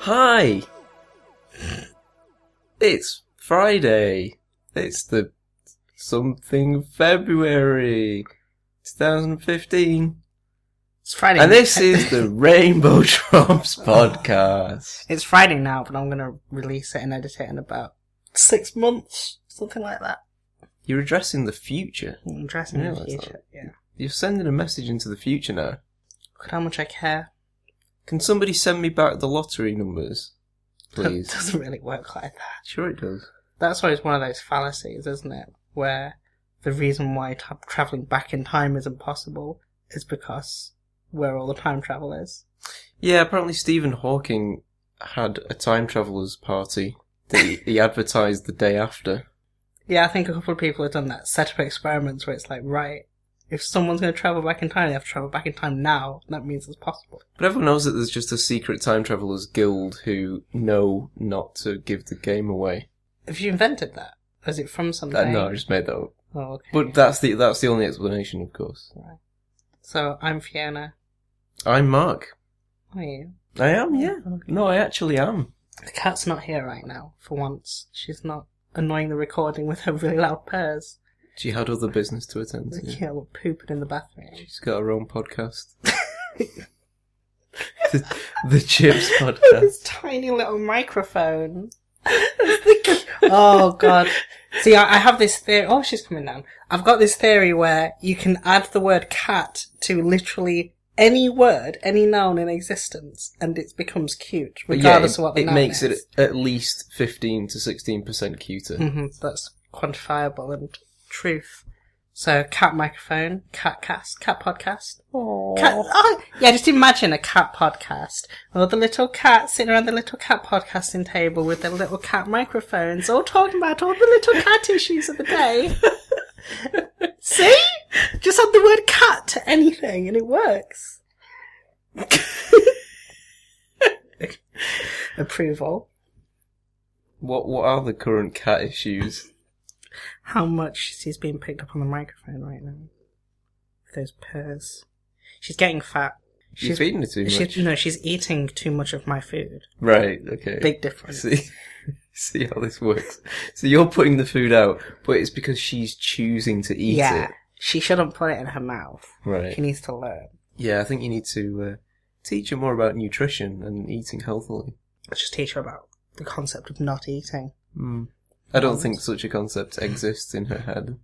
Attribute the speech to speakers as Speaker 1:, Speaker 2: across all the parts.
Speaker 1: Hi! It's Friday. It's the something February 2015.
Speaker 2: It's Friday.
Speaker 1: And this is the Rainbow Drops podcast.
Speaker 2: It's Friday now, but I'm gonna release it and edit it in about six months, something like that.
Speaker 1: You're addressing the future.
Speaker 2: I'm dressing
Speaker 1: Yeah,
Speaker 2: in the
Speaker 1: that's
Speaker 2: future. Yeah.
Speaker 1: You're sending a message into the future now.
Speaker 2: Look at how much I care.
Speaker 1: Can somebody send me back the lottery numbers?
Speaker 2: It
Speaker 1: Please.
Speaker 2: doesn't really work like that.
Speaker 1: sure it does.
Speaker 2: That's always one of those fallacies, isn't it? Where the reason why tra- traveling back in time is impossible is because where all the time travel is.
Speaker 1: Yeah, apparently Stephen Hawking had a time travelers party that he, he advertised the day after.
Speaker 2: Yeah, I think a couple of people have done that set up experiments where it's like, right, if someone's going to travel back in time, they have to travel back in time now. and That means it's possible.
Speaker 1: But everyone knows that there's just a secret time travelers guild who know not to give the game away.
Speaker 2: Have you invented that? Or is it from something?
Speaker 1: Uh, no, I just made that up.
Speaker 2: Oh, okay.
Speaker 1: But that's the that's the only explanation, of course.
Speaker 2: So I'm Fiona.
Speaker 1: I'm Mark.
Speaker 2: How are you?
Speaker 1: I am, yeah. No, I actually am.
Speaker 2: The cat's not here right now, for once. She's not annoying the recording with her really loud purrs.
Speaker 1: She had other business to attend
Speaker 2: The
Speaker 1: to.
Speaker 2: cat were pooping in the bathroom.
Speaker 1: She's got her own podcast. the, the Chips podcast.
Speaker 2: This tiny little microphone. oh god. See, I, I have this theory. Oh, she's coming down. I've got this theory where you can add the word cat to literally any word, any noun in existence, and it becomes cute,
Speaker 1: But yeah,
Speaker 2: regardless
Speaker 1: it,
Speaker 2: of what the
Speaker 1: it
Speaker 2: noun
Speaker 1: makes
Speaker 2: is.
Speaker 1: it at least 15 to 16% cuter.
Speaker 2: Mhm, that's quantifiable and truth. So, cat microphone, cat cast, cat podcast. Cat, oh, yeah, just imagine a cat podcast. All the little cats sitting around the little cat podcasting table with their little cat microphones, all talking about all the little cat issues of the day. See? Just add the word cat to anything and it works. Approval.
Speaker 1: What what are the current cat issues?
Speaker 2: how much she's being picked up on the microphone right now. With Those purrs. She's getting fat.
Speaker 1: She's
Speaker 2: She's,
Speaker 1: feeding her too much.
Speaker 2: she's no, she's eating too much of my food.
Speaker 1: Right, okay.
Speaker 2: Big difference.
Speaker 1: See, see how this works. So you're putting the food out, but it's because she's choosing to eat
Speaker 2: yeah,
Speaker 1: it.
Speaker 2: she shouldn't put it in her mouth. She
Speaker 1: Right.
Speaker 2: needs to learn.
Speaker 1: Yeah, I think you need to uh, teach her more about nutrition and eating healthily.
Speaker 2: Let's just teach her about the concept of not eating.
Speaker 1: I don't think such a concept exists in her head.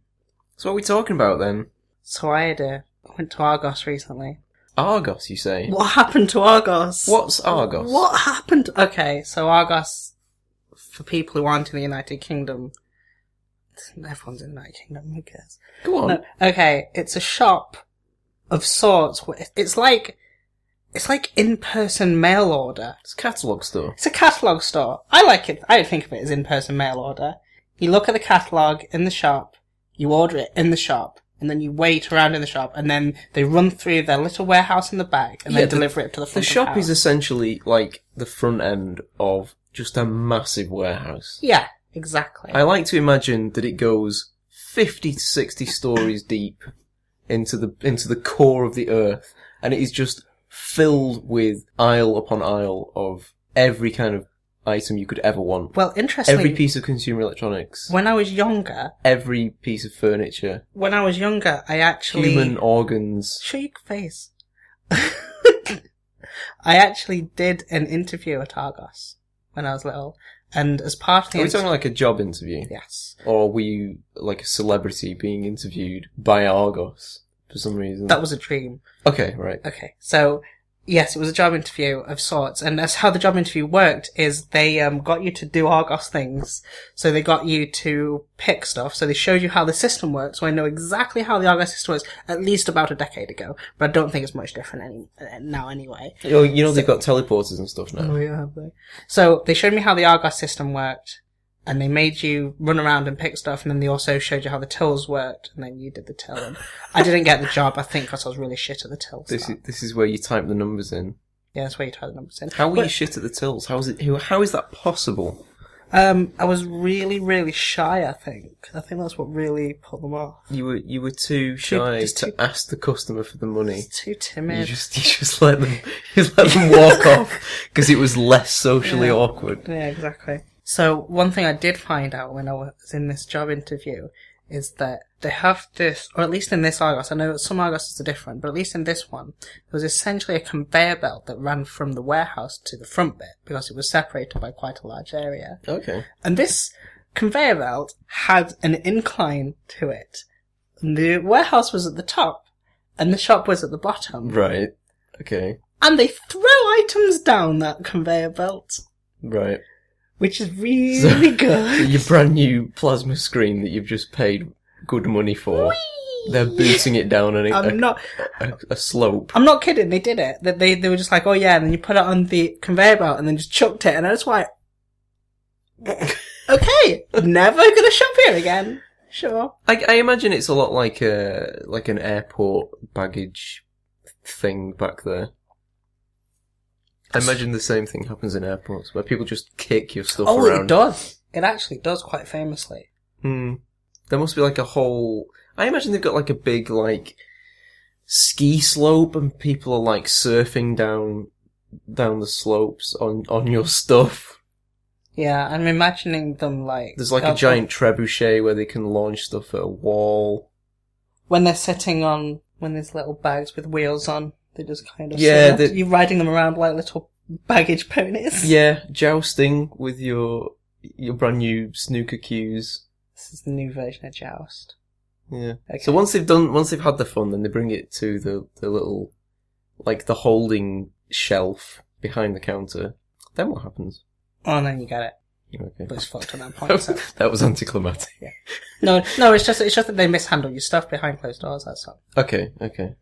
Speaker 1: So what are we talking about then?
Speaker 2: So I had a, I went to Argos recently.
Speaker 1: Argos, you say?
Speaker 2: What happened to Argos?
Speaker 1: What's Argos?
Speaker 2: What happened? Okay, so Argos, for people who aren't in the United Kingdom, everyone's in the United Kingdom. Who cares?
Speaker 1: Go on.
Speaker 2: No, okay, it's a shop of sorts. where- It's like it's like in-person mail order.
Speaker 1: It's catalogue store.
Speaker 2: It's a catalog store. I like it. I think of it as in-person mail order. You look at the catalog in the shop, you order it in the shop, and then you wait around in the shop, and then they run through their little warehouse in the back, and
Speaker 1: Yeah,
Speaker 2: then
Speaker 1: the-
Speaker 2: deliver it to the
Speaker 1: The
Speaker 2: front.
Speaker 1: shop is essentially like the front end of just a massive warehouse.
Speaker 2: yeah, exactly.
Speaker 1: I like to imagine that it goes 50 to 60 stories deep into the into the core of the earth and it is just filled with aisle upon aisle of every kind of item you could ever want.
Speaker 2: well, interestingly,
Speaker 1: Every piece of consumer electronics,
Speaker 2: when I was younger,
Speaker 1: every piece of furniture,
Speaker 2: when I was younger, I actually
Speaker 1: human organs.
Speaker 2: Show your face. I actually did an interview at Argos when I was little, and as part of the
Speaker 1: Are we
Speaker 2: inter-
Speaker 1: talking like a job interview?
Speaker 2: yes,
Speaker 1: Or were you like a celebrity being interviewed by Argos for some reason?
Speaker 2: that was a dream.
Speaker 1: Okay, right.
Speaker 2: Okay, so yes, it was a job interview of sorts, and that's how the job interview worked. Is they um, got you to do Argos things, so they got you to pick stuff. So they showed you how the system works. So I know exactly how the Argos system works, at least about a decade ago, but I don't think it's much different any- uh, now anyway.
Speaker 1: You know, you know they've got teleporters and stuff now.
Speaker 2: Oh yeah, have they? So they showed me how the Argos system worked, and they made you run around and pick stuff, and then they also showed you how the tills worked, and then you did the till. And I didn't get the job, I think, because I was really shit at the tills.
Speaker 1: This is this is where you type the numbers in.
Speaker 2: yeah, that's where you tie the numbers in.
Speaker 1: How were you
Speaker 2: But,
Speaker 1: shit at the tills? How is it? Who? How is that possible?
Speaker 2: um, I was really, really shy. I think. I think that's what really put them off.
Speaker 1: You were you were too shy
Speaker 2: just
Speaker 1: to
Speaker 2: too-
Speaker 1: ask the customer for the money.
Speaker 2: It's too
Speaker 1: You
Speaker 2: timid.
Speaker 1: just you just let them you just let them walk off because it was less socially
Speaker 2: Yeah.
Speaker 1: awkward.
Speaker 2: Yeah, exactly. So one thing I did find out when I was in this job interview is that they have this, or at least in this Argos, I know that some Argos are different, but at least in this one, there was essentially a conveyor belt that ran from the warehouse to the front bit because it was separated by quite a large area.
Speaker 1: Okay.
Speaker 2: And this conveyor belt had an incline to it. And the warehouse was at the top and the shop was at the bottom.
Speaker 1: Right. Okay.
Speaker 2: And they throw items down that conveyor belt,
Speaker 1: Right.
Speaker 2: which is really good.
Speaker 1: Your brand new plasma screen that you've just paid good money for. They're booting it down on a,
Speaker 2: I'm not.
Speaker 1: a, a, a slope.
Speaker 2: I'm not kidding. They did it. That they they were just like, oh yeah, and then you put it on the conveyor belt, and then just chucked it, and that's why. okay, never gonna shop here again. Sure.
Speaker 1: I, I imagine it's a lot like a like an airport baggage thing back there. I imagine the same thing happens in airports where people just kick your stuff
Speaker 2: Oh,
Speaker 1: around.
Speaker 2: it does. It actually does quite famously.
Speaker 1: Hmm. There must be like a whole. I imagine they've got like a big like ski slope, and people are like surfing down down the slopes on on your stuff.
Speaker 2: Yeah, I'm imagining them like
Speaker 1: There's like a
Speaker 2: they'll-
Speaker 1: giant trebuchet where they can launch stuff at a wall.
Speaker 2: when they're sitting on when there's little bags with wheels on. They just kind of
Speaker 1: Yeah,
Speaker 2: sit-
Speaker 1: the-
Speaker 2: you're riding them around like little baggage ponies.
Speaker 1: Yeah, jousting with your your brand new snooker cues.
Speaker 2: This is the new version of Joust.
Speaker 1: Yeah.
Speaker 2: Okay.
Speaker 1: So once they've done, once they've had the fun, then they bring it to the the little, like the holding shelf behind the counter. Then what happens?
Speaker 2: Oh no, you get it.
Speaker 1: Okay.
Speaker 2: But it's fucked on that point. so-
Speaker 1: that was anticlimactic.
Speaker 2: No, no, it's just it's just that they mishandle your stuff behind closed doors. That's all.
Speaker 1: Okay, okay.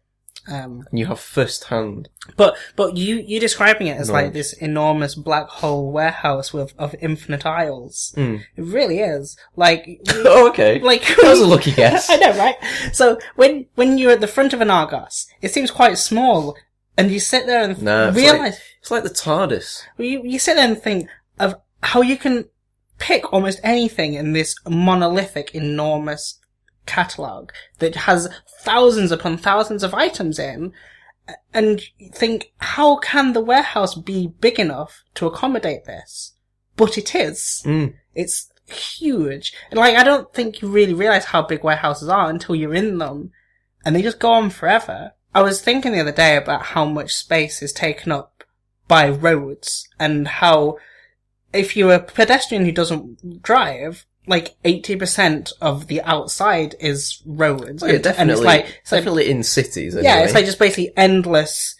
Speaker 2: Um,
Speaker 1: And you have first hand.
Speaker 2: but but you you describing it as like
Speaker 1: Right.
Speaker 2: this enormous black hole warehouse with of infinite aisles.
Speaker 1: Mm.
Speaker 2: It really is like
Speaker 1: oh, okay.
Speaker 2: like
Speaker 1: that was a lucky guess.
Speaker 2: I know, right? So when when you're at the front of an Argos, it seems quite small, and you sit there and
Speaker 1: No, it's
Speaker 2: realize
Speaker 1: It's like the TARDIS.
Speaker 2: you you sit there and think of how you can pick almost anything in this monolithic, enormous catalog that has thousands upon thousands of items in, and think how can the warehouse be big enough to accommodate this? But it is.
Speaker 1: Mm.
Speaker 2: It's huge. And like, I don't think you really realize how big warehouses are until you're in them. And they just go on forever. I was thinking the other day about how much space is taken up by roads and how if you're a pedestrian who doesn't drive, like 80% of the outside is roads.
Speaker 1: Oh, Yeah,
Speaker 2: And-
Speaker 1: definitely.
Speaker 2: And it's like, it's like-
Speaker 1: definitely in cities. Anyway.
Speaker 2: yeah, it's like just basically endless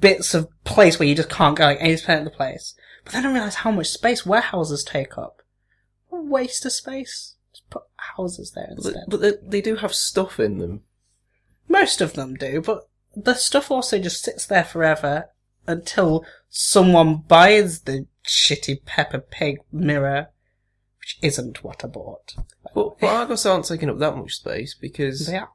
Speaker 2: bits of place where you just can't go, like 80% of the place. But then I realised how much space warehouses take up. What a waste of space. Just put houses there
Speaker 1: But,
Speaker 2: instead.
Speaker 1: but they, they do have stuff in them.
Speaker 2: Most of them do, but the stuff also just sits there forever until someone buys the shitty Peppa Pig mirror, which isn't what I bought.
Speaker 1: But, but Argos aren't taking up that much space because
Speaker 2: They are.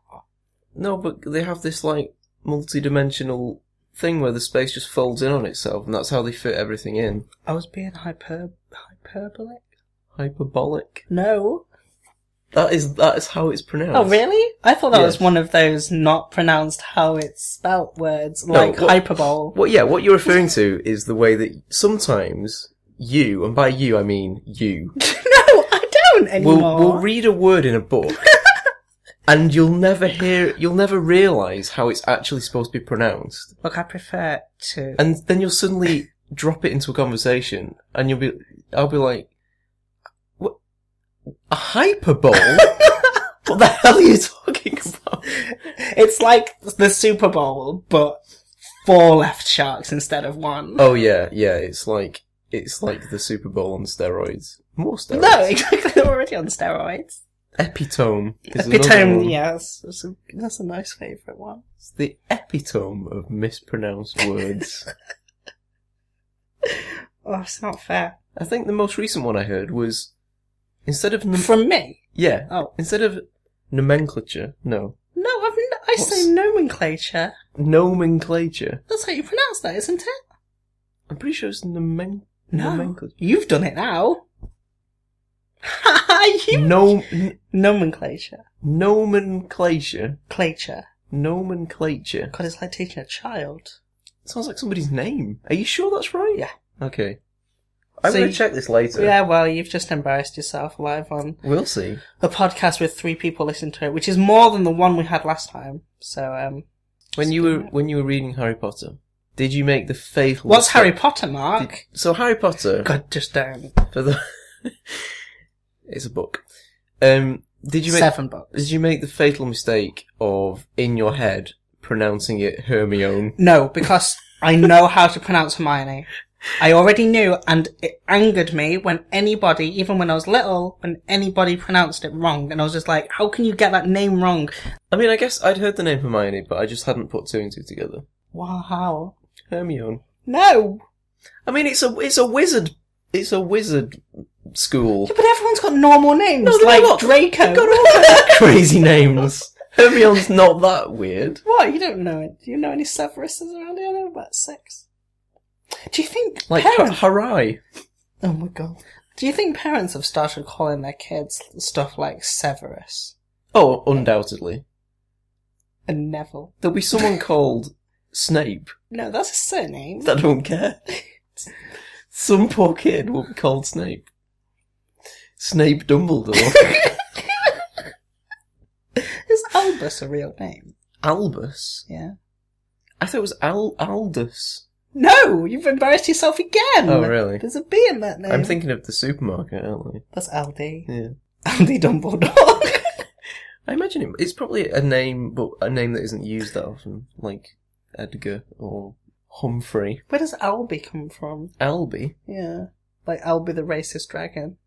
Speaker 1: No, but they have this like multi-dimensional thing where the space just folds in on itself, and that's how they fit everything in.
Speaker 2: I was being hyper hyperbolic.
Speaker 1: Hyperbolic.
Speaker 2: No,
Speaker 1: That is that is how it's pronounced.
Speaker 2: Oh, really? I thought that was
Speaker 1: Yes.
Speaker 2: one of those not pronounced how it's spelt words,
Speaker 1: No,
Speaker 2: like
Speaker 1: what-
Speaker 2: hyperbole.
Speaker 1: Well, yeah. What you're referring to is the way that sometimes you, and by you I mean you,
Speaker 2: no, I don't anymore.
Speaker 1: will will read a word in a book, and you'll never hear, you'll never realise how it's actually supposed to be pronounced,
Speaker 2: Look, I prefer to.
Speaker 1: and then you'll suddenly drop it into a conversation, and you'll be, I'll be like, what? A hyperbole? what the hell are you talking about?
Speaker 2: It's like the Super Bowl, but four left sharks instead of one.
Speaker 1: Oh yeah, yeah. It's like it's like the Super Bowl on steroids. More Oh, steroids.
Speaker 2: no, exactly. They're already on steroids.
Speaker 1: Epitome. Is another one.
Speaker 2: Epitome, yes. That's a, that's a nice favourite one.
Speaker 1: It's the epitome of mispronounced words.
Speaker 2: Oh, it's not fair.
Speaker 1: I think the most recent one I heard was instead of nom-
Speaker 2: From me?
Speaker 1: yeah
Speaker 2: Oh.
Speaker 1: instead of nomenclature no
Speaker 2: No, I've n- I say
Speaker 1: What's-
Speaker 2: nomenclature.
Speaker 1: nomenclature.
Speaker 2: That's how you pronounce that, isn't it?
Speaker 1: I'm pretty sure it's nomen-
Speaker 2: No.
Speaker 1: nomenclature.
Speaker 2: You've done it now. you
Speaker 1: No, n-
Speaker 2: nomenclature.
Speaker 1: nomenclature,
Speaker 2: Clature.
Speaker 1: nomenclature.
Speaker 2: God, it's like teaching a child.
Speaker 1: Sounds like somebody's name. Are you sure that's right?
Speaker 2: Yeah.
Speaker 1: Okay. I'm
Speaker 2: So
Speaker 1: going
Speaker 2: you-
Speaker 1: to check this later.
Speaker 2: Yeah, well, you've just embarrassed yourself live on
Speaker 1: We'll see.
Speaker 2: a podcast with three people listening to it, which is more than the one we had last time. So, um,
Speaker 1: When you were when you were reading Harry Potter, did you make the faithful?
Speaker 2: what's
Speaker 1: mistake-
Speaker 2: Harry Potter, Mark?
Speaker 1: So Harry Potter
Speaker 2: God, just don't.
Speaker 1: for the it's a book. Um, did you make
Speaker 2: Seven books.
Speaker 1: did you make the fatal mistake of in your head pronouncing it Hermione?
Speaker 2: No, because I know how to pronounce Hermione. I already knew, and it angered me when anybody, even when I was little, when anybody pronounced it wrong, and I was just like, "How can you get that name wrong?
Speaker 1: I mean, I guess I'd heard the name Hermione, but I just hadn't put two and two together.
Speaker 2: Wow, how?
Speaker 1: Hermione.
Speaker 2: No,
Speaker 1: I mean, it's a it's a wizard. It's a wizard school.
Speaker 2: Yeah, but everyone's got normal names
Speaker 1: No, they've
Speaker 2: like
Speaker 1: got-
Speaker 2: Draco.
Speaker 1: Got all kinds of crazy names. Hermione's not that weird.
Speaker 2: What? You don't know it? Do you know any Severuses around here? I know about six. Do you think
Speaker 1: Like
Speaker 2: parents?
Speaker 1: Harai.
Speaker 2: oh my god! Do you think parents have started calling their kids stuff like Severus
Speaker 1: Oh, undoubtedly.
Speaker 2: and Neville?
Speaker 1: There'll be someone called Snape
Speaker 2: No, that's a surname.
Speaker 1: that don't care. Some poor kid will be called Snape. Snape Dumbledore.
Speaker 2: Is Albus a real name?
Speaker 1: Albus.
Speaker 2: Yeah.
Speaker 1: I thought it was Al- Aldus.
Speaker 2: No, you've embarrassed yourself again.
Speaker 1: Oh, really?
Speaker 2: There's a B in that name.
Speaker 1: I'm thinking of the supermarket, aren't I?
Speaker 2: that's Aldi.
Speaker 1: Yeah.
Speaker 2: Aldi Dumbledore.
Speaker 1: I imagine it, it's probably a name, but a name that isn't used that often, like Edgar or Humphrey.
Speaker 2: Where does Albi come from?
Speaker 1: Albi?
Speaker 2: Yeah, like Albi the racist dragon.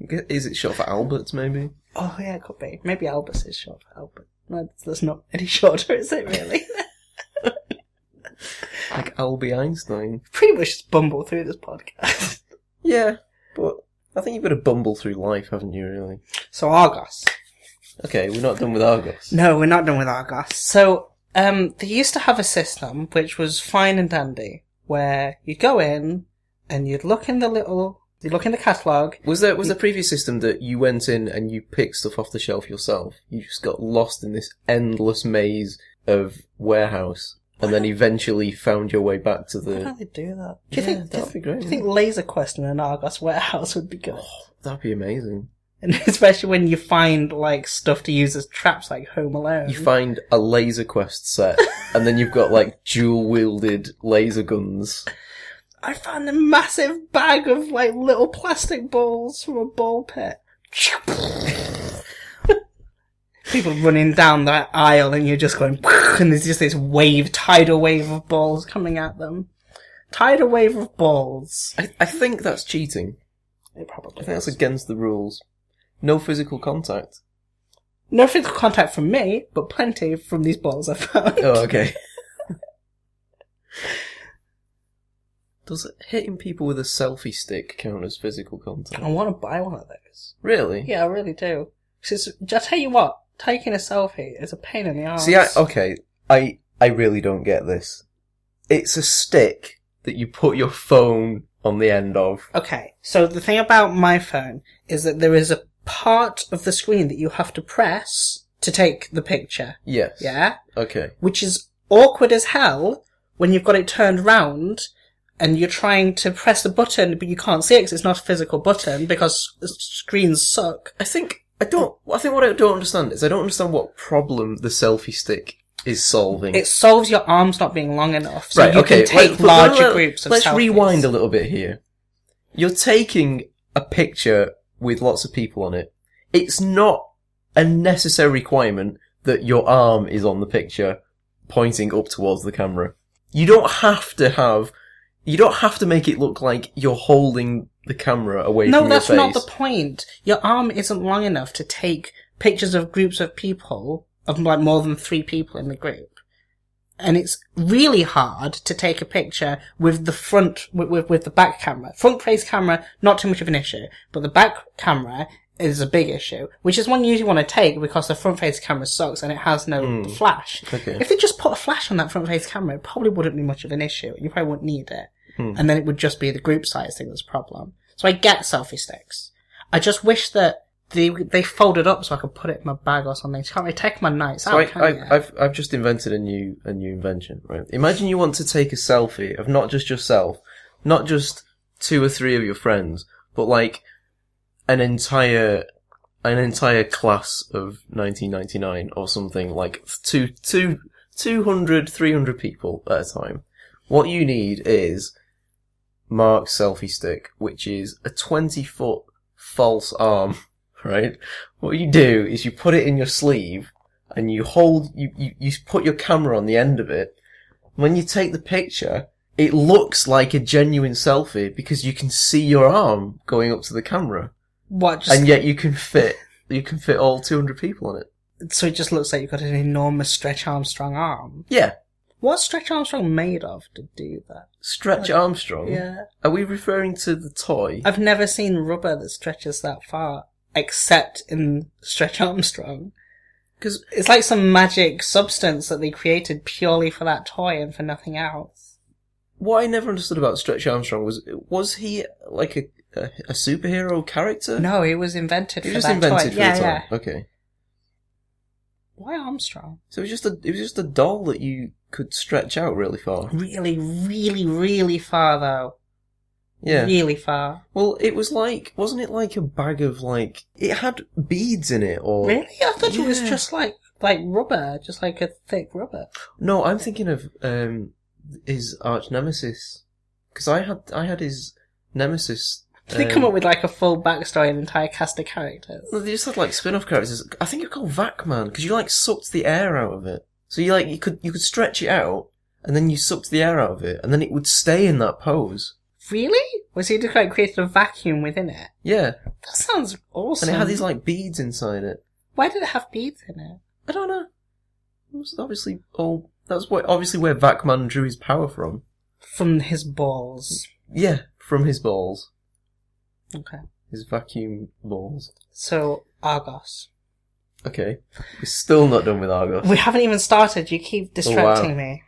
Speaker 1: Is it short for Alberts, maybe?
Speaker 2: Oh yeah, it could be. Maybe Albus is short for Albert. No, that's- that's not any shorter, is it? Really?
Speaker 1: Like Albie Einstein?
Speaker 2: Pretty much just bumble through this podcast.
Speaker 1: Yeah, but I think you've got to bumble through life, haven't you, really?
Speaker 2: So Argos.
Speaker 1: Okay, we're not done with Argos.
Speaker 2: No, we're not done with Argos. So, um, they used to have a system which was fine and dandy, where you'd go in and you'd look in the little, you'd look in the catalogue.
Speaker 1: Was there was the previous system that you went in and you picked stuff off the shelf yourself? You just got lost in this endless maze of warehouse, and then eventually found your way back to
Speaker 2: Why
Speaker 1: the.
Speaker 2: don't they do that? Do
Speaker 1: Yeah,
Speaker 2: you think
Speaker 1: that'd be great,
Speaker 2: Do you think Laser Quest in an Argos warehouse would be good?
Speaker 1: That'd be amazing.
Speaker 2: And especially when you find like stuff to use as traps, like Home Alone.
Speaker 1: You find a laser quest set, and then you've got like dual wielded laser guns.
Speaker 2: I found a massive bag of like little plastic balls from a ball pit. People running down that aisle and you're just going, and there's just this wave, tidal wave of balls coming at them. Tidal wave of balls.
Speaker 1: I, I think that's cheating.
Speaker 2: It
Speaker 1: I
Speaker 2: probably
Speaker 1: think that's
Speaker 2: is.
Speaker 1: against the rules. No physical contact.
Speaker 2: No physical contact from me, but plenty from these balls I found.
Speaker 1: Oh, okay. Does hitting people with a selfie stick count as physical
Speaker 2: I
Speaker 1: contact?
Speaker 2: want to buy one of those.
Speaker 1: Really?
Speaker 2: Yeah, I really do. 'Cause it's- I tell you what, taking a selfie is a pain in the arse.
Speaker 1: See, I, okay, I I really don't get this. It's a stick that you put your phone on the end of.
Speaker 2: Okay, so the thing about my phone is that there is a part of the screen that you have to press to take the picture.
Speaker 1: Yes.
Speaker 2: Yeah?
Speaker 1: Okay.
Speaker 2: Which is awkward as hell when you've got it turned round and you're trying to press the button, but you can't see it 'cause it's not a physical button because s- screens suck.
Speaker 1: I think I don't. I think what I don't understand is I don't understand what problem the selfie stick is solving.
Speaker 2: It solves your arms not being long enough, so you can take
Speaker 1: let's-
Speaker 2: larger
Speaker 1: let-
Speaker 2: groups of
Speaker 1: Let's
Speaker 2: selfies.
Speaker 1: rewind a little bit here. You're taking a picture with lots of people on it. It's not a necessary requirement that your arm is on the picture pointing up towards the camera. You don't have to have you don't have to make it look like you're holding the camera away
Speaker 2: No,
Speaker 1: from
Speaker 2: that's
Speaker 1: your
Speaker 2: not
Speaker 1: face.
Speaker 2: the point. Your arm isn't long enough to take pictures of groups of people, of like more than three people in the group. And it's really hard to take a picture with the front, with, with, with the back camera. Front face camera, not too much of an issue, but the back camera is a big issue, which is one you usually want to take because the front face camera sucks and it has no flash.
Speaker 1: Hmm. Okay.
Speaker 2: If they just put a flash on that front face camera, it probably wouldn't be much of an issue. You probably wouldn't need it.
Speaker 1: Hmm.
Speaker 2: And then it would just be the group size thing that's a problem. So I get selfie sticks. I just wish that They they folded up so I could put it in my bag or something. So you can't really take my nights
Speaker 1: So
Speaker 2: out,
Speaker 1: I,
Speaker 2: can you?
Speaker 1: I, I've I've just invented a new a new invention, right? Imagine you want to take a selfie of not just yourself, not just two or three of your friends, but like an entire an entire class of 1999 or something like two two 200 300 people at a time. What you need is Mark's selfie stick, which is a 20 foot false arm, right? What you do is you put it in your sleeve and you hold, you, you, you put your camera on the end of it. When you take the picture, it looks like a genuine selfie because you can see your arm going up to the camera
Speaker 2: what? Just,
Speaker 1: and yet you can fit, you can fit all 200 people in it.
Speaker 2: so it just looks like you've got an enormous Stretch Armstrong arm.
Speaker 1: Yeah.
Speaker 2: What's Stretch Armstrong made of to do that?
Speaker 1: Stretch Armstrong.
Speaker 2: Yeah.
Speaker 1: Are we referring to the toy?
Speaker 2: I've never seen rubber that stretches that far, except in Stretch Armstrong. Because it's like some magic substance that they created purely for that toy and for nothing else.
Speaker 1: What I never understood about Stretch Armstrong was was he like a a, a superhero character?
Speaker 2: No, it was invented
Speaker 1: he
Speaker 2: for
Speaker 1: was just
Speaker 2: that
Speaker 1: invented
Speaker 2: toy.
Speaker 1: for
Speaker 2: yeah,
Speaker 1: the time.
Speaker 2: yeah.
Speaker 1: Okay,
Speaker 2: Why Armstrong?
Speaker 1: so it was just a it was just a doll that you could stretch out really far.
Speaker 2: Really, really, really far though.
Speaker 1: Yeah.
Speaker 2: Really far.
Speaker 1: Well, it was like wasn't it like a bag of like it had beads in it or
Speaker 2: Really? I thought it was
Speaker 1: Yeah.
Speaker 2: just like like rubber, just like a thick rubber.
Speaker 1: no? I'm thinking of um his arch nemesis because I had I had his nemesis.
Speaker 2: Did they
Speaker 1: Um,
Speaker 2: come up with like a full backstory and entire cast of characters?
Speaker 1: No, they just had like spin-off characters. I think you're called Vacman because you like sucked the air out of it. So you like you could you could stretch it out, and then you sucked the air out of it, and then it would stay in that pose.
Speaker 2: Really? Was he just like created a vacuum within it?
Speaker 1: Yeah,
Speaker 2: That sounds awesome.
Speaker 1: and it had these like beads inside it.
Speaker 2: Why did it have beads in it?
Speaker 1: I don't know. It was obviously all that's what obviously where Vacman drew his power from.
Speaker 2: From his balls.
Speaker 1: Yeah, from his balls,
Speaker 2: Okay.
Speaker 1: his vacuum balls.
Speaker 2: So Argos.
Speaker 1: Okay, we're still not done with Argos.
Speaker 2: We haven't even started. You keep distracting
Speaker 1: Oh, wow.
Speaker 2: me.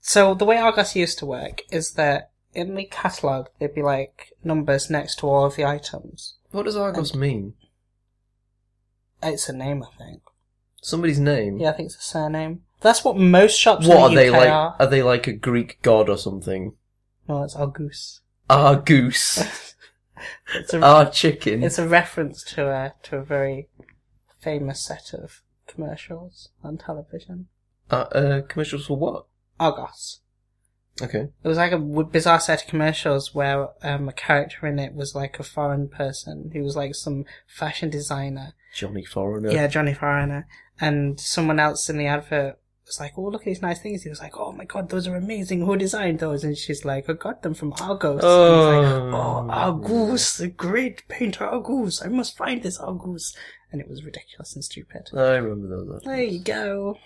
Speaker 2: So the way Argos used to work is that in the catalog there'd be like numbers next to all of the items.
Speaker 1: What does Argos mean?
Speaker 2: It's a name, I think.
Speaker 1: Somebody's name.
Speaker 2: Yeah, I think it's a surname. That's what most shops
Speaker 1: Mm. What are
Speaker 2: in the
Speaker 1: they
Speaker 2: UK
Speaker 1: like?
Speaker 2: are.
Speaker 1: Are they like a Greek god or something?
Speaker 2: No, it's Argus.
Speaker 1: Our goose.
Speaker 2: It's a
Speaker 1: Our chicken.
Speaker 2: it's a reference to a to a very famous set of commercials on television.
Speaker 1: Uh, uh, commercials for what?
Speaker 2: Argos.
Speaker 1: Okay.
Speaker 2: It was like a w- bizarre set of commercials where um, a character in it was like a foreign person who was like some fashion designer.
Speaker 1: Johnny Foreigner.
Speaker 2: Yeah, Johnny Foreigner. And someone else in the advert was like, oh, look at these nice things. He was like, oh my god, those are amazing. Who designed those? And she's like, I got them from Argos. And he's like, oh,
Speaker 1: Oh.
Speaker 2: Argus, the great painter Argus. I must find this Argus. And it was ridiculous and stupid.
Speaker 1: I remember those.
Speaker 2: There you go.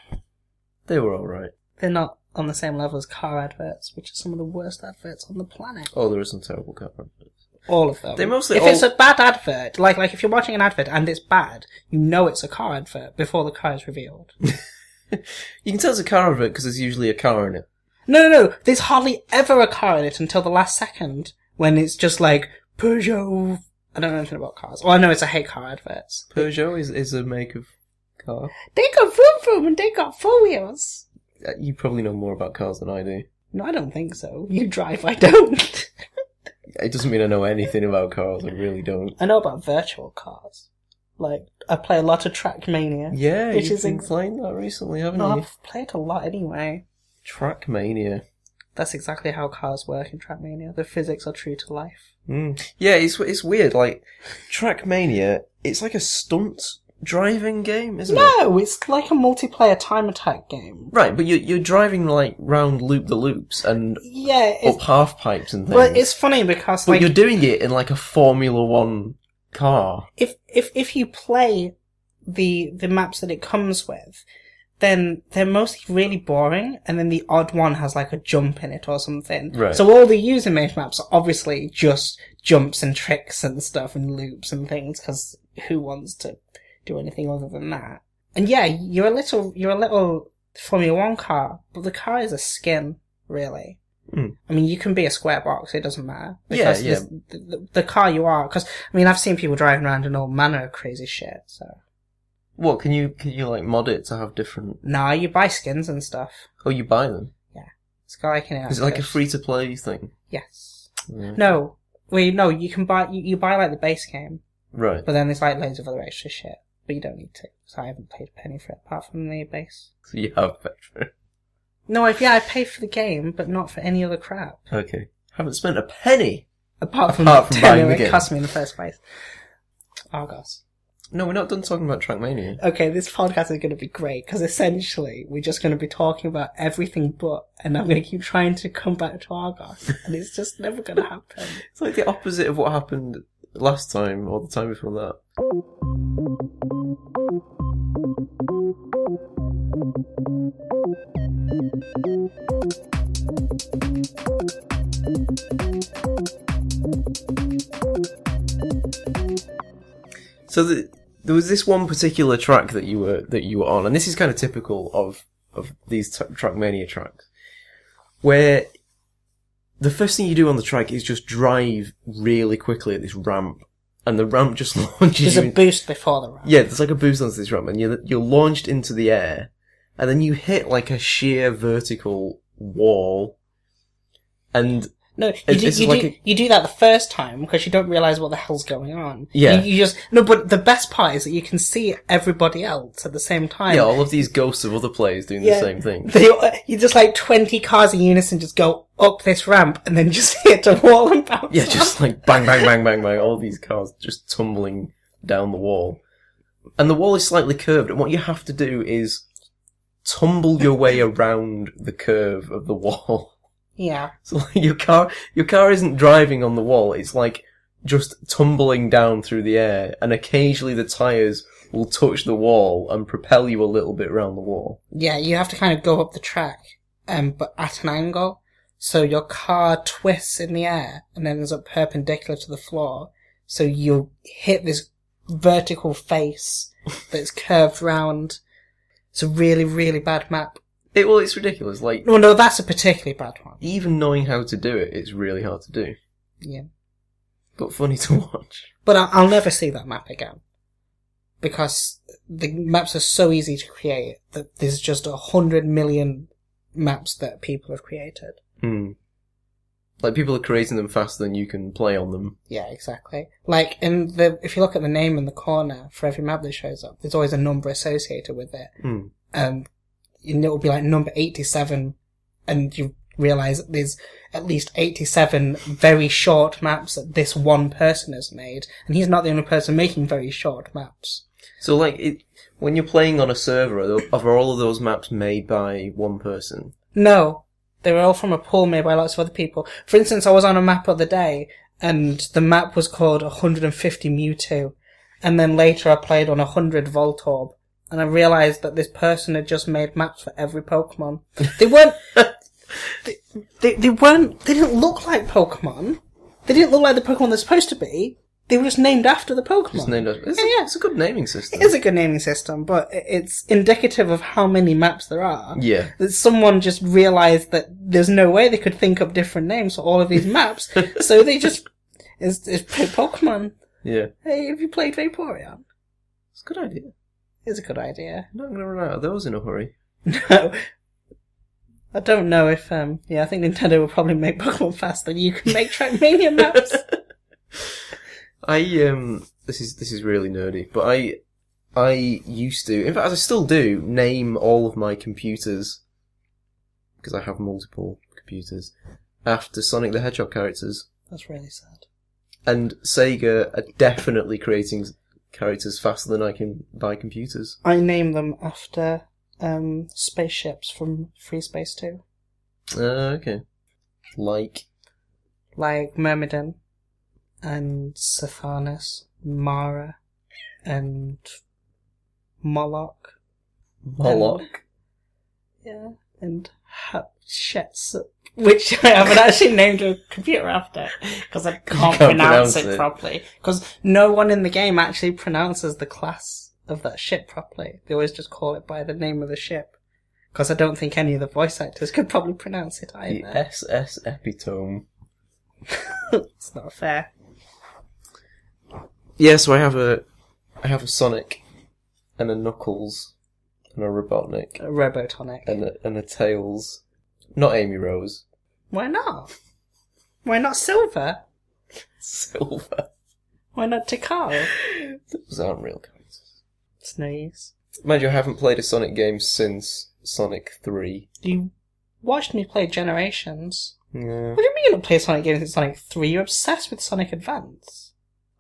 Speaker 1: They were alright.
Speaker 2: They're not on the same level as car adverts, which are some of the worst adverts on the planet.
Speaker 1: Oh, there are some terrible cat adverts.
Speaker 2: All of them.
Speaker 1: They mostly
Speaker 2: If
Speaker 1: all-
Speaker 2: it's a bad advert, like like if you're watching an advert and it's bad, you know it's a car advert before the car is revealed.
Speaker 1: You can tell it's a car advert because there's usually a car in it.
Speaker 2: no, no, no. There's hardly ever a car in it until the last second when it's just like Peugeot. I don't know anything about cars. Well, I know it's a hate car adverts.
Speaker 1: Peugeot is, is a make of car.
Speaker 2: They got vroom vroom and they got four wheels.
Speaker 1: Uh, You probably know more about cars than I do.
Speaker 2: No, I don't think so. You drive, I don't.
Speaker 1: It doesn't mean I know anything about cars. I really don't.
Speaker 2: I know about virtual cars. Like I play a lot of Trackmania.
Speaker 1: Yeah,
Speaker 2: Which
Speaker 1: you've
Speaker 2: is
Speaker 1: been
Speaker 2: ex-
Speaker 1: playing that recently, haven't
Speaker 2: No,
Speaker 1: you?
Speaker 2: I've played a lot anyway.
Speaker 1: Trackmania.
Speaker 2: That's exactly how cars work in Trackmania. The physics are true to life.
Speaker 1: Mm. Yeah, it's it's weird. Like Trackmania, it's like a stunt driving game, isn't it?
Speaker 2: No, it's like a multiplayer time attack game.
Speaker 1: Right, but you're you're driving like round loop the loops and
Speaker 2: Yeah,
Speaker 1: up
Speaker 2: it's,
Speaker 1: half pipes and things.
Speaker 2: well, it's funny because
Speaker 1: Oh, but
Speaker 2: like
Speaker 1: you're doing it in like a Formula One car.
Speaker 2: if if if you play the the maps that it comes with, then they're mostly really boring, and then the odd one has like a jump in it or something.
Speaker 1: Right.
Speaker 2: So all the user made maps are obviously just jumps and tricks and stuff and loops and things because who wants to do anything other than that? And yeah, you're a little you're a little Formula One car, but the car is a skin really.
Speaker 1: Mm.
Speaker 2: I mean, you can be a square box; it doesn't matter.
Speaker 1: Yeah,
Speaker 2: Because
Speaker 1: yeah.
Speaker 2: The, the, the car you are, because I mean, I've seen people driving around in all manner of crazy shit. So
Speaker 1: What can you can you like mod it to have different?
Speaker 2: nah, you buy skins and stuff.
Speaker 1: Oh, you buy them.
Speaker 2: It's got like an.
Speaker 1: Is it like a free to play thing?
Speaker 2: Yes.
Speaker 1: Yeah.
Speaker 2: No. Wait, no. You can buy. You, you buy like the base game,
Speaker 1: Right.
Speaker 2: but then there's like loads of other extra shit. But you don't need to. So I haven't paid a penny for it apart from the base.
Speaker 1: So you have Petra.
Speaker 2: No, I've, yeah, I pay for the game, but not for any other crap.
Speaker 1: Okay. Haven't spent a penny.
Speaker 2: Apart from,
Speaker 1: Apart from
Speaker 2: telling
Speaker 1: buying
Speaker 2: her
Speaker 1: the
Speaker 2: it
Speaker 1: game.
Speaker 2: cost me in the first place. Argos.
Speaker 1: No, we're not done talking about Trackmania.
Speaker 2: Okay, this podcast is going to be great because essentially we're just going to be talking about everything but, and I'm going to keep trying to come back to Argos, and it's just never going to happen.
Speaker 1: It's like the opposite of what happened last time or the time before that. So the, there was this one particular track that you were that you were on, and this is kind of typical of of these t- Trackmania tracks, where the first thing you do on the track is just drive really quickly at this ramp, and the ramp just launches
Speaker 2: There's
Speaker 1: you.
Speaker 2: a
Speaker 1: in-
Speaker 2: boost before the round.
Speaker 1: yeah, there's like a boost onto this ramp, and you're you're launched into the air, and then you hit like a sheer vertical wall, and
Speaker 2: No, you
Speaker 1: It's-
Speaker 2: do,
Speaker 1: it's
Speaker 2: you,
Speaker 1: like
Speaker 2: do,
Speaker 1: a-
Speaker 2: you do that the first time because you don't realize what the hell's going on.
Speaker 1: Yeah.
Speaker 2: You, you just no, but the best part is that you can see everybody else at the same time.
Speaker 1: yeah, all of these ghosts of other players doing
Speaker 2: Yeah.
Speaker 1: the same thing.
Speaker 2: They, you just like twenty cars in unison just go up this ramp and then just hit a wall and bounce.
Speaker 1: Yeah,
Speaker 2: off.
Speaker 1: just like bang, bang, bang, bang, bang. All these cars just tumbling down the wall. And the wall is slightly curved, and what you have to do is tumble your way around the curve of the wall.
Speaker 2: yeah.
Speaker 1: So like, your car, your car isn't driving on the wall. It's like just tumbling down through the air, and occasionally the tires will touch the wall and propel you a little bit round the wall.
Speaker 2: Yeah, you have to kind of go up the track, um, but at an angle. So your car twists in the air and then ends up perpendicular to the floor. So you'll hit this vertical face that's curved round. It's a really, really bad map.
Speaker 1: It well, it's ridiculous. Like
Speaker 2: No, no, that's a particularly bad one.
Speaker 1: even knowing how to do it, it's really hard to do,
Speaker 2: Yeah.
Speaker 1: but funny to watch.
Speaker 2: But I- I'll never see that map again. Because the maps are so easy to create that there's just a hundred million maps that people have created.
Speaker 1: Hmm. Like people are creating them faster than you can play on them.
Speaker 2: Yeah, exactly. Like in the if you look at the name in the corner for every map that shows up, there's always a number associated with it.
Speaker 1: Hmm.
Speaker 2: Um, and it will be like number eighty-seven, and you realize that there's at least eighty-seven very short maps that this one person has made, and he's not the only person making very short maps.
Speaker 1: So like it, when you're playing on a server, are tho- are all of those maps made by one person?
Speaker 2: No, they were all from a pool made by lots of other people. For instance, I was on a map the other day, and the map was called 150 Mewtwo. And then later I played on 100 Voltorb, and I realized that this person had just made maps for every Pokemon. They weren't. they, they, they weren't. They didn't look like Pokemon. They didn't look like the Pokemon they're supposed to be. They were just named after the Pokemon.
Speaker 1: It's named after. It's,
Speaker 2: Yeah, yeah.
Speaker 1: it's a good naming system.
Speaker 2: It is a good naming system, but i- it's indicative of how many maps there are
Speaker 1: Yeah.
Speaker 2: that someone just realized that there's no way they could think up different names for all of these maps, so they just it's, it's po- Pokemon.
Speaker 1: Yeah.
Speaker 2: Hey, have you played Vaporeon?
Speaker 1: It's a good idea.
Speaker 2: It's a good idea.
Speaker 1: I'm not gonna run out of those in a hurry.
Speaker 2: No, I don't know if um yeah I think Nintendo will probably make Pokemon faster than you can make Trackmania maps.
Speaker 1: I um this is this is really nerdy, but I I used to in fact as I still do name all of my computers because I have multiple computers after Sonic the Hedgehog characters.
Speaker 2: That's really sad.
Speaker 1: and Sega are definitely creating characters faster than I can buy computers.
Speaker 2: I name them after um spaceships from Free Space Two,
Speaker 1: Uh, okay. Like,
Speaker 2: like Myrmidon and Sylvanas, Mara, and Moloch.
Speaker 1: Moloch.
Speaker 2: Yeah. And Hatshepsut, which I haven't actually named a computer after because I
Speaker 1: can't
Speaker 2: can't, pronounce,
Speaker 1: pronounce
Speaker 2: it,
Speaker 1: it.
Speaker 2: properly. Because no one in the game actually pronounces the class of that ship properly. They always just call it by the name of the ship. because I don't think any of the voice actors could probably pronounce it either.
Speaker 1: The SS epitome.
Speaker 2: It's not fair.
Speaker 1: Yeah, so I have a, I have a Sonic, and a Knuckles, and a Robotnik,
Speaker 2: Robotonic.
Speaker 1: and a, and a Tails. Not Amy Rose.
Speaker 2: Why not? Why not Silver?
Speaker 1: Silver.
Speaker 2: Why not Takao?
Speaker 1: Those aren't real characters.
Speaker 2: It's no use.
Speaker 1: Mind you, I haven't played a Sonic game since Sonic 3.
Speaker 2: You watched me play Generations.
Speaker 1: Yeah.
Speaker 2: What do you mean you don't play Sonic games since Sonic 3? You're obsessed with Sonic Advance.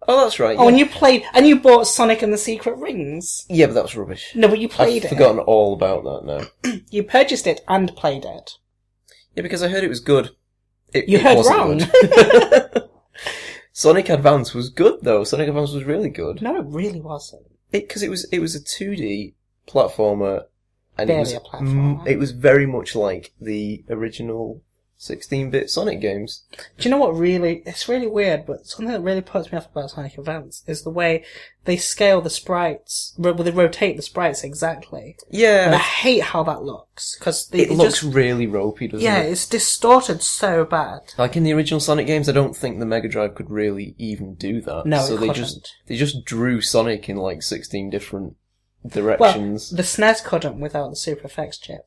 Speaker 1: Oh, that's right.
Speaker 2: Oh,
Speaker 1: yeah.
Speaker 2: and you played, and you bought Sonic and the Secret Rings.
Speaker 1: Yeah, but that was rubbish.
Speaker 2: No, but you played
Speaker 1: I've
Speaker 2: it.
Speaker 1: forgotten all about that now.
Speaker 2: You purchased it and played it.
Speaker 1: Yeah, because I heard it was good. It,
Speaker 2: You
Speaker 1: it
Speaker 2: heard
Speaker 1: wasn't
Speaker 2: wrong.
Speaker 1: good. Sonic Advance was good though. Sonic Advance was really good
Speaker 2: No, it really wasn't.
Speaker 1: because it, was it was a two D platformer, and it
Speaker 2: Barely
Speaker 1: was
Speaker 2: a platformer.
Speaker 1: it was very much like the original sixteen bit Sonic games.
Speaker 2: Do you know what really, it's really weird, but something that really puts me off about Sonic Advance is the way they scale the sprites, ro- well, they rotate the sprites exactly. And I
Speaker 1: Yeah,
Speaker 2: hate how that looks, because
Speaker 1: it looks
Speaker 2: just,
Speaker 1: really ropey, doesn't
Speaker 2: yeah,
Speaker 1: it?
Speaker 2: it's distorted so bad.
Speaker 1: Like in the original Sonic games, I don't think the Mega Drive could really even do that.
Speaker 2: No,
Speaker 1: so
Speaker 2: it
Speaker 1: they
Speaker 2: couldn't.
Speaker 1: just they just drew Sonic in like sixteen different
Speaker 2: Well,
Speaker 1: directions.
Speaker 2: the SNES couldn't without the Super Effects chip.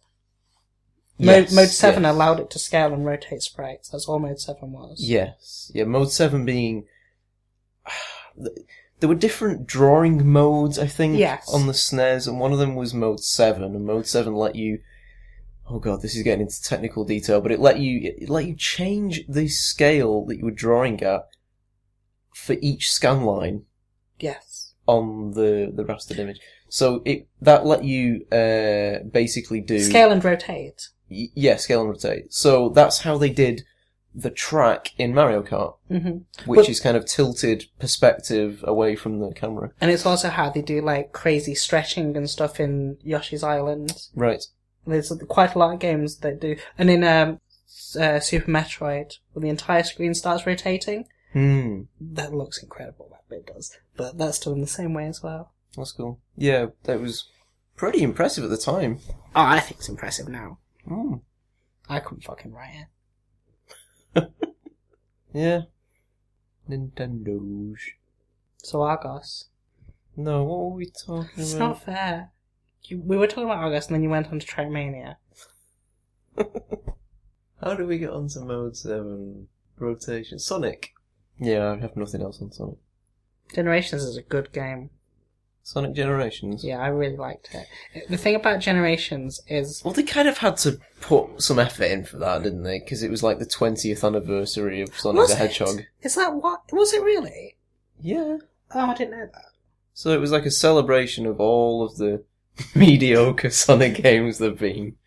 Speaker 1: Yes,
Speaker 2: Mode, Mode 7
Speaker 1: yes.
Speaker 2: allowed it to scale and rotate sprites. That's all Mode 7 was.
Speaker 1: Yes. Yeah, mode 7 being. There were different drawing modes, I think,
Speaker 2: Yes.
Speaker 1: on the SNES, and one of them was mode 7, and mode 7 let you. Oh god, this is getting into technical detail, but it let you it let you change the scale that you were drawing at for each scan line
Speaker 2: Yes.
Speaker 1: on the the rastered image. So it that let you uh, basically do
Speaker 2: Scale and rotate.
Speaker 1: y- yeah scale and rotate. So that's how they did the track in Mario Kart
Speaker 2: hmm
Speaker 1: which
Speaker 2: But-
Speaker 1: is kind of tilted perspective away from the camera.
Speaker 2: And it's also how they do like crazy stretching and stuff in Yoshi's Island.
Speaker 1: Right.
Speaker 2: There's quite a lot of games that do, and in um, s- uh, Super Metroid, where the entire screen starts rotating,
Speaker 1: Hmm.
Speaker 2: that looks incredible. That bit does, but that's done in the same way as well.
Speaker 1: That's cool. Yeah, that was pretty impressive at the time.
Speaker 2: Oh, I think it's impressive now.
Speaker 1: Hmm.
Speaker 2: I couldn't fucking write it.
Speaker 1: Yeah. Nintendo's.
Speaker 2: So Argos, Mm.
Speaker 1: No, what were we talking
Speaker 2: it's
Speaker 1: about?
Speaker 2: not fair. You, we were talking about Argos, and then you went on to Trackmania.
Speaker 1: How do we get onto mode seven rotation? Sonic. Yeah, I have nothing else on Sonic.
Speaker 2: Generations is a good game.
Speaker 1: Sonic Generations.
Speaker 2: Yeah, I really liked it. The thing about Generations is
Speaker 1: Well, they kind of had to put some effort in for that, didn't they? Because it was like the twentieth anniversary of Sonic
Speaker 2: Was
Speaker 1: the
Speaker 2: it?
Speaker 1: Hedgehog.
Speaker 2: Is that what? Was it really?
Speaker 1: Yeah.
Speaker 2: Oh, I didn't know that.
Speaker 1: So it was like a celebration of all of the mediocre Sonic games there've been.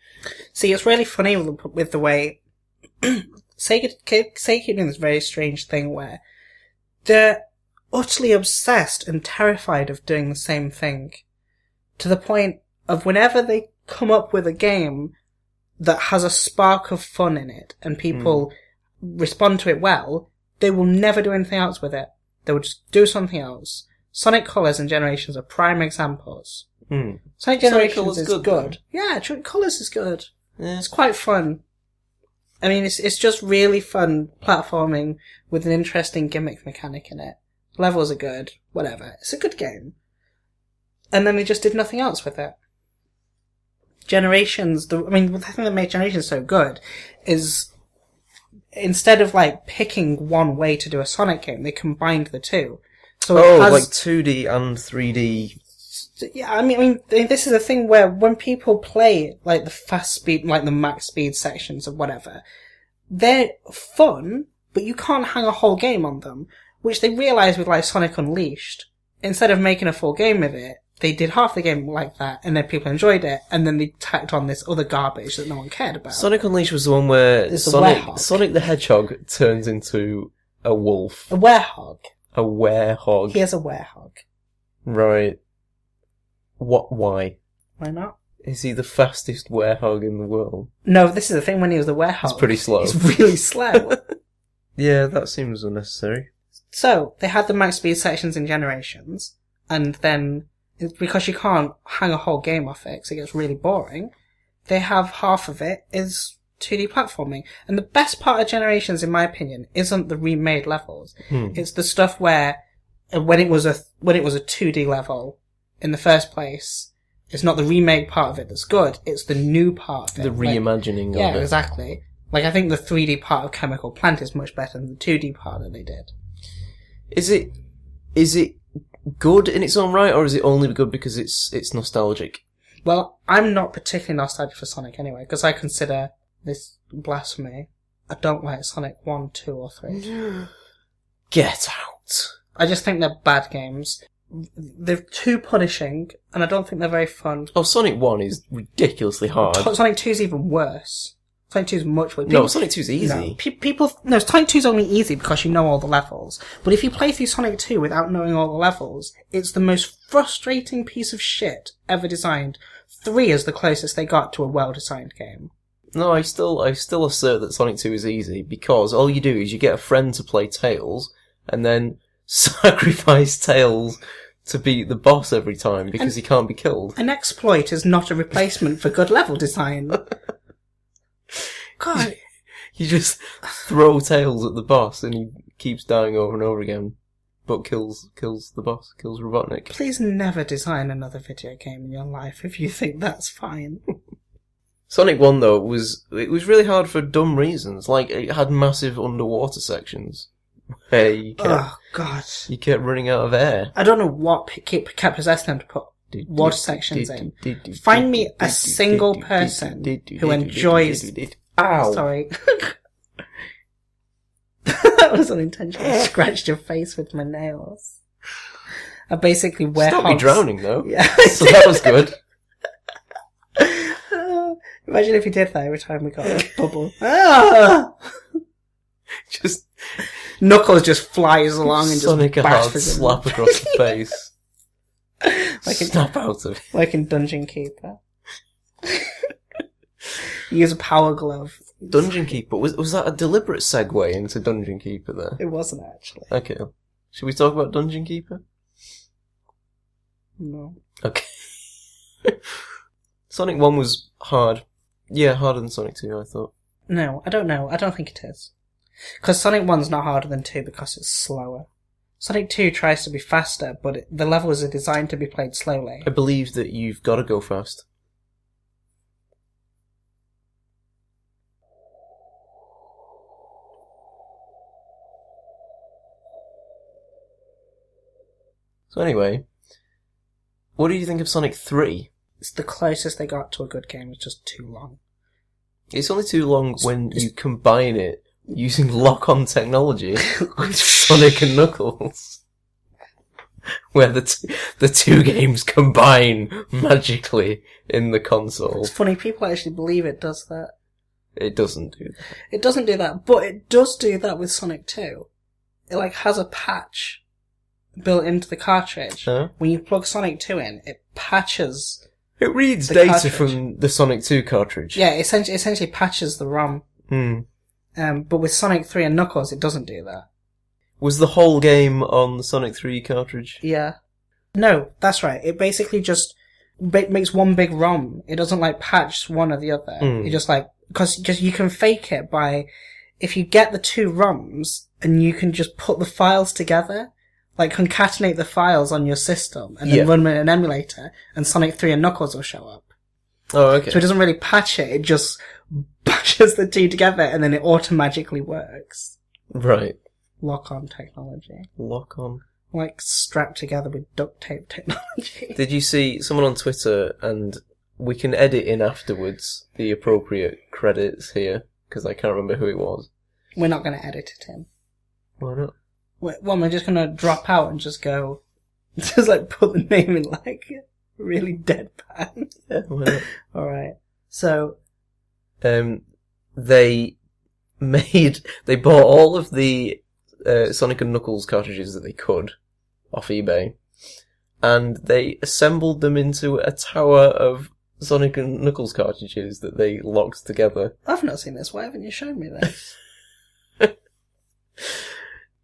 Speaker 2: See, it's really funny with, with the way Sega, Ke- Sega keep doing this very strange thing where they're utterly obsessed and terrified of doing the same thing to the point of whenever they come up with a game that has a spark of fun in it and people respond to it well, they will never do anything else with it. They will just do something else. Sonic Colors and Generations are prime examples.
Speaker 1: Hmm. Sonic
Speaker 2: Sonic Generations
Speaker 1: Colors
Speaker 2: is
Speaker 1: good,
Speaker 2: good.
Speaker 1: though.
Speaker 2: Yeah, Tr- Colors is good.
Speaker 1: Yeah.
Speaker 2: It's quite fun. I mean, it's it's just really fun platforming with an interesting gimmick mechanic in it. Levels are good, whatever. It's a good game. And then they just did nothing else with it. Generations, the, I mean, the thing that made Generations so good is instead of like picking one way to do a Sonic game, they combined the two. So it
Speaker 1: Oh,
Speaker 2: has,
Speaker 1: like 2D and 3D.
Speaker 2: yeah, I mean, I mean, th- this is a thing where when people play like the fast speed, like the max speed sections or whatever, they're fun, but you can't hang a whole game on them, which they realized with like Sonic Unleashed. Instead of making a full game of it, they did half the game like that, and then people enjoyed it, and then they tacked on this other garbage that no one cared about.
Speaker 1: Sonic Unleashed was the one where
Speaker 2: It's a
Speaker 1: Sonic,
Speaker 2: werehog.
Speaker 1: Sonic the Hedgehog turns into a wolf,
Speaker 2: a werehog.
Speaker 1: a werehog.
Speaker 2: He is a werehog.
Speaker 1: Right. What? Why?
Speaker 2: Why not?
Speaker 1: Is he the fastest werehog in the world?
Speaker 2: No, this is the thing when he was a werehog.
Speaker 1: It's pretty slow.
Speaker 2: He's really slow.
Speaker 1: yeah, that seems unnecessary.
Speaker 2: So they had the max speed sections in generations, and then because you can't hang a whole game off it, 'cause it gets really boring. they have half of it is 2D platforming. And the best part of Generations, in my opinion, isn't the remade levels.
Speaker 1: Hmm.
Speaker 2: It's the stuff where uh, when it was a when it was a 2D level in the first place, it's not the remake part of it that's good. It's the new part of it.
Speaker 1: The
Speaker 2: Like,
Speaker 1: reimagining
Speaker 2: yeah,
Speaker 1: of it.
Speaker 2: exactly. Like I think the 3D part of Chemical Plant is much better than the 2D part that they did.
Speaker 1: Is it is it good in its own right, or is it only good because it's it's nostalgic?
Speaker 2: Well, I'm not particularly nostalgic for Sonic anyway, because I consider this blasphemy. I don't like Sonic 1, 2, or 3.
Speaker 1: Get out.
Speaker 2: I just think they're bad games. They're too punishing, and I don't think they're very fun.
Speaker 1: Oh, Sonic One is ridiculously hard.
Speaker 2: Sonic 2 is even worse. Sonic 2 is much worse.
Speaker 1: No, Sonic Two's easy.
Speaker 2: No, pe- people, no, Sonic 2 is only easy because you know all the levels. But if you play through Sonic 2 without knowing all the levels, it's the most frustrating piece of shit ever designed. 3 is the closest they got to a well-designed game.
Speaker 1: No, I still I still assert that Sonic Two is easy because all you do is you get a friend to play Tails and then sacrifice Tails to beat the boss every time because he can't be killed.
Speaker 2: An exploit is not a replacement for good level design. God,
Speaker 1: You just throw Tails at the boss and he keeps dying over and over again, but kills kills the boss, kills Robotnik.
Speaker 2: please never design another video game in your life if you think that's fine.
Speaker 1: Sonic One though was it was really hard for dumb reasons. Like it had massive underwater sections where you kept,
Speaker 2: Oh God,
Speaker 1: you kept running out of air.
Speaker 2: I don't know what p- kept kept possessing them to put water sections in. Find me a single person who enjoys.
Speaker 1: Ow!
Speaker 2: Sorry. that was unintentional. I scratched your face with my nails. I basically wear
Speaker 1: Stop me
Speaker 2: hogs.
Speaker 1: drowning though.
Speaker 2: Yeah.
Speaker 1: so that was good.
Speaker 2: Imagine if you did that every time we got a bubble. Ah!
Speaker 1: Just
Speaker 2: Knuckles just flies along and
Speaker 1: Sonic
Speaker 2: just
Speaker 1: a hard
Speaker 2: bashes him.
Speaker 1: slap across the face.
Speaker 2: Like in,
Speaker 1: Snap out of it.
Speaker 2: like in Dungeon Keeper. you use a power glove.
Speaker 1: Dungeon Keeper was was that a deliberate segue into Dungeon Keeper there?
Speaker 2: It wasn't actually.
Speaker 1: Okay. Should we talk about Dungeon Keeper?
Speaker 2: No.
Speaker 1: Okay. Sonic One was hard. Yeah, harder than Sonic Two, I thought.
Speaker 2: No, I don't know. I don't think it is. Because Sonic 1's not harder than 2 because it's slower. Sonic 2 tries to be faster, but it, the levels are designed to be played slowly.
Speaker 1: I believe that you've got to go fast. So anyway, what do you think of Sonic 3?
Speaker 2: It's the closest they got to a good game, it's just too long.
Speaker 1: It's only too long when you combine it using lock-on technology with Sonic and Knuckles. Where the, t- the two games combine magically in the console.
Speaker 2: It's funny, people actually believe it does that.
Speaker 1: It doesn't do that.
Speaker 2: It doesn't do that, but it does do that with Sonic 2. It like has a patch built into the cartridge.
Speaker 1: Huh?
Speaker 2: When you plug Sonic 2 in, it patches.
Speaker 1: It reads
Speaker 2: The
Speaker 1: data
Speaker 2: cartridge.
Speaker 1: from the Sonic 2 cartridge.
Speaker 2: Yeah, essentially, essentially patches the ROM.
Speaker 1: Hmm.
Speaker 2: Um, but with Sonic 3 and Knuckles, it doesn't do that.
Speaker 1: Was the whole game on the Sonic 3 cartridge?
Speaker 2: Yeah. No, that's right. It basically just ba- makes one big ROM. It doesn't like patch one or the other.
Speaker 1: Hmm.
Speaker 2: It just like because just you can fake it by if you get the two ROMs and you can just put the files together, like concatenate the files on your system and then
Speaker 1: Yeah.
Speaker 2: run them in an emulator, and Sonic Three and Knuckles will show up.
Speaker 1: Oh, okay.
Speaker 2: So it doesn't really patch it. It just bashes the two together and then it automatically works.
Speaker 1: Right.
Speaker 2: Lock on technology.
Speaker 1: Lock on.
Speaker 2: Like strapped together with duct tape technology.
Speaker 1: Did you see someone on Twitter, and we can edit in afterwards the appropriate credits here, because I can't remember who it was.
Speaker 2: We're not going to edit it in.
Speaker 1: Why not?
Speaker 2: We're, well, we're just going to drop out and just go, just like put the name in like really deadpan.
Speaker 1: Yeah, why not?
Speaker 2: All right. So
Speaker 1: um, they made they bought all of the uh, Sonic and Knuckles cartridges that they could off eBay, and they assembled them into a tower of Sonic and Knuckles cartridges that they locked together.
Speaker 2: I've not seen this. Why haven't you shown me this?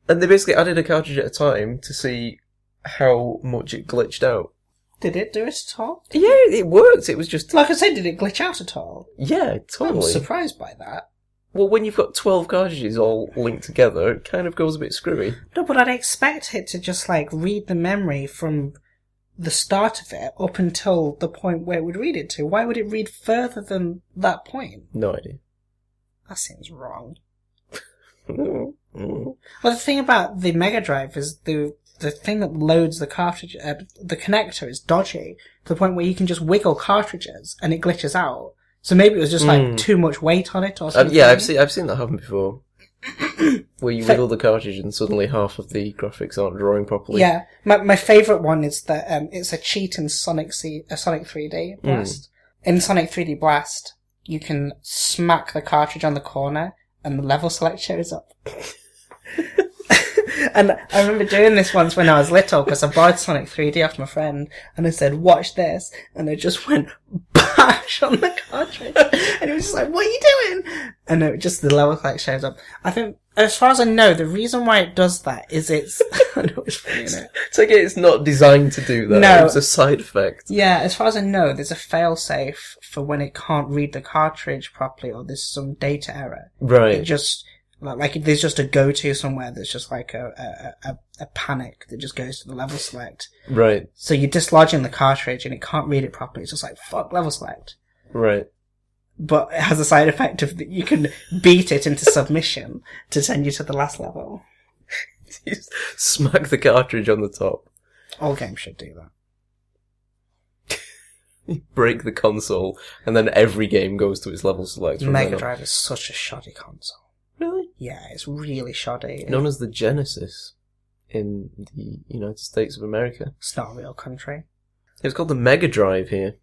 Speaker 1: And they basically added a cartridge at a time to see how much it glitched out.
Speaker 2: Did it do it at all?
Speaker 1: Yeah, it worked. It was just
Speaker 2: Like I said, did it glitch out at all?
Speaker 1: yeah,
Speaker 2: I was
Speaker 1: totally.
Speaker 2: surprised by that.
Speaker 1: Well, when you've got twelve cartridges all linked together, it kind of goes a bit screwy.
Speaker 2: No, but I'd expect it to just like read the memory from the start of it up until the point where it would read it to. Why would it read further than that point?
Speaker 1: No idea.
Speaker 2: That seems wrong.
Speaker 1: Mm.
Speaker 2: Well, the thing about the Mega Drive is the the thing that loads the cartridge, uh, the connector is dodgy to the point where you can just wiggle cartridges and it glitches out. So maybe it was just like
Speaker 1: Mm.
Speaker 2: too much weight on it or
Speaker 1: Uh,
Speaker 2: something.
Speaker 1: yeah, I've seen I've seen that happen before, where you
Speaker 2: Fa-
Speaker 1: wiggle the cartridge and suddenly half of the graphics aren't drawing properly.
Speaker 2: Yeah, my my favorite one is that um, it's a cheat in Sonic C, uh, Sonic 3D
Speaker 1: Hmm.
Speaker 2: Blast. In Sonic 3D Blast, you can smack the cartridge on the corner, and the level select shows up. and I remember doing this once when I was little because I borrowed Sonic 3D off my friend, and I said, "Watch this," and it just went bash on the cartridge, and it was just like, "What are you doing?" And it just the level select shows up. I think, as far as I know, the reason why it does that is it's. I know it's funny, isn't it?
Speaker 1: So I get it's not designed to do that.
Speaker 2: No.
Speaker 1: It's a side effect.
Speaker 2: Yeah, as far as I know, there's a failsafe for when it can't read the cartridge properly or there's some data error. It
Speaker 1: Right.
Speaker 2: just, like, like there's just a go-to somewhere that's just like a, a, a, a panic that just goes to the level select.
Speaker 1: Right.
Speaker 2: So you're dislodging the cartridge and it can't read it properly. It's just like, fuck level select.
Speaker 1: Right.
Speaker 2: But it has a side effect of that you can beat it into submission to send you to the last level.
Speaker 1: You s- Smack the cartridge on the top.
Speaker 2: All games should do that.
Speaker 1: Break the console, and then every game goes to its level select. from then
Speaker 2: Mega
Speaker 1: on.
Speaker 2: Drive is such a shoddy console.
Speaker 1: Really?
Speaker 2: Yeah, it's really shoddy.
Speaker 1: Known as the Genesis in the United States of America.
Speaker 2: It's not a real country.
Speaker 1: It was called the Mega Drive here,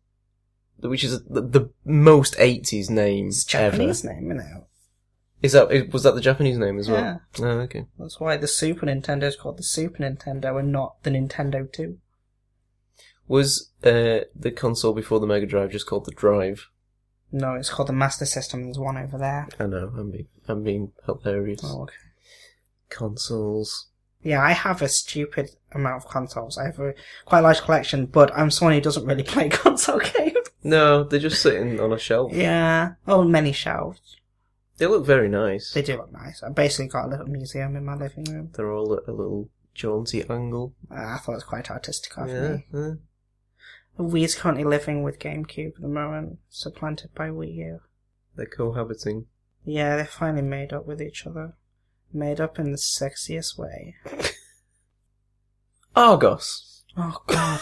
Speaker 1: which is the, the most 80s name
Speaker 2: It's
Speaker 1: ever.
Speaker 2: Japanese name, you know.
Speaker 1: Is that is- was that the Japanese name as well?
Speaker 2: Yeah.
Speaker 1: Oh, okay.
Speaker 2: That's why the Super Nintendo is called the Super Nintendo and not the Nintendo 2.
Speaker 1: Was uh, the console before the Mega Drive just called the Drive?
Speaker 2: No, it's called the Master System. There's one over there.
Speaker 1: I know. I'm being I'm being hilarious.
Speaker 2: Oh, okay.
Speaker 1: Consoles.
Speaker 2: Yeah, I have a stupid amount of consoles. I have a quite large collection, but I'm someone who doesn't really play console games.
Speaker 1: No, they're just sitting on a shelf.
Speaker 2: yeah. Oh, many shelves.
Speaker 1: They look very nice.
Speaker 2: They do look nice. I basically got a little museum in my living room.
Speaker 1: They're all at a little jaunty angle.
Speaker 2: Uh, I thought it was quite artistic of
Speaker 1: Yeah.
Speaker 2: me.
Speaker 1: yeah.
Speaker 2: Wii's currently living with GameCube at the moment, supplanted by Wii U.
Speaker 1: They're cohabiting.
Speaker 2: Yeah, they finally made up with each other. Made up in the sexiest way.
Speaker 1: Argos.
Speaker 2: Oh god.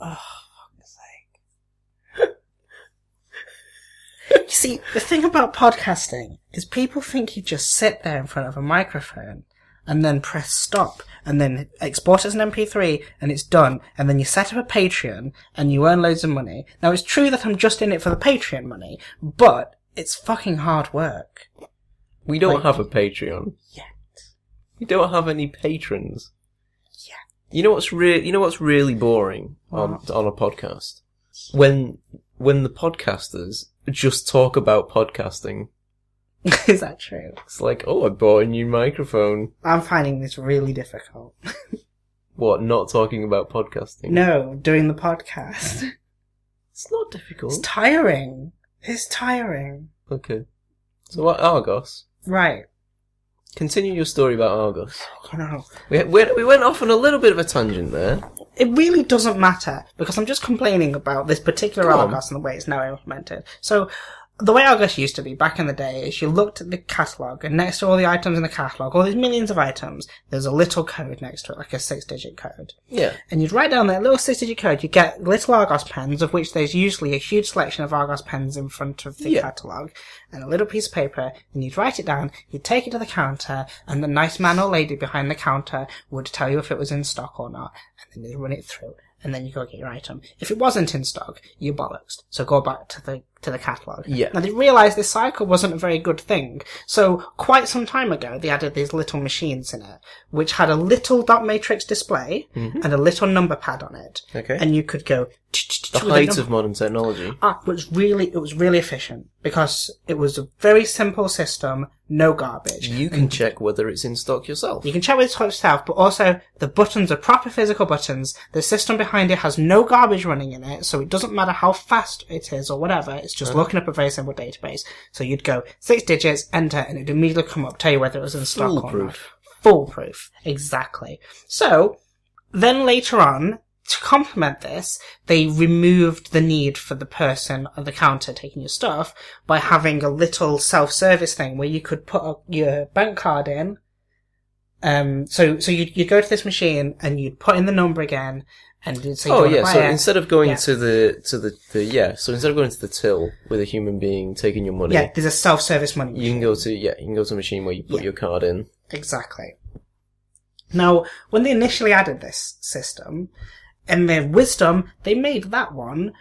Speaker 2: oh, fuck's sake. you see, the thing about podcasting is people think you just sit there in front of a microphone and then press stop and then export as an MP3 and it's done and then you set up a Patreon and you earn loads of money. Now it's true that I'm just in it for the Patreon money, but it's fucking hard work.
Speaker 1: We don't
Speaker 2: Like-
Speaker 1: have a Patreon.
Speaker 2: Yeah.
Speaker 1: We don't have any patrons. You know what's really you know what's really boring on
Speaker 2: What?
Speaker 1: on a podcast when when the podcasters just talk about podcasting.
Speaker 2: is that true?
Speaker 1: It's like, oh, I bought a new microphone.
Speaker 2: I'm finding this really difficult.
Speaker 1: What? Not talking about podcasting?
Speaker 2: No, doing the podcast.
Speaker 1: it's not
Speaker 2: It's
Speaker 1: difficult.
Speaker 2: tiring. It's tiring.
Speaker 1: okay. So what? Argos.
Speaker 2: Right.
Speaker 1: Continue your story about Argos.
Speaker 2: I don't know.
Speaker 1: We, we we went off on a little bit of a tangent there.
Speaker 2: It really doesn't matter because I'm just complaining about this particular
Speaker 1: Go on.
Speaker 2: Argos and the way it's now implemented. So, the way Argos used to be back in the day is you looked at the catalogue and next to all the items in the catalogue, all these millions of items, there's a little code next to it, like a six digit code.
Speaker 1: Yeah.
Speaker 2: and you'd write down that little six digit code, you get little Argos pens, of which there's usually a huge selection of Argos pens in front of the
Speaker 1: Yeah.
Speaker 2: catalogue, and a little piece of paper, and you'd write it down, you'd take it to the counter, and the nice man or lady behind the counter would tell you if it was in stock or not, and then they'd run it through, and then you go get your item. If it wasn't in stock, you bollocks. So go back to the to the catalogue.
Speaker 1: Yeah.
Speaker 2: And they realised this cycle wasn't a very good thing. So quite some time ago, they added these little machines in it, which had a little dot matrix display and a little number pad on it.
Speaker 1: Mm-hmm. Okay.
Speaker 2: And you could go
Speaker 1: the height of modern technology.
Speaker 2: Ah, it was really it was really efficient because it was a very simple system, no garbage.
Speaker 1: You can check whether it's in stock yourself.
Speaker 2: You can check with Touch South, but also the buttons are proper physical buttons. The system behind it has no garbage running in it, so it doesn't matter how fast it is or whatever. It's just looking up a very simple database. So you'd go six digits, enter, and it'd immediately come up, tell you whether it was in stock or not.
Speaker 1: Foolproof.
Speaker 2: Foolproof, exactly. So then later on, to complement this, they removed the need for the person at the counter taking your stuff by having a little self-service thing where you could put a, your bank card in. Um, so, so you'd, you'd go to this machine and you'd put in the number again and you'd say,
Speaker 1: Oh
Speaker 2: you
Speaker 1: yeah,
Speaker 2: wanna
Speaker 1: so
Speaker 2: buy it.
Speaker 1: instead of going
Speaker 2: Yeah.
Speaker 1: to the to the, the yeah, so instead of going to the till with a human being taking your money,
Speaker 2: yeah, there's a self-service money
Speaker 1: you can go to yeah, you can go to a machine where you put
Speaker 2: Yeah.
Speaker 1: your card in.
Speaker 2: Exactly. Now, when they initially added this system, in their wisdom, they made that one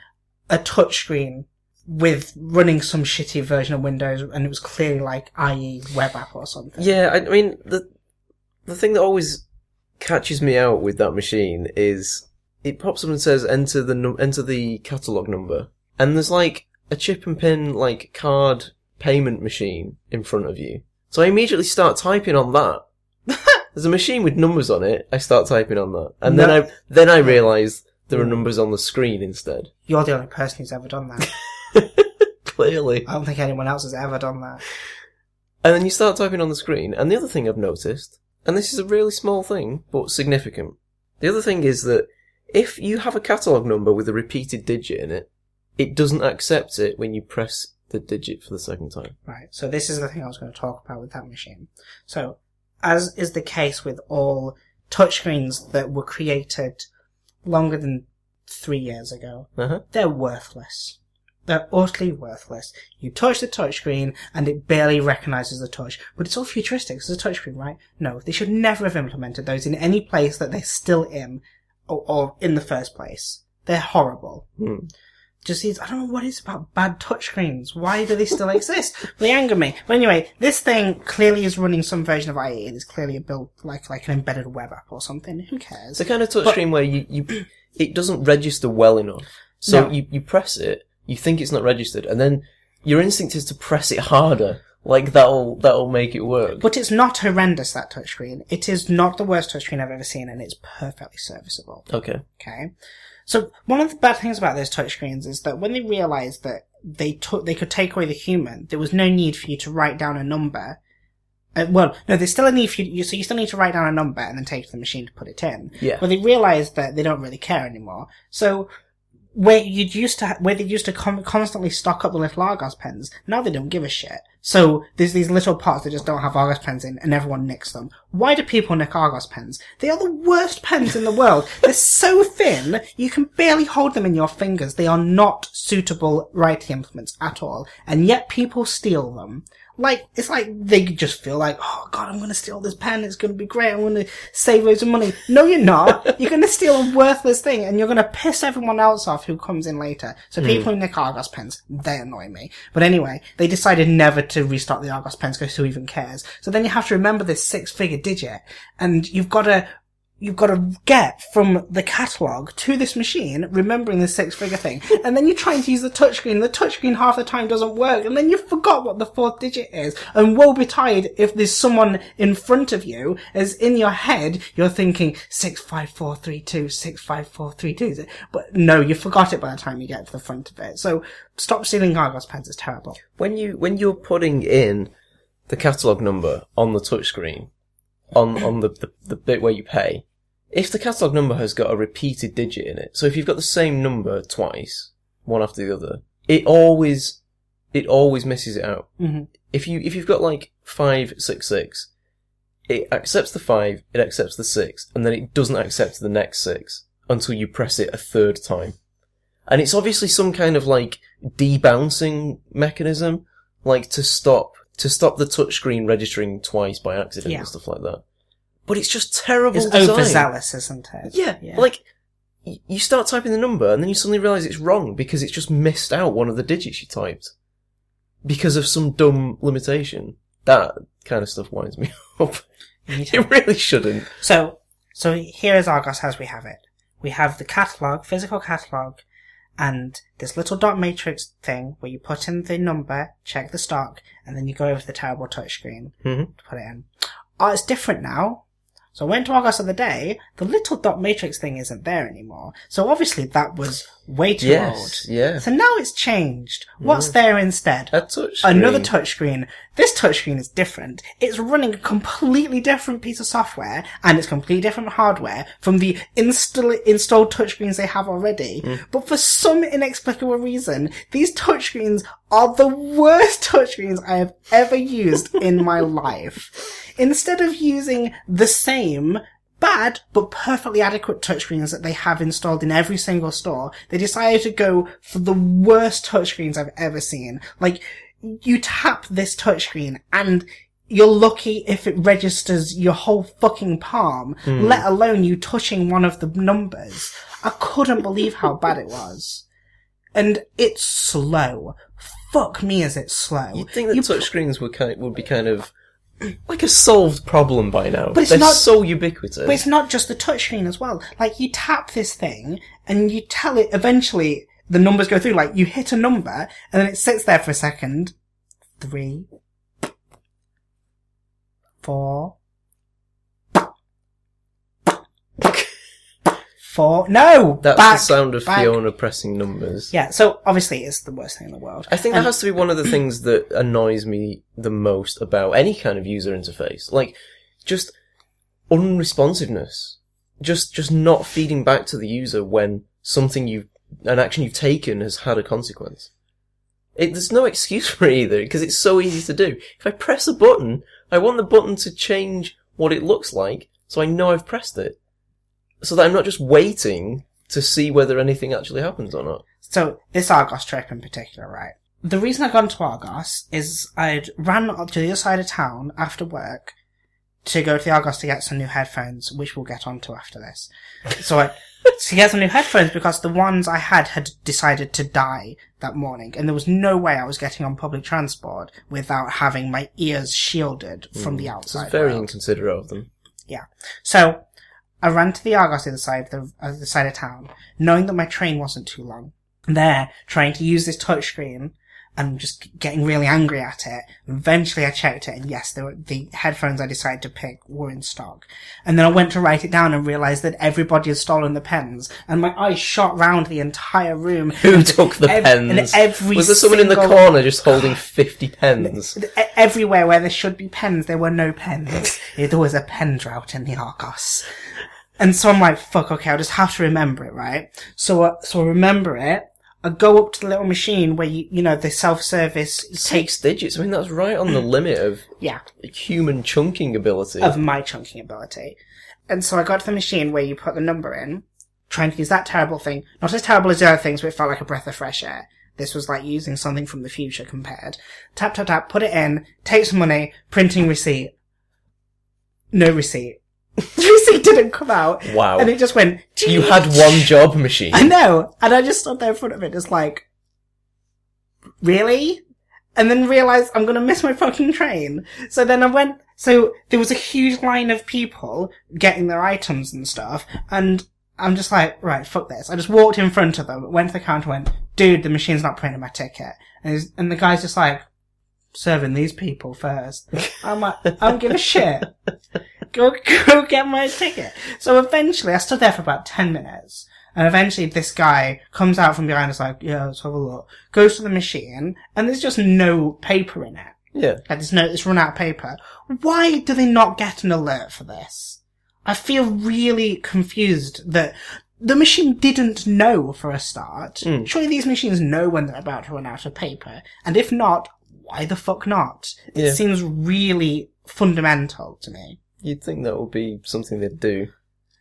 Speaker 2: a touchscreen with running some shitty version of Windows, and it was clearly like IE web app or something.
Speaker 1: Yeah, I, I mean the the thing that always catches me out with that machine is it pops up and says enter the num- enter the catalog number, and there's like a chip and pin like card payment machine in front of you. So I immediately start typing on that. there's a machine with numbers on it. I start typing on that, and
Speaker 2: No.
Speaker 1: then I then I realise there are numbers on the screen instead.
Speaker 2: You're the only person who's ever done that.
Speaker 1: Clearly.
Speaker 2: I don't think anyone else has ever done that.
Speaker 1: And then you start typing on the screen, and the other thing I've noticed, and this is a really small thing, but significant. The other thing is that if you have a catalogue number with a repeated digit in it, it doesn't accept it when you press the digit for the second time.
Speaker 2: Right. So this is the thing I was going to talk about with that machine. So, as is the case with all touchscreens that were created longer than three years ago,
Speaker 1: Uh-huh.
Speaker 2: they're worthless. They're utterly worthless. You touch the touchscreen and it barely recognizes the touch. But it's all futuristic. It's a touchscreen, right? No, they should never have implemented those in any place that they're still in or, or in the first place. These are horrible.
Speaker 1: Hmm.
Speaker 2: Just these, I don't know what it's about bad touchscreens. Why do they still exist? They anger me. But anyway, this thing clearly is running some version of IE and it's clearly a built like, like an embedded web app or something. Who cares?
Speaker 1: It's a kind of touchscreen where you, you it doesn't register well enough. So
Speaker 2: No.
Speaker 1: you, you press it, you think it's not registered, and then your instinct is to press it harder. Like that'll that'll make it work.
Speaker 2: But it's not horrendous, that touchscreen. It is not the worst touchscreen I've ever seen, and it's perfectly serviceable.
Speaker 1: Okay.
Speaker 2: Okay. So one of the bad things about those touchscreens is that when they realized that they took, they could take away the human, there was no need for you to write down a number. Uh, well, no, there's still a need for you, so you still need to write down a number and then take it to the machine to put it in.
Speaker 1: Yeah.
Speaker 2: Well, they realised that they don't really care anymore. So where you'd used to, ha- where they used to con constantly stock up the little Argos pens, now they don't give a shit. So there's these little parts that just don't have Argos pens in, and everyone nicks them. Why do people nick Argos pens? They are the worst pens in the world. They're so thin you can barely hold them in your fingers. They are not suitable writing implements at all, and yet people steal them. Like it's like they just feel like, oh god, I'm gonna steal this pen. It's gonna be great. I'm gonna save loads of money. No, you're not. you're gonna steal a worthless thing, and you're gonna piss everyone else off who comes in later. So people who nick Argos pens, they annoy me. But anyway, they decided never to restock the Argos pens because who even cares? So then you have to remember this six-figure digit, and you've got to you've got to get from the catalogue to this machine, remembering the six figure thing, and then you're trying to use the touchscreen. The touchscreen half the time doesn't work, and then you forgot what the fourth digit is. And woe betide if there's someone in front of you, as in your head, you're thinking six five four three two six five four three two, but no, you forgot it by the time you get to the front of it. So stop stealing Argos pens. It's terrible.
Speaker 1: when you when you're putting in the catalog number on the touchscreen, on on the, the the bit where you pay, if the catalog number has got a repeated digit in it, so if you've got the same number twice, one after the other, it always it always misses it out.
Speaker 2: Mhm.
Speaker 1: If you if you've got like five six six, it accepts the five, it accepts the six, and then it doesn't accept the next six until you press it a third time. And it's obviously some kind of like debouncing mechanism, like to stop to stop the touchscreen registering twice by accident
Speaker 2: Yeah.
Speaker 1: and stuff like that. But it's just terrible
Speaker 2: It's
Speaker 1: design.
Speaker 2: overzealous, isn't it?
Speaker 1: Yeah, like y- you start typing the number and then you suddenly realise it's wrong because it's just missed out one of the digits you typed because of some dumb limitation. That kind of stuff winds me up. it really shouldn't.
Speaker 2: So, so here is Argos as we have it. We have the catalog, physical catalog, and this little dot matrix thing where you put in the number, check the stock, and then you go over to the terrible touchscreen
Speaker 1: Mhm.
Speaker 2: to put it in. Oh, it's different now. So I went to Argos the other day. The little dot matrix thing isn't there anymore. So obviously that was way too
Speaker 1: Yes,
Speaker 2: old.
Speaker 1: yeah.
Speaker 2: So now it's changed. What's there instead?
Speaker 1: A touch.
Speaker 2: Another
Speaker 1: screen.
Speaker 2: touchscreen. This touchscreen is different. It's running a completely different piece of software and it's completely different hardware from the install- installed touchscreens they have already.
Speaker 1: Hmm.
Speaker 2: But for some inexplicable reason, these touchscreens are the worst touchscreens I have ever used in my life. Instead of using the same bad but perfectly adequate touchscreens that they have installed in every single store, they decided to go for the worst touchscreens I've ever seen. Like, you tap this touchscreen and you're lucky if it registers your whole fucking palm,
Speaker 1: Hmm.
Speaker 2: let alone you touching one of the numbers. I couldn't believe how bad it was. And it's slow. Fuck me, is it slow?
Speaker 1: You'd think that touchscreens were kind would be kind of like a solved problem by now. But
Speaker 2: it's
Speaker 1: They're
Speaker 2: not-
Speaker 1: so ubiquitous.
Speaker 2: But it's not just the touchscreen as well. Like you tap this thing and you tell it eventually the numbers go through. Like you hit a number and then it sits there for a second. Three. Four. Four. No!
Speaker 1: That's the
Speaker 2: back,
Speaker 1: sound of
Speaker 2: back.
Speaker 1: Fiona pressing numbers.
Speaker 2: Yeah, so obviously it's the worst thing in the world.
Speaker 1: I think that has to be one of the things that annoys me the most about any kind of user interface. Like, just unresponsiveness. Just, just not feeding back to the user when something you've, an action you've taken has had a consequence. It, there's no excuse for it either, because it's so easy to do. If I press a button, I want the button to change what it looks like, so I know I've pressed it. So that I'm not just waiting to see whether anything actually happens or not.
Speaker 2: So this Argos trip in particular, right? The reason I'd gone to Argos is I'd ran up to the other side of town after work to go to the Argos to get some new headphones, which we'll get onto after this. So I to get some new headphones because the ones I had had decided to die that morning, and there was no way I was getting on public transport without having my ears shielded from the
Speaker 1: So
Speaker 2: outside.
Speaker 1: Hmm. it's very
Speaker 2: world.
Speaker 1: inconsiderate of them.
Speaker 2: So I ran to the Argos the other side of the other side of town, knowing that my train wasn't too long. There, trying to use this touchscreen and just getting really angry at it. Eventually I checked it and yes, there were, the headphones I decided to pick were in stock. And then I went to write it down and realized that everybody had stolen the pens and my eyes shot round the entire room.
Speaker 1: Who took the
Speaker 2: ev-
Speaker 1: pens?
Speaker 2: And every
Speaker 1: Was there someone in the
Speaker 2: single-
Speaker 1: corner just holding 50 pens?
Speaker 2: E- Everywhere where there should be pens, there were no pens. there was a pen drought in the Argos. And so I'm like, fuck, okay, I'll just have to remember it, right? So, uh, so I remember it. I go up to the little machine where you, you know, the self-service takes,
Speaker 1: Six digits. I mean, that's right on the limit of
Speaker 2: yeah,
Speaker 1: human chunking ability.
Speaker 2: of my chunking ability. And so I got to the machine where you put the number in, trying to use that terrible thing. Not as terrible as the other things, but it felt like a breath of fresh air. This was like using something from the future compared. Tap, tap, tap, put it in, take some money, printing receipt. No receipt. the receipt didn't come out.
Speaker 1: Wow.
Speaker 2: And it just went,
Speaker 1: you had one job machine.
Speaker 2: I know. And I just stood there in front of it just like, really? And then realized I'm going to miss my fucking train. So then I went, so there was a huge line of people getting their items and stuff. And I'm just like, right, fuck this. I just walked in front of them, went to the counter, went, dude, the machine's not printing my ticket. And, he's- and the guy's just like, serving these people first. I'm like, I don't give a shit. Go, go get my ticket. So eventually, I stood there for about 10 minutes. And eventually this guy comes out from behind us like, yeah, let's have a look. Goes to the machine, and there's just no paper in it.
Speaker 1: Yeah.
Speaker 2: Like there's no, it's run out of paper. Why do they not get an alert for this? I feel really confused that the machine didn't know for a start. Surely these machines know when they're about to run out of paper. And if not, why the fuck not?
Speaker 1: Yeah.
Speaker 2: It seems really fundamental to me.
Speaker 1: You'd think that would be something they'd do.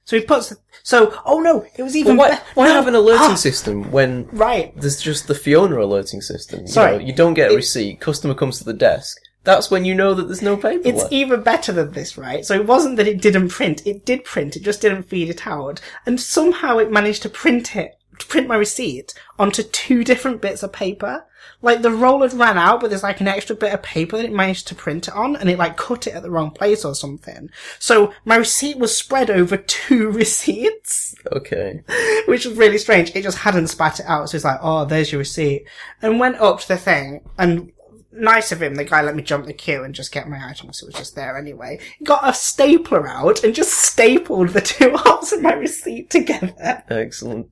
Speaker 2: So he puts, so, oh no, it was
Speaker 1: But
Speaker 2: even
Speaker 1: why,
Speaker 2: better.
Speaker 1: why
Speaker 2: No.
Speaker 1: have an alerting
Speaker 2: Ah,
Speaker 1: system when
Speaker 2: Right.
Speaker 1: there's just the Fiona alerting system? You know,
Speaker 2: Sorry.
Speaker 1: you don't get a receipt, customer comes to the desk, That's when you know that there's no paper
Speaker 2: It's e-,
Speaker 1: left.
Speaker 2: even better than this, right? So it wasn't that it didn't print. It did print. It just didn't feed it out. And somehow it managed to print it, to print my receipt onto two different bits of paper. Like the roll had ran out, but there's like an extra bit of paper that it managed to print it on and it like cut it at the wrong place or something. So my receipt was spread over two receipts
Speaker 1: okay.
Speaker 2: which was really strange. It just hadn't spat it out, so it's like, oh, there's your receipt, and went up to the thing and. Nice of him, the guy let me jump the queue and just get my items. It was just there anyway. Got a stapler out and just stapled the two halves of my receipt together.
Speaker 1: Excellent.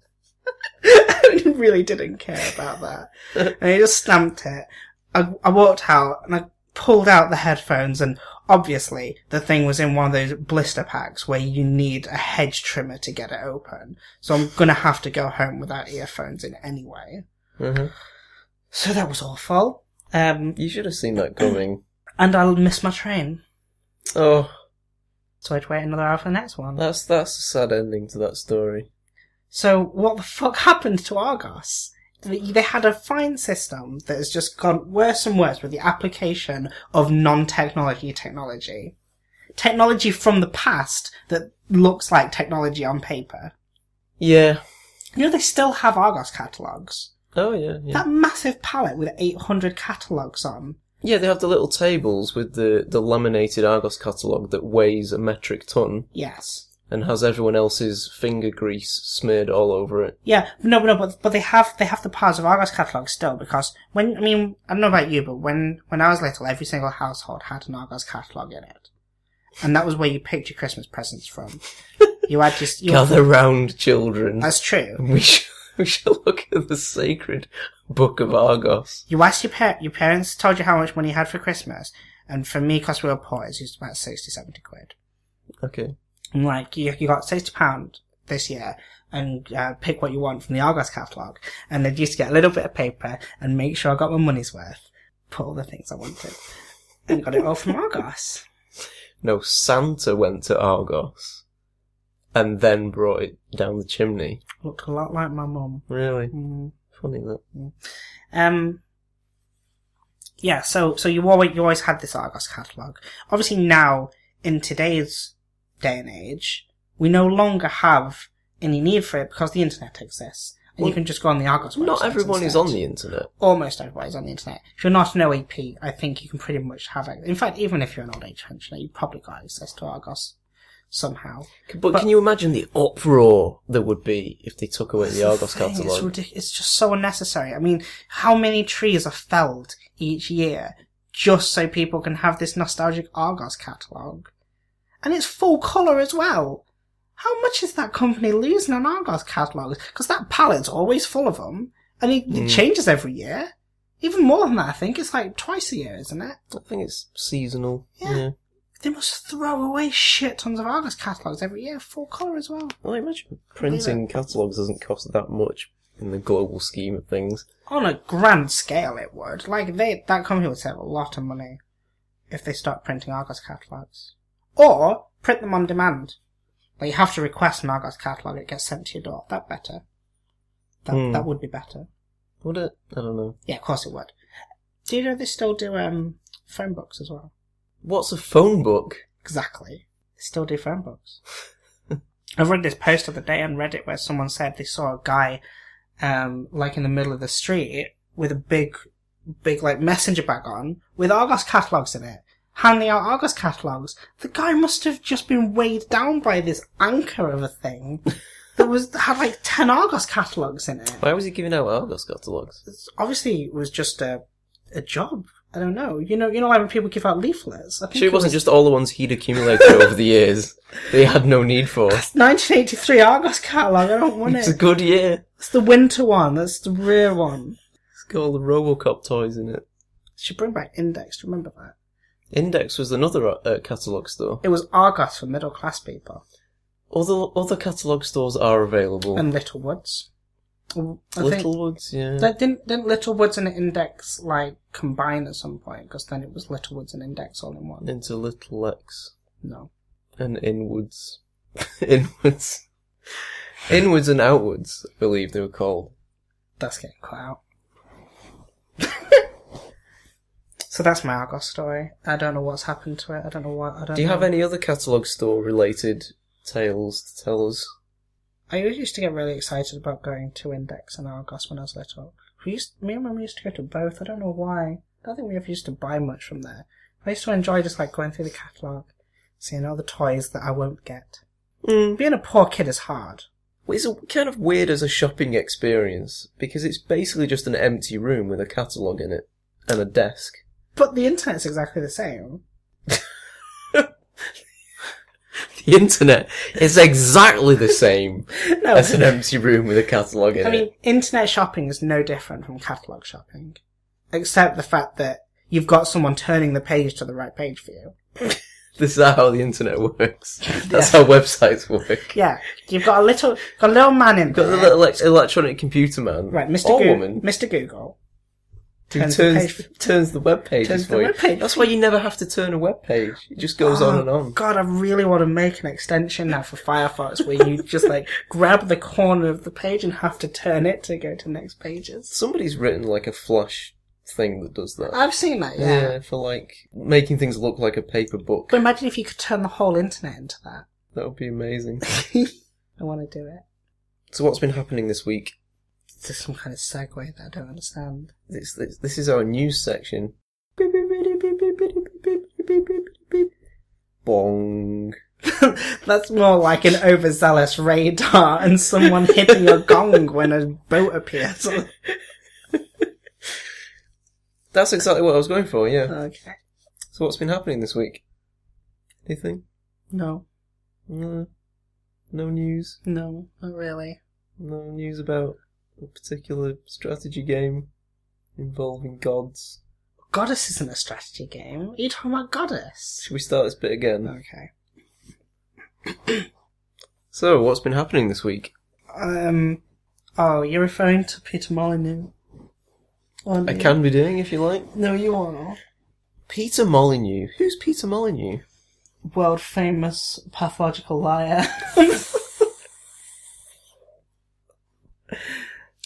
Speaker 2: and he really didn't care about that. and he just stamped it. I, I walked out and I pulled out the headphones and obviously the thing was in one of those blister packs where you need a hedge trimmer to get it open. So I'm gonna have to go home without earphones in anyway.
Speaker 1: uh
Speaker 2: So that was awful. Um,
Speaker 1: You should have seen that coming.
Speaker 2: and I'll miss my train.
Speaker 1: Oh,
Speaker 2: So I'd wait another hour for the next one.
Speaker 1: that's that's a sad ending to that story.
Speaker 2: So what the fuck happened to Argos? They they had a fine system that has just gone worse and worse with the application of non-technology technology. Technology from the past that looks like technology on paper.
Speaker 1: Yeah.
Speaker 2: You know, they still have Argos catalogues.
Speaker 1: Oh yeah. Yeah.
Speaker 2: That massive palette with 800 catalogues on.
Speaker 1: yeah, they have the little tables with the the laminated Argos catalog that weighs a metric ton
Speaker 2: Yes.
Speaker 1: and has everyone else's finger grease smeared all over it.
Speaker 2: Yeah, no, no, but but they have they have the parts of Argos catalog still because when I mean I don't know about you, but when when I was little, every single household had an Argos catalog in it, and that was where you picked your Christmas presents from. you had just you
Speaker 1: Gather round, children.
Speaker 2: that's true.
Speaker 1: We shall, we shall look at the sacred book of Argos.
Speaker 2: You asked your par- your parents told you how much money you had for Christmas, and for me, because we were poor, it was about 60, 70 quid.
Speaker 1: Okay.
Speaker 2: And like you, you got sixty pound this year, and uh, pick what you want from the Argos catalog. And I'd used to get a little bit of paper and make sure I got my money's worth, put all the things I wanted, and got it all from Argos.
Speaker 1: No, Santa went to Argos and then brought it down the chimney.
Speaker 2: Looked a lot like my mum.
Speaker 1: Really
Speaker 2: Mm.
Speaker 1: funny that.
Speaker 2: Um, yeah, so so you always you always had this Argos catalog. Obviously, now in today's day and age, we no longer have any need for it because the internet exists, and
Speaker 1: Well,
Speaker 2: you can just go on the Argos.
Speaker 1: Not
Speaker 2: website
Speaker 1: everyone is
Speaker 2: instead.
Speaker 1: on the internet.
Speaker 2: almost everybody's on the internet. If you're not an OAP, I think you can pretty much have it. In fact, even if you're an old age pensioner, you probably got access to Argos somehow.
Speaker 1: But, can you imagine the uproar that would be if they took away the Argos
Speaker 2: Thing, It's,
Speaker 1: catalogue?
Speaker 2: ridic- it's just so unnecessary. I mean, how many trees are felled each year just so people can have this nostalgic Argos catalogue? And it's full colour as well. How much is that company losing on Argos catalogues? Because that palette's always full of them, and it, it
Speaker 1: Mm.
Speaker 2: changes every year. Even more than that, I think. It's like twice a year, isn't it?
Speaker 1: I think it's seasonal.
Speaker 2: Yeah. They must throw away shit tons of Argos catalogues every year, full colour as well.
Speaker 1: Well, I imagine printing catalogues doesn't cost that much in the global scheme of things.
Speaker 2: On a grand scale, it would. Like they, that company would save a lot of money if they start printing Argos catalogues, or print them on demand. Like you have to request an Argos catalogue; it gets sent to your door. That better. That
Speaker 1: Hmm.
Speaker 2: that would be better.
Speaker 1: Would it? I don't know.
Speaker 2: Yeah, of course it would. Do you know they still do um phone books as well?
Speaker 1: What's a phone book?
Speaker 2: Exactly. They still do phone books. I read this post the other day on Reddit where someone said they saw a guy, um, like in the middle of the street with a big, big like messenger bag on with Argos catalogs in it, handing out Argos catalogs. The guy must have just been weighed down by this anchor of a thing that was had like ten Argos catalogs in it.
Speaker 1: Why was he giving out Argos catalogues?
Speaker 2: It's- obviously, it was just a, a job. I don't know. You know, you know, like when people give out leaflets. I think
Speaker 1: Sure, it
Speaker 2: was-
Speaker 1: wasn't just all the ones he'd accumulated over the years. They had no need for.
Speaker 2: 1983 Argos catalogue. I don't want
Speaker 1: It's a
Speaker 2: it.
Speaker 1: good year.
Speaker 2: It's the winter one. That's the rare one.
Speaker 1: It's got all the RoboCop toys in it.
Speaker 2: Should bring back Index. Remember that.
Speaker 1: Index was another uh, catalogue store.
Speaker 2: It was Argos for middle class people
Speaker 1: Other other catalogue stores are available.
Speaker 2: and Little Woods. I think
Speaker 1: Littlewoods, yeah.
Speaker 2: that didn't didn't Little Woods and Index like combine at some point because then it was Little Woods and Index all in one.
Speaker 1: Into Little X
Speaker 2: No.
Speaker 1: and Inwards, Inwards, Inwards and Outwards. I believe they were called.
Speaker 2: That's getting cut out. So that's my Argos story. I don't know what's happened to it. I don't know what. I don't.
Speaker 1: Do you
Speaker 2: know.
Speaker 1: have any other catalogue store related tales to tell us?
Speaker 2: I used to get really excited about going to Index and Argos when I was little. We used, me and Mum used to go to both. I don't know why. I don't think we ever used to buy much from there. I used to enjoy just like going through the catalogue, seeing all the toys that I won't get. Being a poor kid is hard.
Speaker 1: Well, It's a, kind of weird as a shopping experience because it's basically just an empty room with a catalogue in it and a desk.
Speaker 2: But the internet's exactly the same.
Speaker 1: The internet is exactly the same
Speaker 2: No,
Speaker 1: as an empty room with a catalogue in
Speaker 2: Oh. I mean,
Speaker 1: it.
Speaker 2: internet shopping is no different from catalogue shopping, except the fact that you've got someone turning the page to the right page for you.
Speaker 1: This is how the internet works. That's how websites work.
Speaker 2: Yeah, you've got a little, got a little man in
Speaker 1: You've got
Speaker 2: there.
Speaker 1: the little elect- electronic computer man,
Speaker 2: right, Mr.
Speaker 1: or
Speaker 2: Goo-
Speaker 1: woman,
Speaker 2: Mr. Google.
Speaker 1: who
Speaker 2: turns
Speaker 1: turns
Speaker 2: the
Speaker 1: turns the,
Speaker 2: page-
Speaker 1: web pages
Speaker 2: turns the
Speaker 1: for you.
Speaker 2: web page.
Speaker 1: That's why you never have to turn a web page. It just goes on
Speaker 2: Oh,
Speaker 1: and on.
Speaker 2: God, I really want to make an extension now for Firefox where you just like grab the corner of the page and have to turn it to go to next pages.
Speaker 1: Somebody's written like a flush thing that does that.
Speaker 2: I've seen that, Oh, yeah.
Speaker 1: yeah. for like making things look like a paper book.
Speaker 2: But imagine if you could turn the whole internet into that.
Speaker 1: That would be amazing.
Speaker 2: I want to do it.
Speaker 1: so what's been happening this week?
Speaker 2: It's just some kind of segue that I don't understand.
Speaker 1: This this, this is our news section. Bong.
Speaker 2: That's more like an overzealous radar and someone hitting a gong when a boat appears.
Speaker 1: That's exactly what I was going for. Yeah.
Speaker 2: okay.
Speaker 1: So what's been happening this week? Anything?
Speaker 2: No,
Speaker 1: No. No news.
Speaker 2: no, not really.
Speaker 1: No news about a particular strategy game involving gods.
Speaker 2: Goddess isn't a strategy game. Are you talking about Goddess?
Speaker 1: Should we start this bit again?
Speaker 2: Okay.
Speaker 1: So what's been happening this week?
Speaker 2: Um. Oh, you're referring to Peter Molyneux. aren't
Speaker 1: I
Speaker 2: you?
Speaker 1: can be doing if you like.
Speaker 2: No, you aren't.
Speaker 1: Peter Molyneux. Who's Peter Molyneux?
Speaker 2: World famous pathological liar.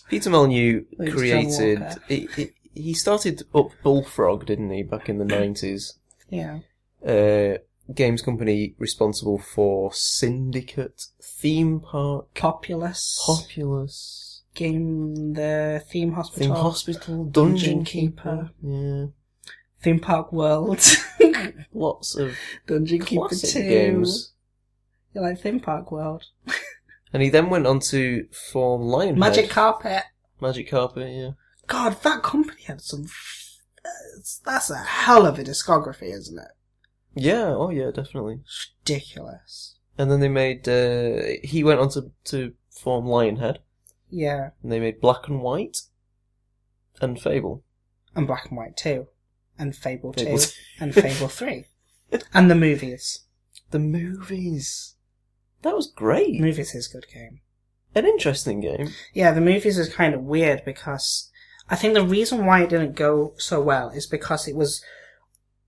Speaker 1: Peter Molyneux
Speaker 2: Like John
Speaker 1: created.
Speaker 2: Walker.
Speaker 1: He, he- he started up Bullfrog, didn't he, back in the 90s?
Speaker 2: yeah.
Speaker 1: Uh, games company responsible for Syndicate, Theme Park,
Speaker 2: Populous.
Speaker 1: Populous,
Speaker 2: game. The theme hospital.
Speaker 1: Theme Hospital, Dungeon
Speaker 2: Dungeon Keeper.
Speaker 1: Keeper. Yeah.
Speaker 2: theme park world.
Speaker 1: Lots of
Speaker 2: Dungeon Keeper
Speaker 1: classic
Speaker 2: 2.
Speaker 1: games.
Speaker 2: You like Theme Park World?
Speaker 1: And he then went on to form Lionhead.
Speaker 2: Magic Carpet.
Speaker 1: Magic Carpet, yeah.
Speaker 2: God, that company had some. f- uh, That's a hell of a discography, isn't it?
Speaker 1: Yeah, oh yeah, definitely.
Speaker 2: Ridiculous.
Speaker 1: And then they made, uh, he went on to, to form Lionhead.
Speaker 2: Yeah,
Speaker 1: And they made Black and White and Fable.
Speaker 2: and Black and White 2. And Fable 2.
Speaker 1: Fable 2.
Speaker 2: and Fable 3. And the movies.
Speaker 1: The movies. That was great.
Speaker 2: Movies is a good game.
Speaker 1: An interesting game.
Speaker 2: Yeah, the movies is kind of weird because I think the reason why it didn't go so well is because it was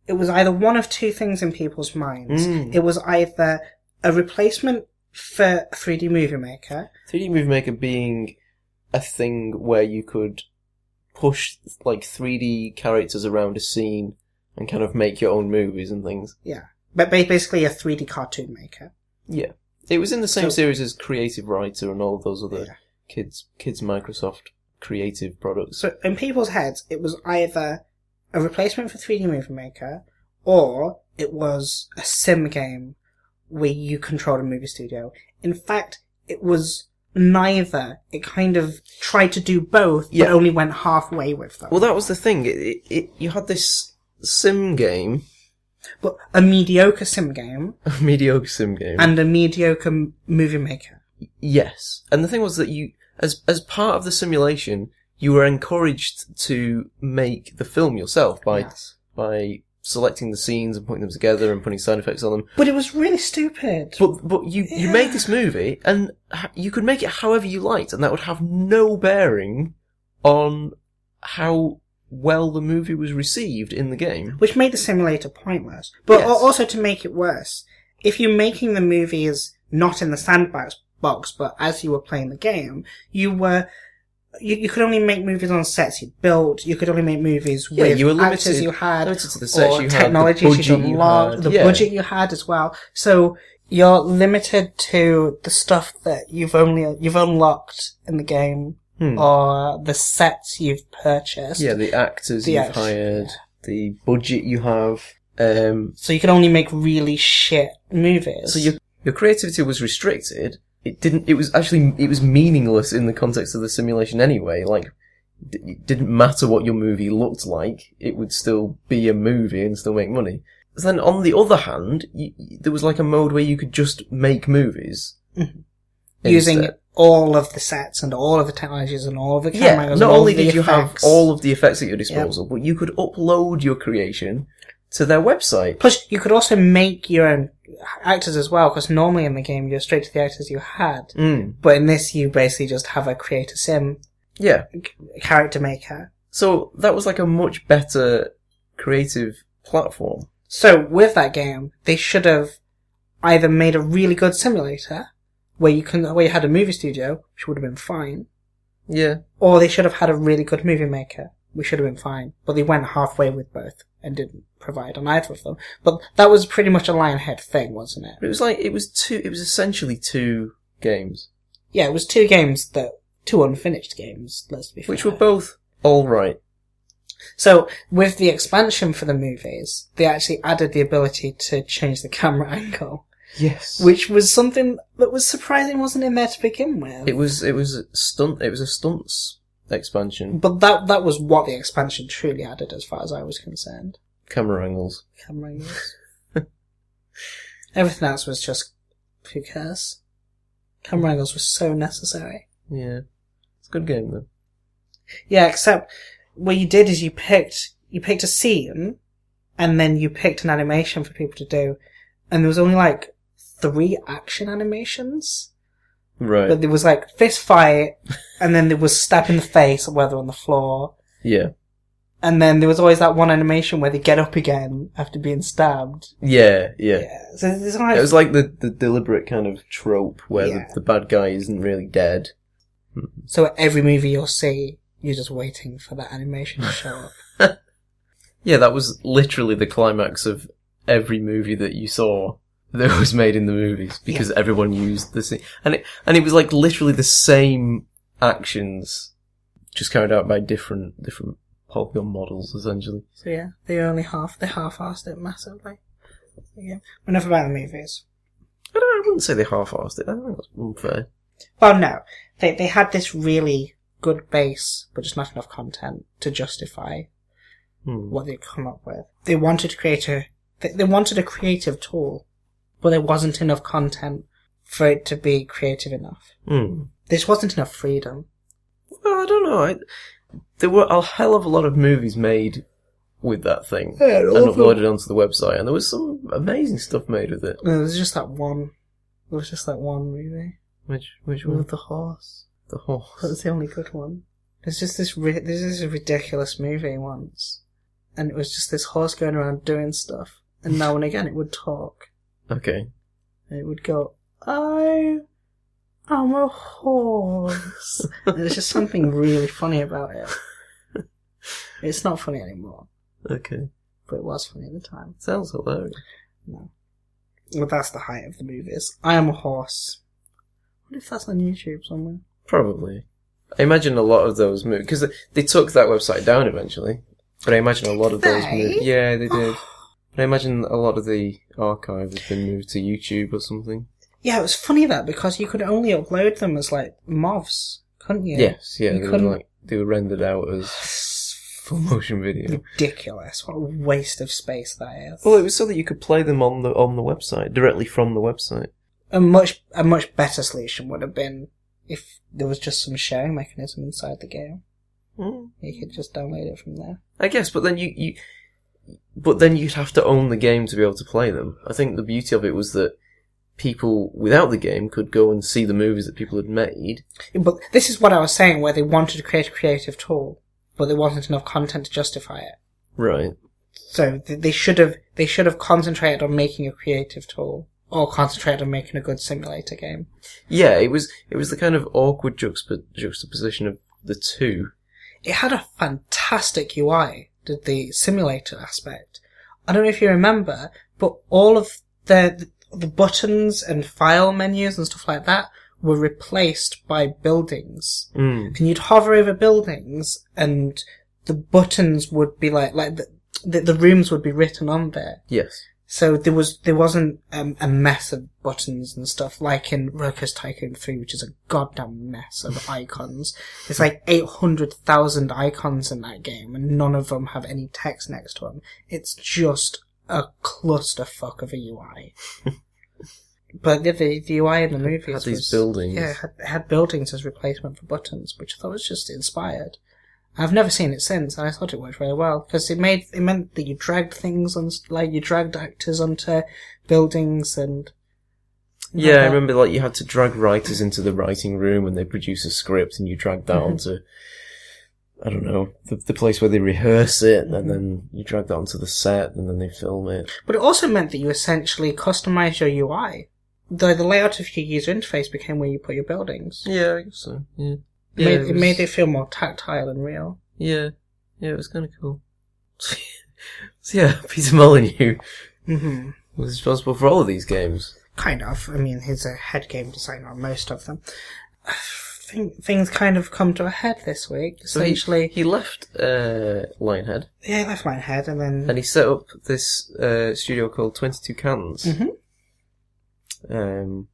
Speaker 2: it was either one of two things in people's minds.
Speaker 1: Mm.
Speaker 2: It was either a replacement for 3D Movie Maker.
Speaker 1: 3D Movie Maker being a thing where you could push like 3D characters around a scene and kind of make your own movies and things.
Speaker 2: Yeah. But ba- basically a 3D cartoon maker.
Speaker 1: Yeah. It was in the same
Speaker 2: So-
Speaker 1: series as Creative Writer and all those other
Speaker 2: Yeah.
Speaker 1: kids kids Microsoft creative products.
Speaker 2: So in people's heads, it was either a replacement for 3D Movie Maker or it was a sim game where you controlled a movie studio. In fact, it was neither. It kind of tried to do both,
Speaker 1: Yeah.
Speaker 2: but only went halfway with them.
Speaker 1: Well, that was the thing. It, it, it, you had this sim game,
Speaker 2: but a mediocre sim game
Speaker 1: a mediocre sim game.
Speaker 2: and a mediocre m- movie maker.
Speaker 1: Yes, and the thing was that you, as as part of the simulation, you were encouraged to make the film yourself by
Speaker 2: Yes.
Speaker 1: by selecting the scenes and putting them together and putting sound effects on them.
Speaker 2: But it was really stupid.
Speaker 1: But but you you made this movie and h- you could make it however you liked, and that would have no bearing on how well the movie was received in the game.
Speaker 2: which made the simulator pointless. But
Speaker 1: Yes.
Speaker 2: al- also to make it worse, if you're making the movies not in the sandbox box, but as you were playing the game, you were you, you could only make movies on sets you built. You could only make movies
Speaker 1: Yeah,
Speaker 2: with
Speaker 1: you were
Speaker 2: actors
Speaker 1: limited-
Speaker 2: you had,
Speaker 1: limited to the sets
Speaker 2: or
Speaker 1: you had, the
Speaker 2: technologies
Speaker 1: budget
Speaker 2: you
Speaker 1: you
Speaker 2: unlocked,
Speaker 1: had.
Speaker 2: the
Speaker 1: Yeah.
Speaker 2: budget you had as well. So you're limited to the stuff that you've only you've unlocked in the game, or the sets you've purchased.
Speaker 1: Hmm. Yeah, the actors
Speaker 2: The
Speaker 1: you've
Speaker 2: act-
Speaker 1: hired, the budget you have. Um,
Speaker 2: So you can only make really shit movies.
Speaker 1: so your your creativity was restricted. It didn't. It was actually it was meaningless in the context of the simulation anyway. Like, d- it didn't matter what your movie looked like. It would still be a movie and still make money. So then, on the other hand, you, there was like a mode where you could just make movies
Speaker 2: Mm-hmm. using
Speaker 1: instead.
Speaker 2: all of the sets and all of the technologies and all of the cameras.
Speaker 1: Yeah,
Speaker 2: and
Speaker 1: not
Speaker 2: all
Speaker 1: only
Speaker 2: of the
Speaker 1: did you have
Speaker 2: effects.
Speaker 1: all of the effects at your disposal, but you could upload your creation to their website.
Speaker 2: Plus, you could also make your own actors as well, because normally in the game you go straight to the actors you had,
Speaker 1: Mm,
Speaker 2: but in this you basically just have a creator sim
Speaker 1: yeah.
Speaker 2: character maker.
Speaker 1: So that was like a much better creative platform.
Speaker 2: So with that game, they should have either made a really good simulator where you can where you had a movie studio, which would have been fine,
Speaker 1: Yeah.
Speaker 2: or they should have had a really good movie maker, which should have been fine. But they went halfway with both and didn't provide on either of them. But that was pretty much a Lionhead thing, wasn't it?
Speaker 1: But it was like, it was two, it was essentially two games,
Speaker 2: Yeah, it was two games that two unfinished games. Let's be fair.
Speaker 1: which were both alright.
Speaker 2: so with the expansion for the movies, they actually added the ability to change the camera angle,
Speaker 1: Yes.
Speaker 2: which was something that was surprising, wasn't in there to begin with.
Speaker 1: It was, it was a stunt, it was a stunts expansion.
Speaker 2: but that that was what the expansion truly added, as far as I was concerned.
Speaker 1: Camera angles.
Speaker 2: Camera angles. Everything else was just who cares. Camera angles were so necessary.
Speaker 1: Yeah. It's a good game though.
Speaker 2: Yeah, except what you did is you picked you picked a scene, and then you picked an animation for people to do, and there was only like three action animations.
Speaker 1: Right.
Speaker 2: But there was like fist fight, and then there was stab in the face, or whether on the floor,
Speaker 1: yeah.
Speaker 2: and then there was always that one animation where they get up again after being stabbed.
Speaker 1: Yeah, yeah.
Speaker 2: Yeah, so there's like,
Speaker 1: It was like the, the deliberate kind of trope where
Speaker 2: Yeah.
Speaker 1: the, the bad guy isn't really dead.
Speaker 2: so every movie you'll see, you're just waiting for that animation to show up.
Speaker 1: Yeah, that was literally the climax of every movie that you saw that was made in the movies because everyone used the same, and it and it was like literally the same actions, just carried out by different different polygon models essentially.
Speaker 2: So yeah, they only half they half-assed it massively. Yeah, but enough about the movies.
Speaker 1: I don't. I wouldn't say they half-assed it. I think that's unfair.
Speaker 2: Well, no, they they had this really good base, but just not enough content to justify
Speaker 1: Hmm.
Speaker 2: what they'd come up with. They wanted to create a they, they wanted a creative tool, but there wasn't enough content for it to be creative enough.
Speaker 1: Hmm.
Speaker 2: There just wasn't enough freedom.
Speaker 1: Well, I don't know. I, there were a hell of a lot of movies made with that thing
Speaker 2: Yeah,
Speaker 1: and
Speaker 2: all of them.
Speaker 1: uploaded onto the website, and there was some amazing stuff made with it.
Speaker 2: There was just that one. There was just that one movie
Speaker 1: Which which one?
Speaker 2: with the horse.
Speaker 1: The
Speaker 2: That
Speaker 1: horse.
Speaker 2: was the only good one. There's just this ri- there's this ridiculous movie once, and it was just this horse going around doing stuff, and now and again it would talk,
Speaker 1: Okay.
Speaker 2: and it would go, "I, I'm a horse." and there's just something really funny about it. It's not funny anymore,
Speaker 1: Okay.
Speaker 2: but it was funny at the time.
Speaker 1: Sounds hilarious.
Speaker 2: Well, that's the height of the movies. I am a horse. What if that's on YouTube somewhere?
Speaker 1: Probably. I imagine a lot of those movies because they took that website down eventually. But I imagine a lot of those
Speaker 2: They?
Speaker 1: movies. Yeah, they did. But I imagine a lot of the archive has been moved to YouTube or something.
Speaker 2: Yeah, it was funny that because you could only upload them as like MOVs, couldn't you?
Speaker 1: Yes, yeah,
Speaker 2: You
Speaker 1: they
Speaker 2: couldn't-
Speaker 1: were like they were rendered out as full motion video.
Speaker 2: Ridiculous! What a waste of space that is.
Speaker 1: Well, it was so that you could play them on the on the website directly from the website.
Speaker 2: a much a much better solution would have been if there was just some sharing mechanism inside the game.
Speaker 1: Hmm.
Speaker 2: You could just download it from there.
Speaker 1: I guess, but then you, you, but then you'd have to own the game to be able to play them. I think the beauty of it was that people without the game could go and see the movies that people had made.
Speaker 2: But this is what I was saying, where they wanted to create a creative tool, but there wasn't enough content to justify it.
Speaker 1: Right.
Speaker 2: So th- they should have they should have concentrated on making a creative tool, or concentrated on making a good simulator game.
Speaker 1: Yeah, it was it was the kind of awkward juxtap- juxtaposition of the two.
Speaker 2: It had a fantastic UI, did the simulator aspect. I don't know if you remember, but all of the the buttons and file menus and stuff like that were replaced by buildings.
Speaker 1: Mm.
Speaker 2: and you'd hover over buildings and the buttons would be like like the the, the rooms would be written on there
Speaker 1: Yes.
Speaker 2: so there was there wasn't um, a mess of buttons and stuff like in Rokus Tycoon 3 which is a goddamn mess of icons it's like 800,000 icons in that game and none of them have any text next to them it's just a clusterfuck of a UI but the, the, the UI in the movie
Speaker 1: Had
Speaker 2: is-
Speaker 1: these
Speaker 2: was-
Speaker 1: buildings.
Speaker 2: yeah, it had, it had buildings as replacement for buttons, which I thought was just inspired. I've never seen it since, and I thought it worked really well because it made it meant that you dragged things on, like you dragged actors onto buildings and
Speaker 1: Yeah, I
Speaker 2: Yeah.
Speaker 1: remember like you had to drag writers into the writing room and they produce a script and you drag that onto I don't know, the, the place where they rehearse it and then you drag that onto the set and then they film it.
Speaker 2: But it also meant that you essentially customized your UI. Though the layout of your user interface became where you put your buildings.
Speaker 1: Yeah, I guess so. Yeah.
Speaker 2: It, made, it made it feel more tactile and real.
Speaker 1: Yeah. Yeah, it was kinda cool. so yeah, Peter Molyneux
Speaker 2: hmm
Speaker 1: was responsible for all of these games.
Speaker 2: Kind of. I mean, he's a head game designer on most of them. I think things kind of come to a head this week.
Speaker 1: So he-
Speaker 2: essentially,
Speaker 1: he, left uh, Lionhead
Speaker 2: Yeah, I left my head, and then
Speaker 1: and he set up this uh, studio called Twenty Two Cans,
Speaker 2: Mhm. Mm-hmm.
Speaker 1: um,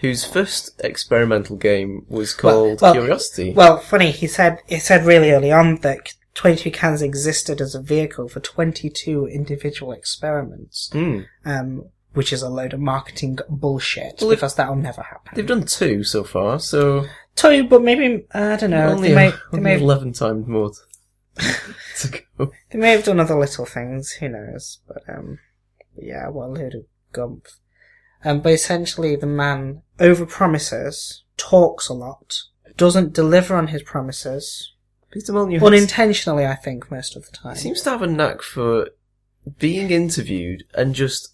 Speaker 1: whose first experimental game was
Speaker 2: Well,
Speaker 1: called
Speaker 2: well,
Speaker 1: Curiosity.
Speaker 2: well, funny. He said he said really early on that twenty-two cans existed as a vehicle for twenty-two individual experiments,
Speaker 1: Mm.
Speaker 2: um, which is a load of marketing bullshit
Speaker 1: Well, if-
Speaker 2: because that'll never happen.
Speaker 1: They've done two so far, so
Speaker 2: Two, but maybe I don't know.
Speaker 1: only,
Speaker 2: they, may, they,
Speaker 1: only
Speaker 2: may have,
Speaker 1: eleven times more to go.
Speaker 2: they may have done other little things. Who knows? But um, yeah, what a load of gumph. Um, but essentially, the man overpromises, talks a lot, doesn't deliver on his promises.
Speaker 1: Peter Molyneux has-
Speaker 2: unintentionally, I think, most of the time.
Speaker 1: He seems to have a knack for being interviewed and just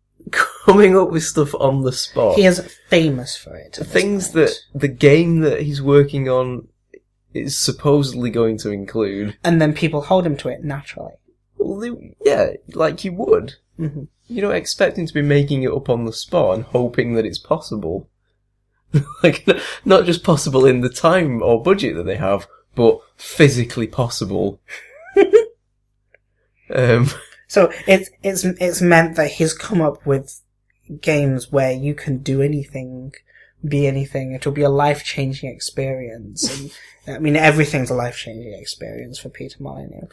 Speaker 1: coming up with stuff on the spot.
Speaker 2: He is famous for it. at this
Speaker 1: things
Speaker 2: point.
Speaker 1: that the game that he's working on is supposedly going to include.
Speaker 2: and then people hold him to it naturally.
Speaker 1: Well, they- yeah, like you would.
Speaker 2: Mhm.
Speaker 1: You don't expect him to be making it up on the spot and hoping that it's possible. like, n- not just possible in the time or budget that they have, but physically possible. um,
Speaker 2: So it's it's it's meant that he's come up with games where you can do anything, be anything. It'll be a life changing experience. and I mean, everything's a life changing experience for Peter Molyneux,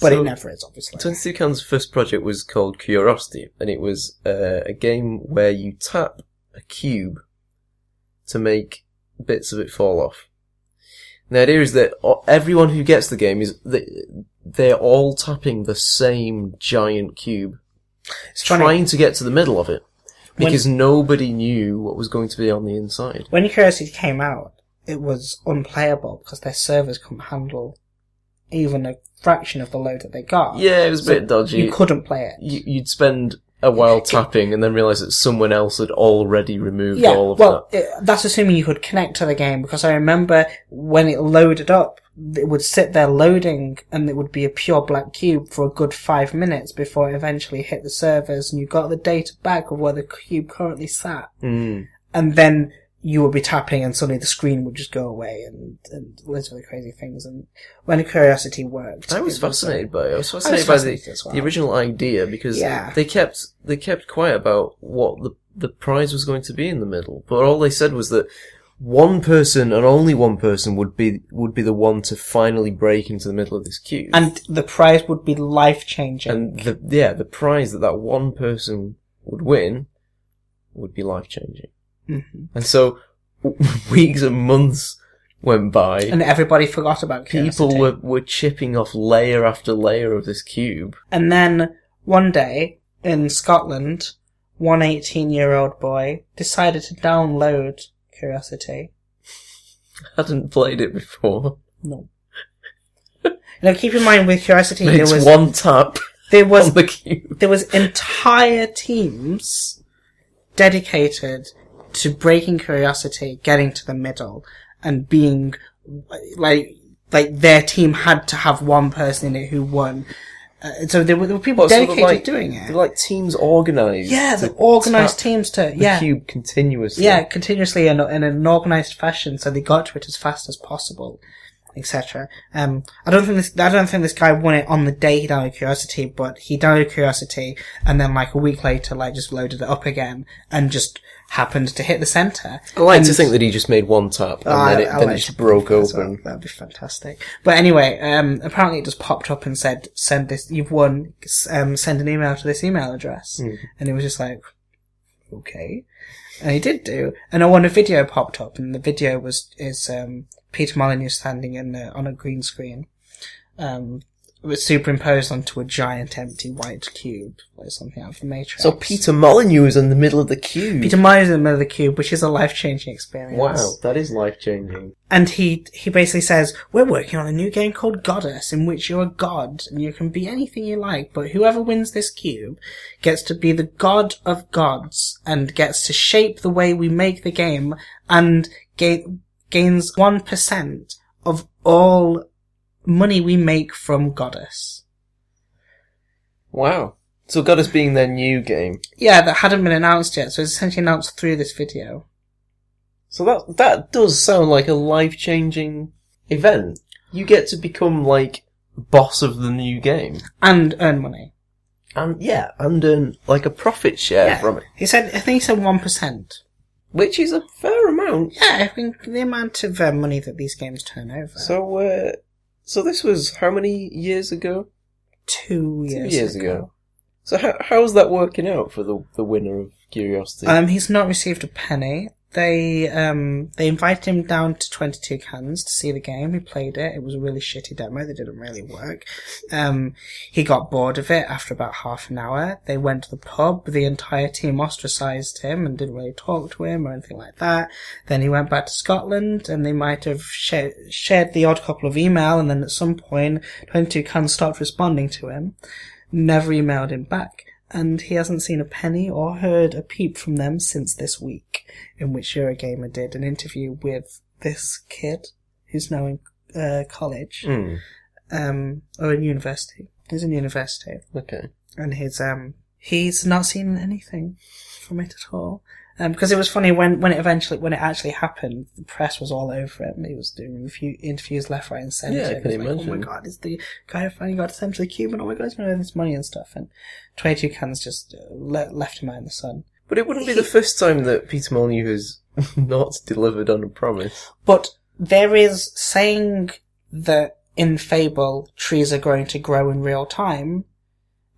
Speaker 2: but
Speaker 1: So-
Speaker 2: it never is, obviously.
Speaker 1: 22 Can's first project was called Curiosity, and it was uh, a game where you tap a cube to make bits of it fall off. And the idea is that o- everyone who gets the game is that they're all tapping the same giant cube,
Speaker 2: It's funny.
Speaker 1: trying to get to the middle of it,
Speaker 2: When-
Speaker 1: because nobody knew what was going to be on the inside.
Speaker 2: When Curiosity came out, it was unplayable because their servers couldn't handle even a fraction of the load that they got.
Speaker 1: Yeah, it was a bit dodgy.
Speaker 2: You couldn't play it.
Speaker 1: You- You'd spend a while tapping and then realise that someone else had already removed
Speaker 2: Yeah,
Speaker 1: all of that.
Speaker 2: well, it- that's assuming you could connect to the game because I remember when it loaded up, it would sit there loading and it would be a pure black cube for a good five minutes before it eventually hit the servers and you got the data back of where the cube currently sat.
Speaker 1: Mm.
Speaker 2: And then you would be tapping and suddenly the screen would just go away and, and loads of other crazy things. And when Curiosity worked,
Speaker 1: I was
Speaker 2: it uh,
Speaker 1: fascinated by it. I was
Speaker 2: I was
Speaker 1: fascinated by
Speaker 2: fascinated as
Speaker 1: the,
Speaker 2: well.
Speaker 1: the original idea because
Speaker 2: Yeah.
Speaker 1: they kept they kept quiet about what the the prize was going to be in the middle, but all they said was that one person and only one person would be would be the one to finally break into the middle of this cube.
Speaker 2: And the prize would be life changing.
Speaker 1: and the yeah, the prize that that one person would win would be life changing.
Speaker 2: Mhm.
Speaker 1: And so weeks and months went by.
Speaker 2: And everybody forgot about Curiosity.
Speaker 1: People were, were chipping off layer after layer of this cube.
Speaker 2: And then one day in Scotland, one 18 year old boy decided to download Curiosity.
Speaker 1: hadn't played it before.
Speaker 2: No. now keep in mind with Curiosity, there
Speaker 1: It's
Speaker 2: was,
Speaker 1: one tap
Speaker 2: there was,
Speaker 1: on the cube.
Speaker 2: there was entire teams dedicated to breaking Curiosity, getting to the middle. and being like like their team had to have one person in it who won. Uh, so there were, there were people
Speaker 1: Well, so they're
Speaker 2: dedicated
Speaker 1: like-
Speaker 2: to doing
Speaker 1: They're
Speaker 2: it.
Speaker 1: like teams organised.
Speaker 2: Yeah, the
Speaker 1: to
Speaker 2: organized
Speaker 1: tap
Speaker 2: teams to
Speaker 1: The
Speaker 2: yeah
Speaker 1: cube continuously.
Speaker 2: yeah continuously and in an organized fashion, so they got to it as fast as possible, etc. Um, I don't think this I don't think this guy won it on the day he downloaded Curiosity, but he downloaded Curiosity and then like a week later, like just loaded it up again and just happened to hit the center.
Speaker 1: Oh, I like to
Speaker 2: And-
Speaker 1: think that he just made one tap and
Speaker 2: I-
Speaker 1: then it,
Speaker 2: Ah, I
Speaker 1: then
Speaker 2: like
Speaker 1: it just
Speaker 2: to
Speaker 1: broke
Speaker 2: think that as well.
Speaker 1: open.
Speaker 2: That'd be fantastic. But anyway, um, apparently it just popped up and said, "Send this. You've won. s- Um, send an email to this email address."
Speaker 1: Hmm.
Speaker 2: And it was just like, okay. And he did do. And I want a video popped up, and the video was is um, Peter Molyneux standing in a, on a green screen, um, it was superimposed onto a giant empty white cube, like something out of the Matrix.
Speaker 1: So Peter Molyneux is in the middle of the cube.
Speaker 2: Peter Molyneux in the middle of the cube, which is a life changing experience
Speaker 1: wow, that is life changing.
Speaker 2: and he he basically says we're working on a new game called Goddess, in which you're a god and you can be anything you like, but whoever wins this cube gets to be the god of gods and gets to shape the way we make the game and ga- gains one percent of all money we make from Goddess.
Speaker 1: Wow. So God is being their new game.
Speaker 2: Yeah, that hadn't been announced yet, so it's essentially announced through this video.
Speaker 1: So that that does sound like a life changing event. You get to become like boss of the new game,
Speaker 2: And earn money.
Speaker 1: and yeah, and earn like a profit share from it,
Speaker 2: He said, I think he said one percent.
Speaker 1: which is a fair amount.
Speaker 2: Yeah, I think the amount of uh, money that these games turn over.
Speaker 1: So, uh, so this was how many years ago?
Speaker 2: two years,
Speaker 1: years ago. So how how's that working out for the the winner of Curiosity?
Speaker 2: Um, he's not received a penny. They um they invited him down to Twenty Two Cans to see the game. He played it. It was a really shitty demo that didn't really work. Um, he got bored of it after about half an hour. They went to the pub. The entire team ostracised him and didn't really talk to him or anything like that. Then he went back to Scotland, and they might have sha- shared the odd couple of email. And then at some point, Twenty Two Cans stopped responding to him never emailed him back, and he hasn't seen a penny or heard a peep from them since this week, in which Eurogamer did an interview with this kid who's now in uh, college
Speaker 1: Hmm,
Speaker 2: um, or in university. He's in university,
Speaker 1: okay.
Speaker 2: and he's um, he's not seen anything from it at all. Um, because it was funny when, when it eventually when it actually happened, the press was all over him. He was doing review, interviews left, right, and centre.
Speaker 1: Yeah, I
Speaker 2: It
Speaker 1: can
Speaker 2: was like, Oh
Speaker 1: imagine.
Speaker 2: my god, it's the guy who finally got sent to the cube, and oh my god, he's going to earn this money and stuff. And twenty two cans just uh, le- left him out in the sun.
Speaker 1: But it wouldn't be the first time that Peter Molyneux has not delivered on a promise.
Speaker 2: But there is saying that in Fable, trees are going to grow in real time,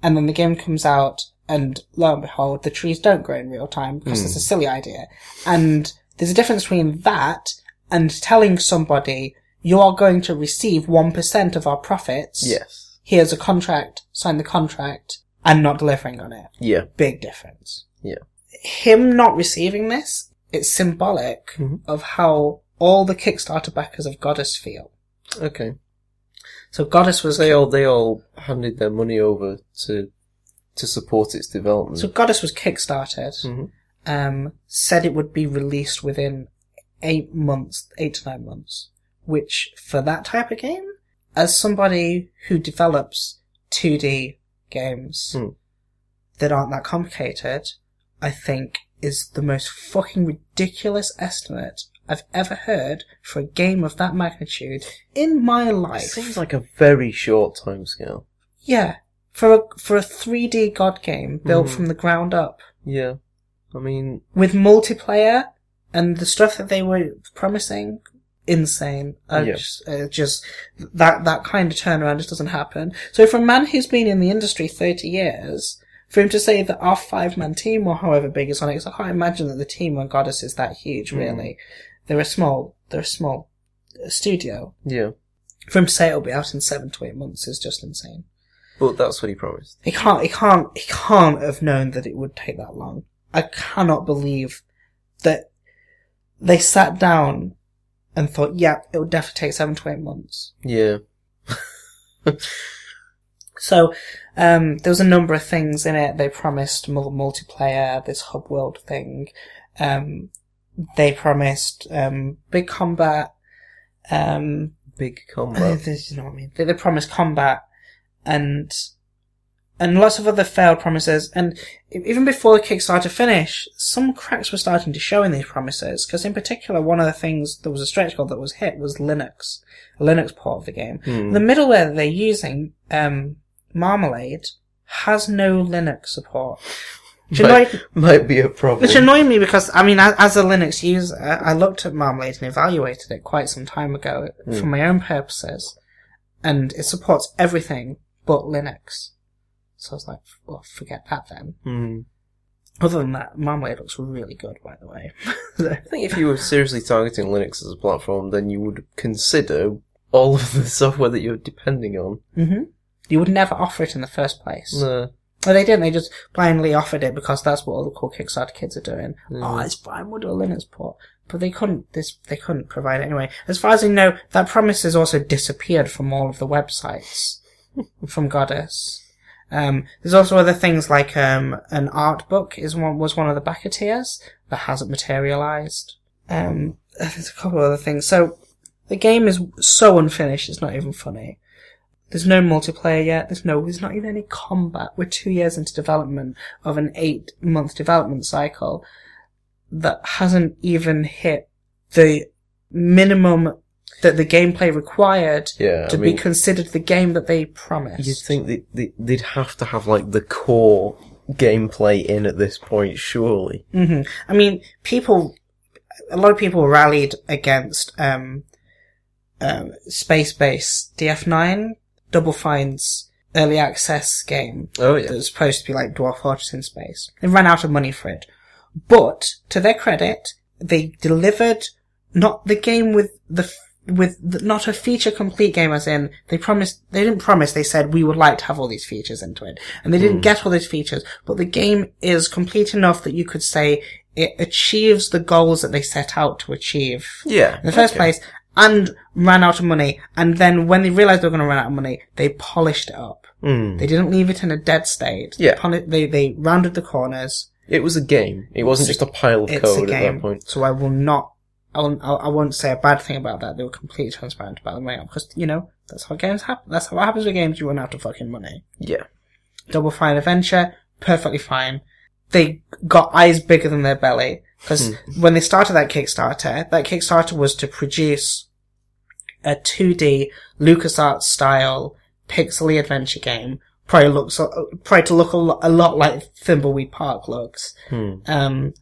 Speaker 2: and then the game comes out, and lo and behold, the trees don't grow in real time because it's a silly idea. And there's a difference between that and telling somebody you are going to receive one percent of our profits.
Speaker 1: Yes.
Speaker 2: Here's a contract. Sign the contract, and not delivering on it.
Speaker 1: Yeah.
Speaker 2: Big difference
Speaker 1: Yeah.
Speaker 2: him not receiving this, it's symbolic
Speaker 1: Mhm.
Speaker 2: of how all the Kickstarter backers of Goddess feel.
Speaker 1: Okay.
Speaker 2: So Goddess was
Speaker 1: They all they all handed their money over to to support its development.
Speaker 2: so Goddess was kickstarted.
Speaker 1: Mhm.
Speaker 2: Um, said it would be released within eight months, eight to nine months. Which for that type of game, as somebody who develops 2D games
Speaker 1: Hmm.
Speaker 2: that aren't that complicated, I think is the most fucking ridiculous estimate I've ever heard for a game of that magnitude in my
Speaker 1: it
Speaker 2: life.
Speaker 1: seems like a very short time scale.
Speaker 2: yeah, for a for a 3D god game built
Speaker 1: Mhm.
Speaker 2: from the ground up
Speaker 1: Yeah. I mean,
Speaker 2: with multiplayer and the stuff that they were promising, insane. I
Speaker 1: Yeah.
Speaker 2: just, uh, just that that kind of turnaround just doesn't happen. So for a man who's been in the industry thirty years, for him to say that our five man team or however big is on it, 'cause I can't imagine that the team on Goddess is that huge.
Speaker 1: Mm.
Speaker 2: Really, they're a small, they're a small uh, studio.
Speaker 1: yeah.
Speaker 2: For him to say it'll be out in seven to eight months is just insane.
Speaker 1: But that's what he promised.
Speaker 2: He can't, he can't, he can't have known that it would take that long. I cannot believe that they sat down and thought, yeah, it would definitely take seven to eight months.
Speaker 1: Yeah.
Speaker 2: So, um, there was a number of things in it. They promised mul- multiplayer, this hub world thing, um, they promised um, big combat. Um,
Speaker 1: Big combat.
Speaker 2: this is not what I mean. They, they promised combat and and lots of other failed promises. And e- even before the Kickstarter finish, some cracks were starting to show in these promises. Because in particular, one of the things that was a stretch goal that was hit was Linux, a Linux port of the game.
Speaker 1: Hmm.
Speaker 2: The middleware that they're using, um, Marmalade, has no Linux support. Which annoyed,
Speaker 1: might, might be a problem.
Speaker 2: which annoyed me because, I mean, a- as a Linux user, I looked at Marmalade and evaluated it quite some time ago
Speaker 1: Hmm.
Speaker 2: for my own purposes, and it supports everything but Linux. So I was like, well, forget that then.
Speaker 1: Hmm.
Speaker 2: Other than that, Marmalade looks really good, by the way.
Speaker 1: I think if you were seriously targeting Linux as a platform, then you would consider all of the software that you're depending on.
Speaker 2: hmm You would never offer it in the first place.
Speaker 1: No.
Speaker 2: Well, they didn't. They just blindly offered it because that's what all the cool Kickstarter kids are doing. Oh, it's fine. We'll do a Linux port, but they couldn't. This they couldn't provide it anyway. As far as I know, that promise has also disappeared from all of the websites from Goddess. Um, there's also other things like um, an art book is one was one of the backer tiers that hasn't materialized. Um, there's a couple of other things. So the game is so unfinished. It's not even funny. There's no multiplayer yet. There's no. There's not even any combat. We're two years into development of an eight-month development cycle that hasn't even hit the minimum that the gameplay required
Speaker 1: Yeah, I
Speaker 2: to
Speaker 1: mean-
Speaker 2: be considered the game that they
Speaker 1: You'd
Speaker 2: promised.
Speaker 1: think they, they, they'd have to have like the core gameplay in at this point, surely.
Speaker 2: hmm I mean, people, a lot of people rallied against um, um, Space Base DF9, Double Fine's early access game
Speaker 1: Oh
Speaker 2: that
Speaker 1: yeah,
Speaker 2: was supposed to be like Dwarf Fortress in space. They ran out of money for it. But, to their credit, they delivered not the game with the, f- with the, not a feature complete game as in, they promised, they didn't promise, they said we would like to have all these features into it. And they
Speaker 1: Hmm.
Speaker 2: didn't get all those features, but the game is complete enough that you could say it achieves the goals that they set out to achieve
Speaker 1: yeah.
Speaker 2: in the first
Speaker 1: okay.
Speaker 2: place and ran out of money. And then when they realized they were going to run out of money, they polished it up.
Speaker 1: Mm.
Speaker 2: They didn't leave it in a dead state.
Speaker 1: Yeah.
Speaker 2: Poli- They, they rounded the corners.
Speaker 1: It was a game. It wasn't just a pile of
Speaker 2: It's a
Speaker 1: code at that
Speaker 2: game.
Speaker 1: point.
Speaker 2: So I will not, I won't, I I won't say a bad thing about that. They were completely transparent about the money. Because, you know, that's how games happen. That's how what happens with games. You run out of fucking money.
Speaker 1: Yeah.
Speaker 2: Double Fine Adventure, perfectly fine. They got eyes bigger than their belly. Because when they started that Kickstarter, that Kickstarter was to produce a 2D LucasArts style pixely adventure game. Probably looks, uh, probably to look a lot, a lot like Thimbleweed Park looks. Um,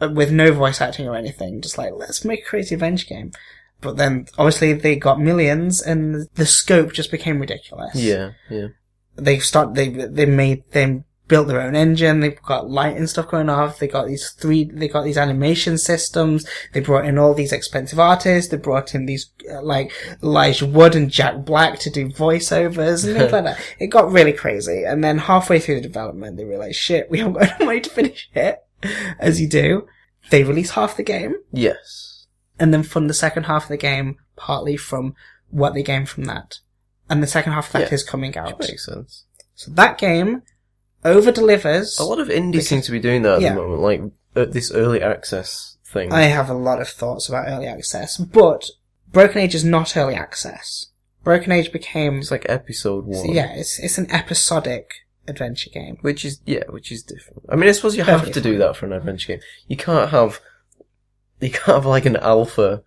Speaker 2: with no voice acting or anything. Just like, let's make a creative adventure game. But then, obviously, they got millions and the scope just became ridiculous
Speaker 1: Yeah. Yeah.
Speaker 2: uh,
Speaker 1: Yes.
Speaker 2: and then fund the second half of the game partly from what they gained from that and the second half of that is
Speaker 1: Yeah.
Speaker 2: coming out
Speaker 1: Makes sense.
Speaker 2: so that game over delivers.
Speaker 1: A lot of indie seem to be doing that at
Speaker 2: Yeah.
Speaker 1: the moment, like uh, this early access thing.
Speaker 2: I have a lot of thoughts about early access, but Broken Age is not early access. Broken Age became
Speaker 1: It's like episode one.
Speaker 2: yeah, it's it's an episodic adventure game.
Speaker 1: Which is yeah, which is different. I mean, I suppose you have to do that for an adventure game. You can't have you can't have like an alpha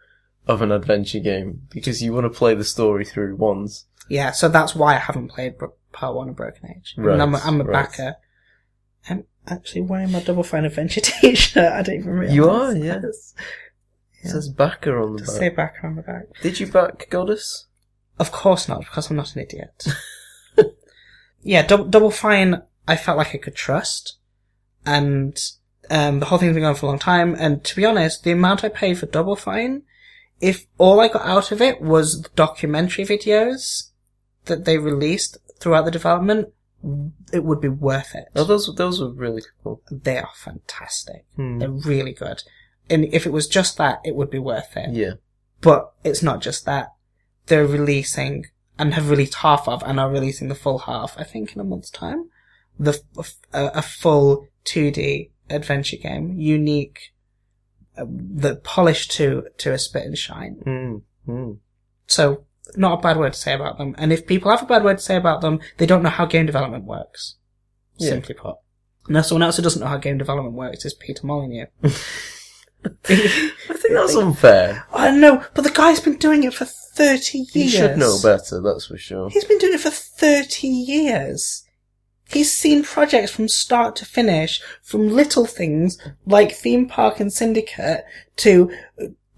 Speaker 1: of an adventure game because you want to play the story through once.
Speaker 2: Yeah, so that's why I haven't played Bro- part one of Broken Age. I mean,
Speaker 1: Right,
Speaker 2: I'm a, I'm a
Speaker 1: right.
Speaker 2: backer. I'm actually wearing my Double Fine Adventure t-shirt. I don't even realize.
Speaker 1: You are, yeah.
Speaker 2: Yes.
Speaker 1: It says backer on the
Speaker 2: Does it
Speaker 1: back.
Speaker 2: say backer on the back.
Speaker 1: Did you back Goddess?
Speaker 2: Of course not, because I'm not an idiot. yeah, Double, Double Fine, I felt like I could trust. And um, the whole thing's been going for a long time. And to be honest, the amount I paid for Double Fine, if all I got out of it was the documentary videos that they released throughout the development, it would be worth it.
Speaker 1: Oh, those those were really cool.
Speaker 2: They are fantastic.
Speaker 1: Hmm.
Speaker 2: They're really good. And if it was just that, it would be worth it.
Speaker 1: Yeah,
Speaker 2: But it's not just that. They're releasing and have released half of and are releasing the full half, I think in a month's time. The f- a, a full 2D adventure game, unique uh, that polish to to a spit and shine.
Speaker 1: Mm, mm.
Speaker 2: So not a bad word to say about them. And if people have a bad word to say about them, they don't know how game development works.
Speaker 1: Yeah.
Speaker 2: Simply put. Now, someone else who doesn't know how game development works is Peter Molyneux.
Speaker 1: I think that's unfair.
Speaker 2: I know, but the guy's been doing it for 30 years.
Speaker 1: You should know better, that's for sure.
Speaker 2: He's been doing it for 30 years. He's seen projects from start to finish, from little things like Theme Park and Syndicate to,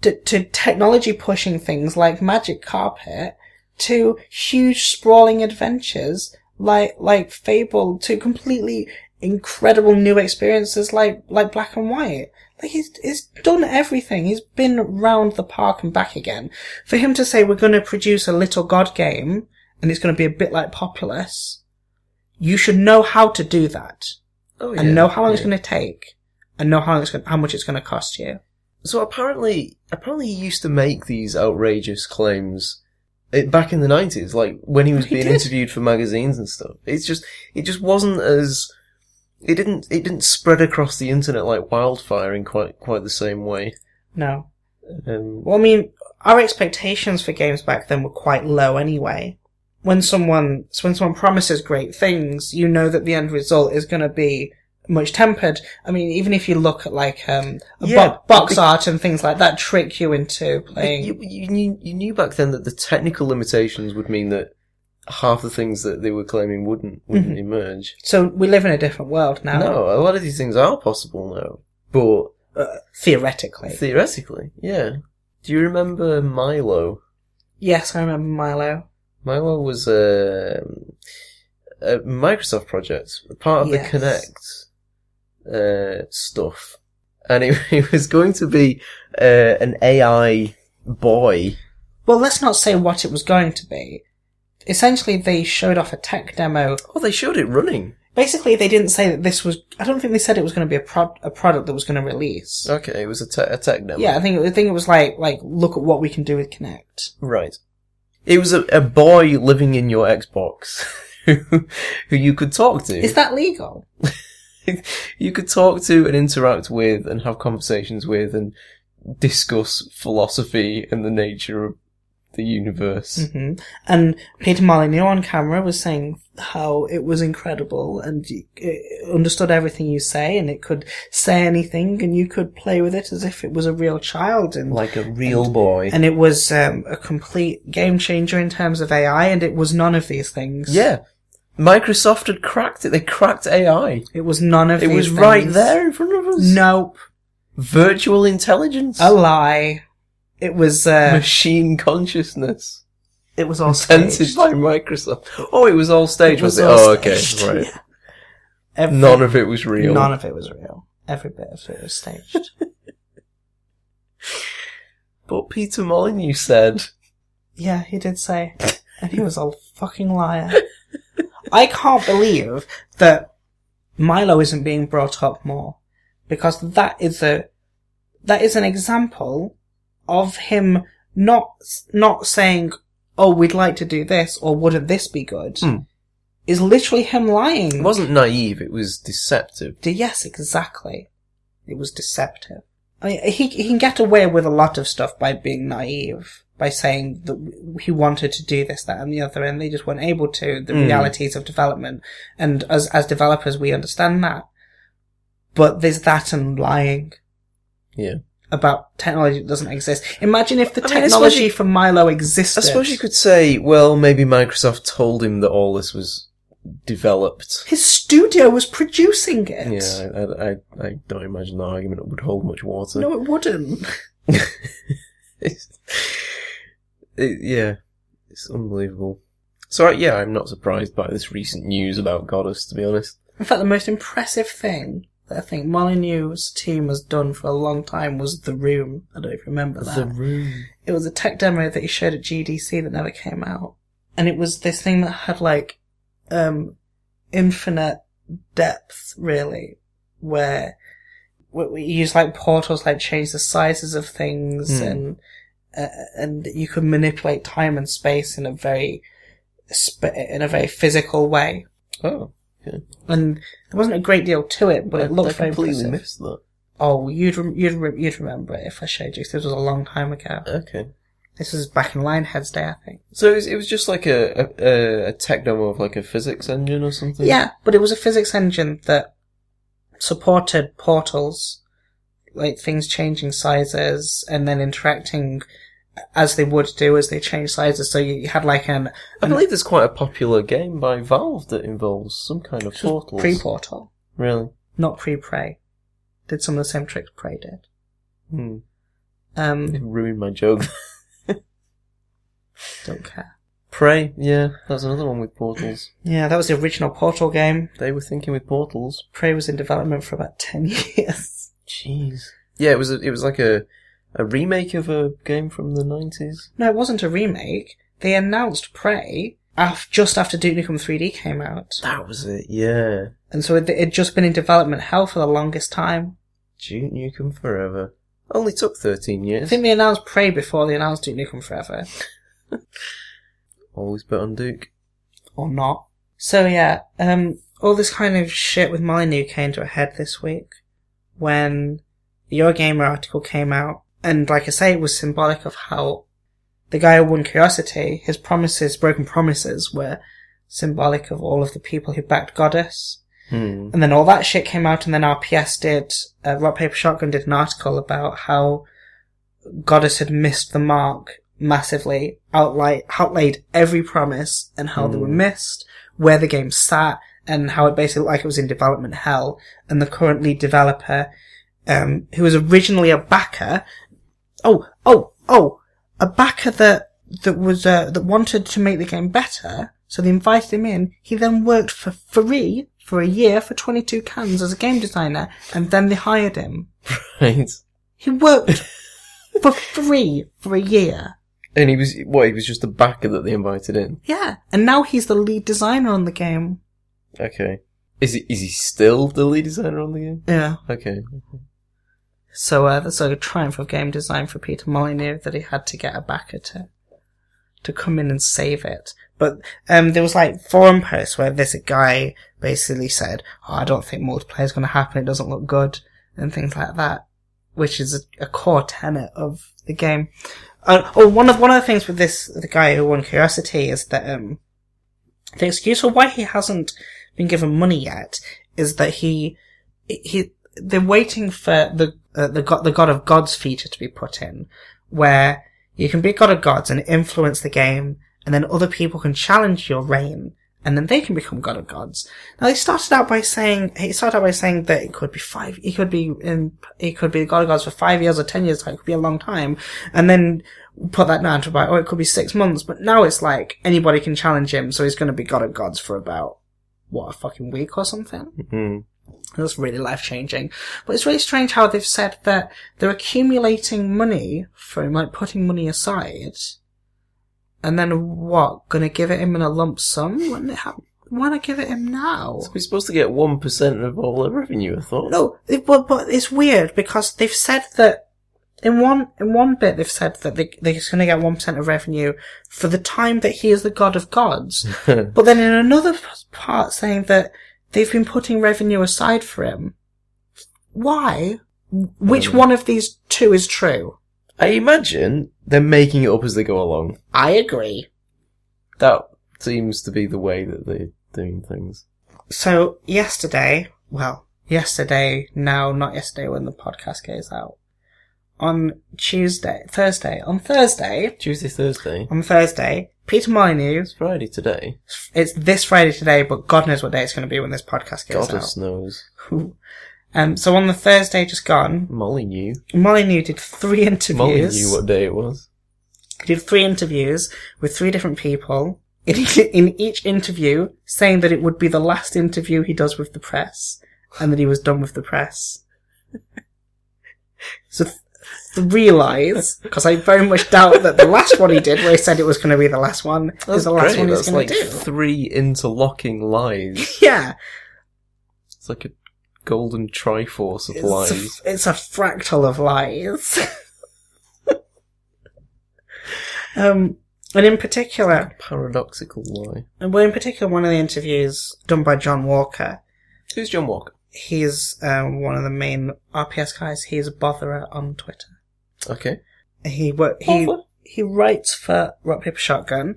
Speaker 2: to, to technology pushing things like Magic Carpet to huge sprawling adventures like, like Fable to completely incredible new experiences like, like Black and White. Like he's, he's done everything. He's been round the park and back again. For him to say we're going to produce a little god game and it's going to be a bit like Populous, you should know how to do that
Speaker 1: Oh,
Speaker 2: and know how long it's
Speaker 1: yeah.
Speaker 2: going to take and know how long it's going, how much it's going to cost you.
Speaker 1: So apparently, apparently he used to make these outrageous claims it, back in the nineties, like when he was
Speaker 2: He
Speaker 1: being
Speaker 2: did.
Speaker 1: interviewed for magazines and stuff. It's just, it just wasn't as, it didn't, it didn't spread across the internet like wildfire in quite, quite the same way.
Speaker 2: No.
Speaker 1: Um,
Speaker 2: Well, I mean, our expectations for games back then were quite low anyway. When someone, when someone promises great things, you know that the end result is going to be much tempered. I mean, even if you look at like, um,
Speaker 1: Yeah,
Speaker 2: bo- box
Speaker 1: be-
Speaker 2: art and things like that trick you into playing.
Speaker 1: you, you knew, you knew back then that the technical limitations would mean that half the things that they were claiming wouldn't, wouldn't
Speaker 2: Mm-hmm.
Speaker 1: emerge.
Speaker 2: So we live in a different world now.
Speaker 1: No, a lot of these things are possible now, but
Speaker 2: Uh, theoretically.
Speaker 1: theoretically, yeah. Do you remember Milo?
Speaker 2: yes, I remember Milo.
Speaker 1: Milo was a, a Microsoft project, part of
Speaker 2: Yes.
Speaker 1: the Kinect uh, stuff, and it, it was going to be uh, an AI boy.
Speaker 2: Well, let's not say what it was going to be. Essentially, they showed off a tech demo.
Speaker 1: Oh, they showed it running.
Speaker 2: Basically, they didn't say that this was. I don't think they said it was going to be a, pro- a product that was going to release.
Speaker 1: Okay, it was a, te- a tech demo.
Speaker 2: Yeah, I think I think it was like like look at what we can do with Connect.
Speaker 1: right. It was a, a boy living in your Xbox who who you could talk to.
Speaker 2: Is that legal?
Speaker 1: you could talk to and interact with and have conversations with and discuss philosophy and the nature of the universe.
Speaker 2: hmm And Peter Molyneux on camera was saying how it was incredible and it understood everything you say and it could say anything and you could play with it as if it was a real child Mm. and
Speaker 1: Like a real boy.
Speaker 2: and it was um, a complete game changer in terms of AI and it was none of these things.
Speaker 1: yeah. Microsoft had cracked it. They cracked AI.
Speaker 2: It was none of
Speaker 1: It was
Speaker 2: these
Speaker 1: right
Speaker 2: things.
Speaker 1: there in front of us.
Speaker 2: Nope.
Speaker 1: Virtual intelligence.
Speaker 2: A lie. It was uh,
Speaker 1: Machine consciousness.
Speaker 2: it was all
Speaker 1: Invented
Speaker 2: staged.
Speaker 1: by Microsoft. Oh, it was all staged,
Speaker 2: It
Speaker 1: was,
Speaker 2: was
Speaker 1: it?
Speaker 2: all
Speaker 1: Oh, okay.
Speaker 2: staged,
Speaker 1: Right.
Speaker 2: yeah. Every-
Speaker 1: None of it was real.
Speaker 2: None of it was real. Every bit of it was staged.
Speaker 1: but Peter Molyneux said,
Speaker 2: yeah, he did say, and he was a fucking liar. I can't believe that Milo isn't being brought up more because that is a that is an example of him not not saying, "Oh, we'd like to do this," or "Wouldn't this be good?"
Speaker 1: Hmm.
Speaker 2: Is literally him lying.
Speaker 1: it wasn't naive, it was deceptive.
Speaker 2: D- Yes, exactly. It was deceptive. I mean, he he can get away with a lot of stuff by being naive, by saying that w- he wanted to do this, that, and the other, and they just weren't able to. The
Speaker 1: Mm.
Speaker 2: realities of development, and as as developers, we understand that. But there's that and lying
Speaker 1: Yeah.
Speaker 2: about technology that doesn't exist. Imagine if the
Speaker 1: I mean, I suppose
Speaker 2: technology
Speaker 1: you-
Speaker 2: for Milo
Speaker 1: I
Speaker 2: existed.
Speaker 1: suppose you could say, well, maybe Microsoft told him that all this was developed.
Speaker 2: His studio was producing it.
Speaker 1: Yeah, I, I, I- I don't imagine that argument would hold much water.
Speaker 2: No, it wouldn't.
Speaker 1: It's- it- yeah, it's unbelievable. So I- yeah, I'm not surprised by this recent news about Goddess, to be honest.
Speaker 2: In fact, the most impressive thing that I think Molyneux's team has done for a long time was The Room. I don't know if you remember that.
Speaker 1: room.
Speaker 2: It was a tech demo that he showed at GDC that never came out. And it was this thing that had like, um, infinite depth, really, where where you use like portals, like change the sizes of things
Speaker 1: Hmm.
Speaker 2: and, uh, and you could manipulate time and space in a very, sp- in a very physical way
Speaker 1: Oh,
Speaker 2: and there wasn't a great deal to it, but
Speaker 1: I,
Speaker 2: it looked
Speaker 1: I
Speaker 2: very
Speaker 1: completely
Speaker 2: impressive.
Speaker 1: missed that.
Speaker 2: Oh, you'd rem- you'd re- you'd remember it if I showed you. 'cause This was a long time ago.
Speaker 1: Okay.
Speaker 2: This was back in Lionhead's day, I think.
Speaker 1: So it was, it was just like a, a- a a tech demo of like a physics engine or something.
Speaker 2: Yeah, but it was a physics engine that supported portals, like things changing sizes and then interacting as they would do as they change sizes. So you had like an
Speaker 1: I believe there's quite a popular game by Valve that involves some kind of portals.
Speaker 2: pre-portal,
Speaker 1: Really?
Speaker 2: not pre-prey. Did some of the same tricks Prey did.
Speaker 1: Hmm. It
Speaker 2: Um,
Speaker 1: ruined my joke.
Speaker 2: don't care.
Speaker 1: Prey. Yeah, that's another one with portals.
Speaker 2: Yeah, that was the original Portal game.
Speaker 1: They were thinking with portals.
Speaker 2: Prey was in development for about ten years.
Speaker 1: Jeez. Yeah, it was a, it was like a a remake of a game from the nineties.
Speaker 2: No, it wasn't a remake. They announced Prey af- just after Duke Nukem 3D came out.
Speaker 1: That was it. Yeah.
Speaker 2: And so it had just been in development hell for the longest time.
Speaker 1: Duke Nukem Forever. Only took thirteen
Speaker 2: I
Speaker 1: years.
Speaker 2: think they announced Prey before they announced Duke Nukem Forever.
Speaker 1: Always bet on Duke.
Speaker 2: Or not. So yeah, um, all this kind of shit with Molyneux came to a head this week when the Eurogamer article came out. And like I say, it was symbolic of how the guy who won Curiosity, his promises, broken promises, were symbolic of all of the people who backed Goddess.
Speaker 1: Hmm.
Speaker 2: And then all that shit came out, and then RPS did, uh, Rock Paper Shotgun did an article about how Goddess had missed the mark massively, outli outlaid every promise, and how they were
Speaker 1: Hmm.
Speaker 2: missed, where the game sat, and how it basically looked like it was in development hell. And the current lead developer, um, who was originally a backer, oh, oh, oh, a backer that that was uh, that wanted to make the game better. So they invited him in. He then worked for free for a year for 22 cans as a game designer, and then they hired him.
Speaker 1: Right.
Speaker 2: He worked for free for a year.
Speaker 1: And he was what? He was just the backer that they invited in.
Speaker 2: Yeah, and now he's the lead designer on the game.
Speaker 1: Okay. Is he is he still the lead designer on the game?
Speaker 2: Yeah.
Speaker 1: Okay.
Speaker 2: So uh, that's like a triumph of game design for Peter Molyneux that he had to get a backer to to come in and save it. But um, there was like forum posts where this guy basically said, oh, "I don't think multiplayer is going to happen. It doesn't look good," and things like that, which is a, a core tenet of the game. Uh, oh, one of one of the things with this the guy who won Curiosity is that um, the excuse for why he hasn't been given money yet is that he he they're waiting for the uh, the god the god of gods feature to be put in, where you can be a god of gods and influence the game, and then other people can challenge your reign, and then they can become god of gods. Now they started out by saying he started out by saying that it could be five, it could be in, it could be god of gods for five years or ten years, like, it could be a long time, and then put that down to about oh it could be six months, but now it's like anybody can challenge him, so he's going to be god of gods for about what a fucking week or something.
Speaker 1: Hmm.
Speaker 2: That's really life changing. But it's really strange how they've said that they're accumulating money from like putting money aside, and then what? Gonna give it him in a lump sum? When they ha- why not give it him now?
Speaker 1: So we're supposed to get one percent of all the revenue. I thought.
Speaker 2: No, it, but but it's weird because they've said that in one in one bit they've said that they they're gonna get one percent of revenue for the time that he is the god of gods. But then in another p- part saying that they've been putting revenue aside for him. Why? Which one of these two is true?
Speaker 1: I imagine they're making it up as they go along.
Speaker 2: I agree.
Speaker 1: That seems to be the way that they're doing things.
Speaker 2: So yesterday, well, yesterday, now not yesterday when the podcast goes out. On Tuesday, Thursday, on Thursday,
Speaker 1: Tuesday, Thursday.
Speaker 2: on Thursday, Peter Molyneux,
Speaker 1: It's Friday today.
Speaker 2: it's this Friday today, but God knows what day it's going to be when this podcast goes
Speaker 1: Goddess knows.
Speaker 2: out. Um, so on the Thursday just gone,
Speaker 1: Molly knew.
Speaker 2: Molyneux did three interviews.
Speaker 1: Molly knew what day it was.
Speaker 2: He did three interviews with three different people. In, in each interview, saying that it would be the last interview he does with the press, and that he was done with the press. so, th- three lies, because I very much doubt that the last one he did, where he said it was going to be the last one, is the last
Speaker 1: Great,
Speaker 2: one he's
Speaker 1: That's like
Speaker 2: going to do.
Speaker 1: three interlocking lies.
Speaker 2: Yeah,
Speaker 1: It's like a golden triforce of
Speaker 2: it's
Speaker 1: lies.
Speaker 2: a, it's a fractal of lies. um, and in particular,
Speaker 1: Paradoxical lie.
Speaker 2: well, in particular, one of the interviews done by John Walker,
Speaker 1: Who's John Walker?
Speaker 2: he's um, one of the main RPS guys. He's a botherer on Twitter.
Speaker 1: Okay.
Speaker 2: He wo- he
Speaker 1: Bother?
Speaker 2: he writes for Rock Paper Shotgun,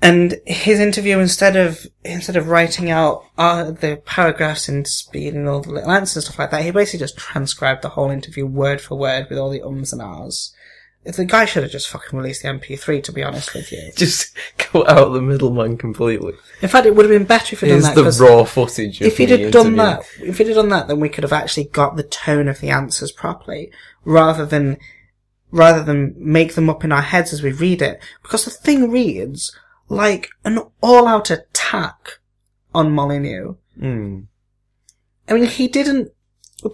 Speaker 2: and his interview instead of instead of writing out uh, the paragraphs in speed and all the little answers and stuff like that, he basically just transcribed the whole interview word for word with all the ums and ahs. The guy should have just fucking released the MP3, to be honest with you.
Speaker 1: Just cut out the middleman completely.
Speaker 2: In fact, it would have been better if he'd done
Speaker 1: Here's
Speaker 2: that.
Speaker 1: the
Speaker 2: 'cause-
Speaker 1: raw footage. Of
Speaker 2: if he'd
Speaker 1: the
Speaker 2: have done
Speaker 1: interview.
Speaker 2: that, if he'd have done that, then we could have actually got the tone of the answers properly, rather than rather than make them up in our heads as we read it. Because the thing reads like an all-out attack on Molyneux.
Speaker 1: Hmm.
Speaker 2: I mean, he didn't.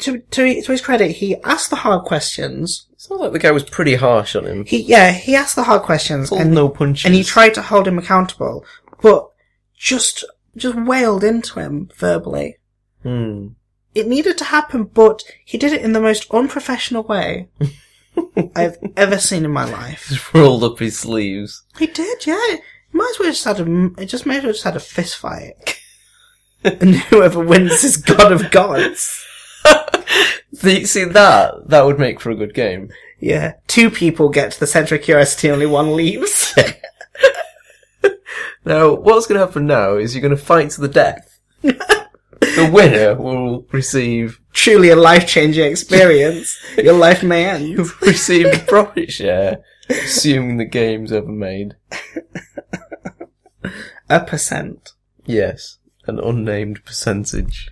Speaker 2: To to to his credit, he asked the hard questions.
Speaker 1: Sounds like the guy was pretty harsh on him.
Speaker 2: He yeah, he asked the hard questions
Speaker 1: Pulled
Speaker 2: and
Speaker 1: no punches.
Speaker 2: and he tried to hold him accountable, but just just wailed into him verbally.
Speaker 1: Hmm.
Speaker 2: it needed to happen, but he did it in the most unprofessional way I've ever seen in my life.
Speaker 1: Just rolled up his sleeves.
Speaker 2: He did, yeah. Might as well just had a, it just might as well just had a fist fight. and whoever wins is god of gods.
Speaker 1: The, see that that would make for a good game.
Speaker 2: Yeah. Two people get to the center of curiosity, only one leaves.
Speaker 1: Now, what's going to happen now is you're going to fight to the death. the winner will receive
Speaker 2: Truly a life changing experience. Your life may end.
Speaker 1: receive a profit share, assuming the game's ever made.
Speaker 2: A percent.
Speaker 1: Yes, an unnamed percentage.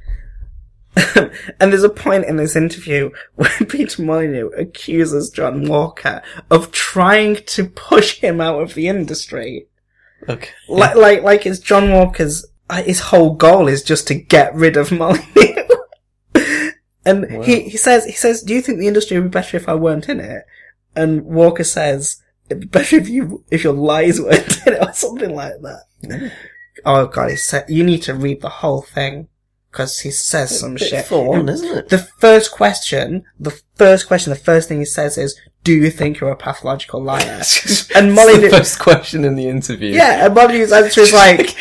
Speaker 2: And there's a point in this interview where Peter Molyneux accuses John Walker of trying to push him out of the industry.
Speaker 1: Okay.
Speaker 2: Like, like, like it's John Walker's, uh, his whole goal is just to get rid of Molyneux. and
Speaker 1: Wow.
Speaker 2: he, he says, he says, do you think the industry would be better if I weren't in it? And Walker says, it'd be better if you, if your lies weren't in it or something like that. Oh god, he said, you need to read the whole thing. Cause he says some
Speaker 1: Bit
Speaker 2: shit.
Speaker 1: full on, isn't it?
Speaker 2: The first question, the first question, the first thing he says is, "Do you think you're a pathological liar?" And Molly
Speaker 1: It's the
Speaker 2: did-
Speaker 1: first question in the interview.
Speaker 2: yeah, and Molly's answer is like,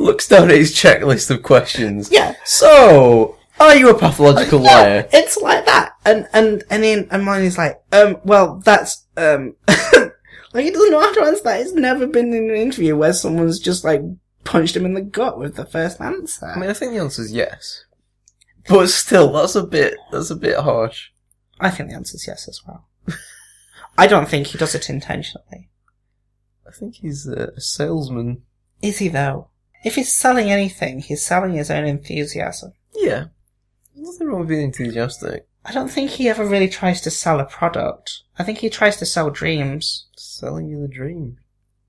Speaker 1: looks down at his checklist of questions.
Speaker 2: "Yeah,
Speaker 1: So, are you a pathological liar?
Speaker 2: Yeah, it's like that. And and and then and Molly's like, um, well, that's um, like he doesn't know how to answer that. He's never been in an interview where someone's just like punched him in the gut with the first answer.
Speaker 1: I mean, I think the answer is yes. But still, that's a bit, that's a bit harsh.
Speaker 2: I think the answer's yes as well. I don't think he does it intentionally.
Speaker 1: I think he's a, a salesman.
Speaker 2: Is he though? If he's selling anything, he's selling his own enthusiasm.
Speaker 1: Yeah. There's nothing wrong with being enthusiastic.
Speaker 2: I don't think he ever really tries to sell a product. I think he tries to sell dreams.
Speaker 1: Selling you the dream.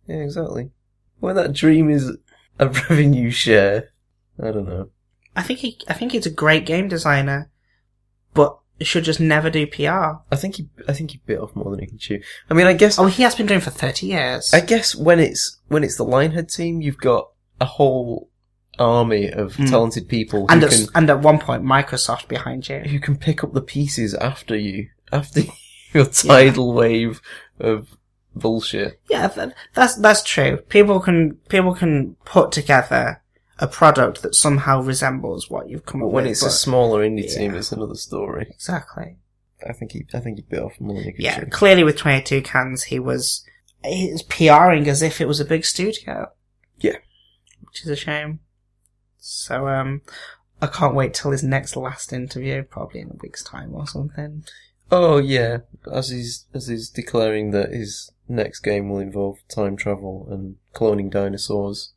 Speaker 1: Yeah, exactly. Where that dream is a revenue share. I don't know.
Speaker 2: I think he, I think he's a great game designer, but should just never do PR.
Speaker 1: I think he, I think he bit off more than he can chew. I mean, I guess,
Speaker 2: Oh, he has been doing for 30 years.
Speaker 1: I guess when it's, when it's the Lionhead team, you've got a whole army of
Speaker 2: Mm.
Speaker 1: talented people who
Speaker 2: and, at,
Speaker 1: can,
Speaker 2: and at one point, Microsoft behind you.
Speaker 1: who can pick up the pieces after you, after your tidal wave of bullshit.
Speaker 2: Yeah, th that's, that's true. People can, people can put together a product that somehow resembles what you've come up
Speaker 1: But when
Speaker 2: with.
Speaker 1: it's
Speaker 2: but-
Speaker 1: a smaller indie
Speaker 2: yeah.
Speaker 1: team, it's another story.
Speaker 2: exactly.
Speaker 1: I think he, I think he bit off more than he could
Speaker 2: Yeah,
Speaker 1: chew.
Speaker 2: clearly with 22 cans, he was, he was PRing as if it was a big studio.
Speaker 1: Yeah.
Speaker 2: Which is a shame. So, um, I can't wait till his next last interview, probably in a week's time or something.
Speaker 1: Oh yeah, as he's as he's declaring that his next game will involve time travel and cloning dinosaurs.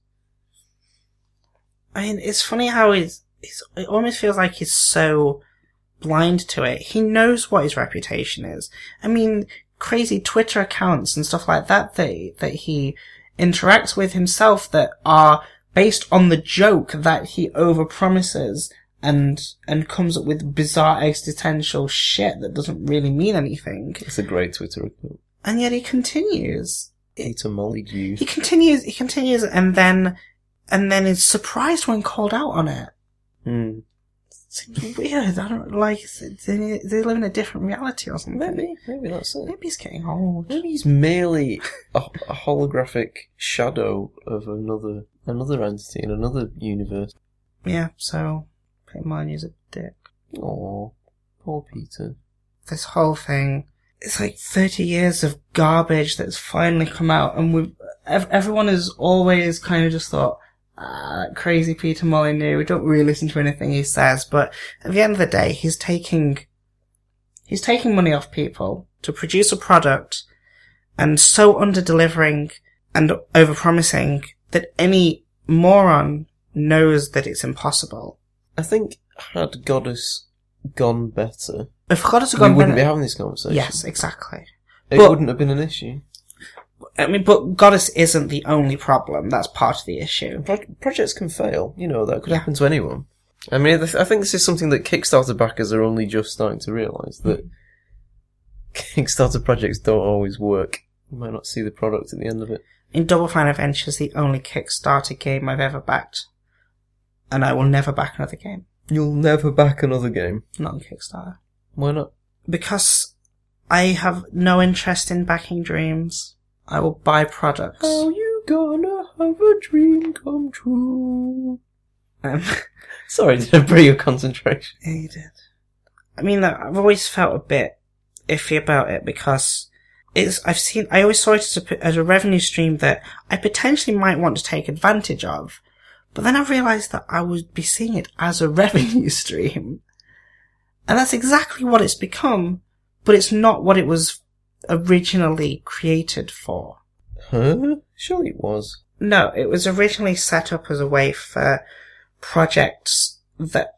Speaker 2: I mean, it's funny how he's, he's it almost feels like he's so blind to it. He knows what his reputation is. I mean, crazy Twitter accounts and stuff like that that, that he interacts with himself that are based on the joke that he overpromises and and comes up with bizarre existential shit that doesn't really mean anything.
Speaker 1: It's a great Twitter account.
Speaker 2: And yet he continues.
Speaker 1: Peter Molyneux.
Speaker 2: He continues he continues and then and then is surprised when called out on it.
Speaker 1: Hmm.
Speaker 2: seems weird. I don't like. is it- Do they, do they live in a different reality or something?
Speaker 1: Maybe, maybe that's it.
Speaker 2: Maybe he's getting old.
Speaker 1: Maybe he's merely a, a holographic shadow of another another entity in another universe.
Speaker 2: Yeah. So Hermione's a dick.
Speaker 1: Aw, poor Peter.
Speaker 2: This whole thing, it's like 30 years of garbage that's finally come out and we ev- everyone has always kind of just thought, ah, that crazy Peter Molyneux, we don't really listen to anything he says, but at the end of the day, he's taking, he's taking money off people to produce a product and so under delivering and over promising that any moron knows that it's impossible.
Speaker 1: I think had Goddess gone better,
Speaker 2: If Goddess had
Speaker 1: we
Speaker 2: gone
Speaker 1: wouldn't be
Speaker 2: better-
Speaker 1: having this conversation.
Speaker 2: yes, exactly.
Speaker 1: it
Speaker 2: but-
Speaker 1: wouldn't have been an issue.
Speaker 2: I mean, but Goddess isn't the only problem. That's part of the issue.
Speaker 1: Pro- projects can fail. You know that could
Speaker 2: Yeah.
Speaker 1: happen to anyone. I mean, I think this is something that Kickstarter backers are only just starting to realise
Speaker 2: Hmm.
Speaker 1: that Kickstarter projects don't always work. You might not see the product at the end of it.
Speaker 2: In Double Fine Adventure is the only Kickstarter game I've ever backed. And I will never back another game.
Speaker 1: You'll never back another game.
Speaker 2: Not on Kickstarter.
Speaker 1: Why not?
Speaker 2: Because I have no interest in backing dreams. I will buy products.
Speaker 1: you gonna have a dream come true?
Speaker 2: Um,
Speaker 1: Sorry, did I bring your concentration?
Speaker 2: Yeah, you did. I mean, like, I've always felt a bit iffy about it because it's. I've seen. I always saw it as a, p- as a revenue stream that I potentially might want to take advantage of, but then I realised that I would be seeing it as a revenue stream, and that's exactly what it's become. But it's not what it was originally created for.
Speaker 1: Huh? Surely it was.
Speaker 2: No, it was originally set up as a way for projects that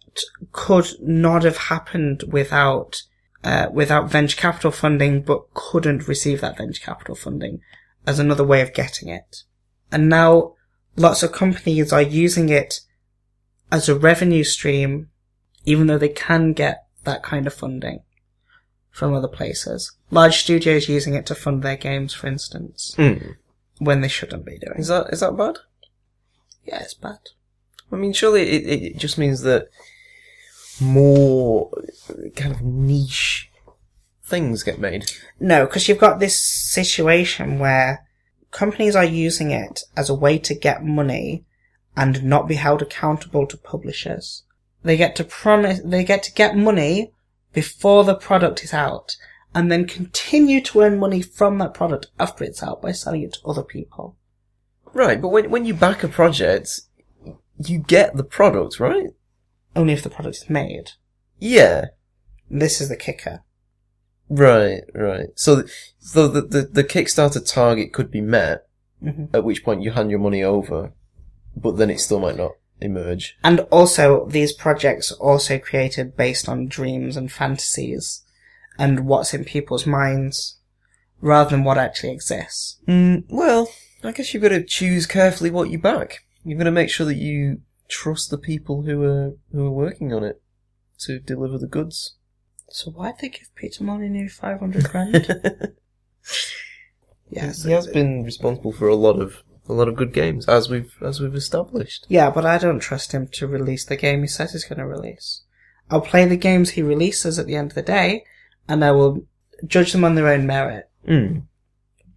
Speaker 2: could not have happened without uh, without venture capital funding, but couldn't receive that venture capital funding as another way of getting it. And now lots of companies are using it as a revenue stream, even though they can get that kind of funding from other places. Large studios using it to fund their games, for instance,
Speaker 1: Hmm.
Speaker 2: when they shouldn't be doing.
Speaker 1: Is that is that bad?
Speaker 2: Yeah, it's bad.
Speaker 1: I mean, surely it, it- it just means that more kind of niche things get made.
Speaker 2: No, because you've got this situation where companies are using it as a way to get money and not be held accountable to publishers. They get to promise, they get to get money before the product is out and then continue to earn money from that product after it's out by selling it to other people.
Speaker 1: Right, but when when you back a project, you get the product, right?
Speaker 2: Only if the product is made.
Speaker 1: Yeah.
Speaker 2: And this is the kicker.
Speaker 1: Right, right. So, so the, the the Kickstarter target could be met,
Speaker 2: hmm
Speaker 1: at which point you hand your money over, but then it still might not emerge.
Speaker 2: And also, these projects are also created based on dreams and fantasies and what's in people's minds rather than what actually exists.
Speaker 1: Mm, well, I guess you've got to choose carefully what you back. You've got to make sure that you trust the people who are who are working on it to deliver the goods.
Speaker 2: So why'd they give Peter Molyneux 500 grand? yes.
Speaker 1: he has been responsible for a lot of a lot of good games, as we've as we've established.
Speaker 2: Yeah, but I don't trust him to release the game he says he's going to release. I'll play the games he releases at the end of the day and I will judge them on their own merit,
Speaker 1: Mm.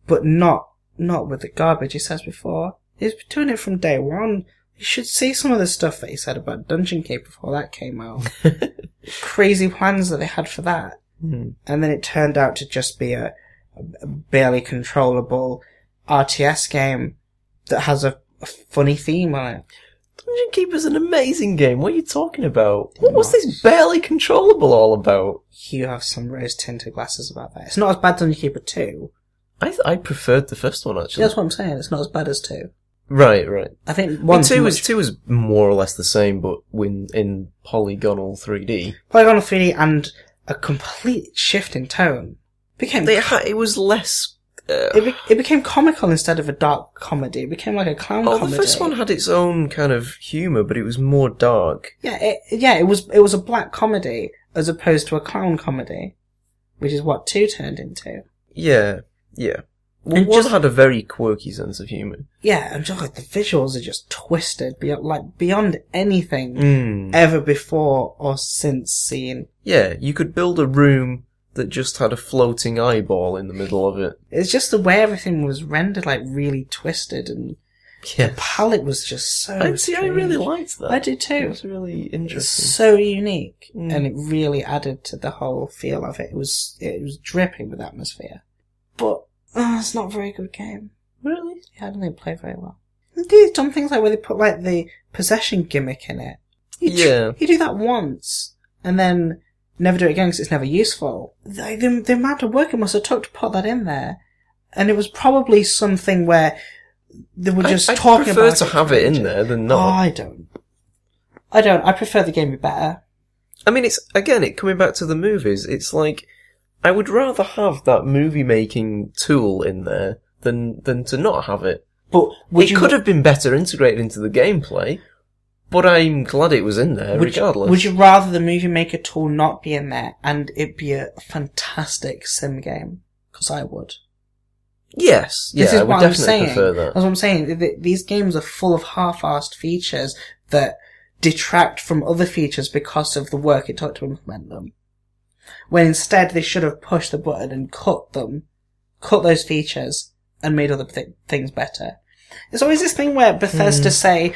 Speaker 2: but not, not with the garbage he says before. He's been doing it from day one. You should see some of the stuff that he said about Dungeon Cave before that came out. Crazy plans that they had for that.
Speaker 1: Hmm.
Speaker 2: and then it turned out to just be a, a barely controllable RTS game that has a, a funny theme on it.
Speaker 1: Dungeon Keeper's an amazing game. What are you talking about? What was this barely controllable all about?
Speaker 2: You have some rose tinted glasses about that. It's not as bad as Dungeon Keeper 2.
Speaker 1: I th- I preferred the first one actually.
Speaker 2: That's what I'm saying. It's not as bad as 2.
Speaker 1: Right, right.
Speaker 2: I think
Speaker 1: Well,
Speaker 2: 1
Speaker 1: two
Speaker 2: too
Speaker 1: was
Speaker 2: much.
Speaker 1: two was more or less the same, but when in polygonal 3D.
Speaker 2: Polygonal 3D and a complete shift in tone. Became,
Speaker 1: They ha- it was less. Uh,
Speaker 2: it, be, it became comical instead of a dark comedy. It became like a clown
Speaker 1: oh,
Speaker 2: comedy.
Speaker 1: the first one had its own kind of humor, but it was more dark.
Speaker 2: Yeah, it, yeah, it was it was a black comedy as opposed to a clown comedy, which is what two turned into.
Speaker 1: Yeah, yeah. Well,
Speaker 2: And
Speaker 1: one
Speaker 2: just-
Speaker 1: had a very quirky sense of humor.
Speaker 2: Yeah, and just like the visuals are just twisted beyond like beyond anything
Speaker 1: Mm.
Speaker 2: ever before or since seen.
Speaker 1: Yeah, you could build a room that just had a floating eyeball in the middle of it.
Speaker 2: It's just the way everything was rendered, like really twisted and
Speaker 1: Yeah.
Speaker 2: Palette was just so.
Speaker 1: I see. I really
Speaker 2: strange.
Speaker 1: liked that.
Speaker 2: I did
Speaker 1: It
Speaker 2: too.
Speaker 1: was really
Speaker 2: It's
Speaker 1: interesting.
Speaker 2: so unique,
Speaker 1: Mm.
Speaker 2: and it really added to the whole feel of it. It was it was dripping with atmosphere, but uh, it's not a very good game.
Speaker 1: Really?
Speaker 2: Yeah, I don't think it played very well. They did some things like where they put like the possession gimmick in it. You tr-
Speaker 1: Yeah.
Speaker 2: you do that once and then never do it again because it's never useful. The, the, the amount of work it must have took to put that in there, and it was probably something where they were just
Speaker 1: I, I
Speaker 2: talking
Speaker 1: prefer
Speaker 2: about
Speaker 1: to have it Oh, in there than not.
Speaker 2: Oh, I don't. I don't. I prefer the game be better.
Speaker 1: I mean, it's again, it coming back to the movies. It's like I would rather have that movie making tool in there than than to not have it.
Speaker 2: But would
Speaker 1: it
Speaker 2: you
Speaker 1: could have been better integrated into the gameplay, but I'm glad it was in there
Speaker 2: would you-
Speaker 1: regardless.
Speaker 2: would you rather the movie maker tool not be in there and it be a fantastic sim game? Because I would.
Speaker 1: Yes, yeah,
Speaker 2: This
Speaker 1: I
Speaker 2: is
Speaker 1: would
Speaker 2: what I'm
Speaker 1: definitely
Speaker 2: saying.
Speaker 1: prefer
Speaker 2: That's
Speaker 1: that.
Speaker 2: what I'm saying. Th- th- These games are full of half-assed features that detract from other features because of the work it took to implement them. When instead they should have pushed the button and cut them, cut those features, and made other th- things better. It's always this thing where Bethesda
Speaker 1: Hmm.
Speaker 2: say,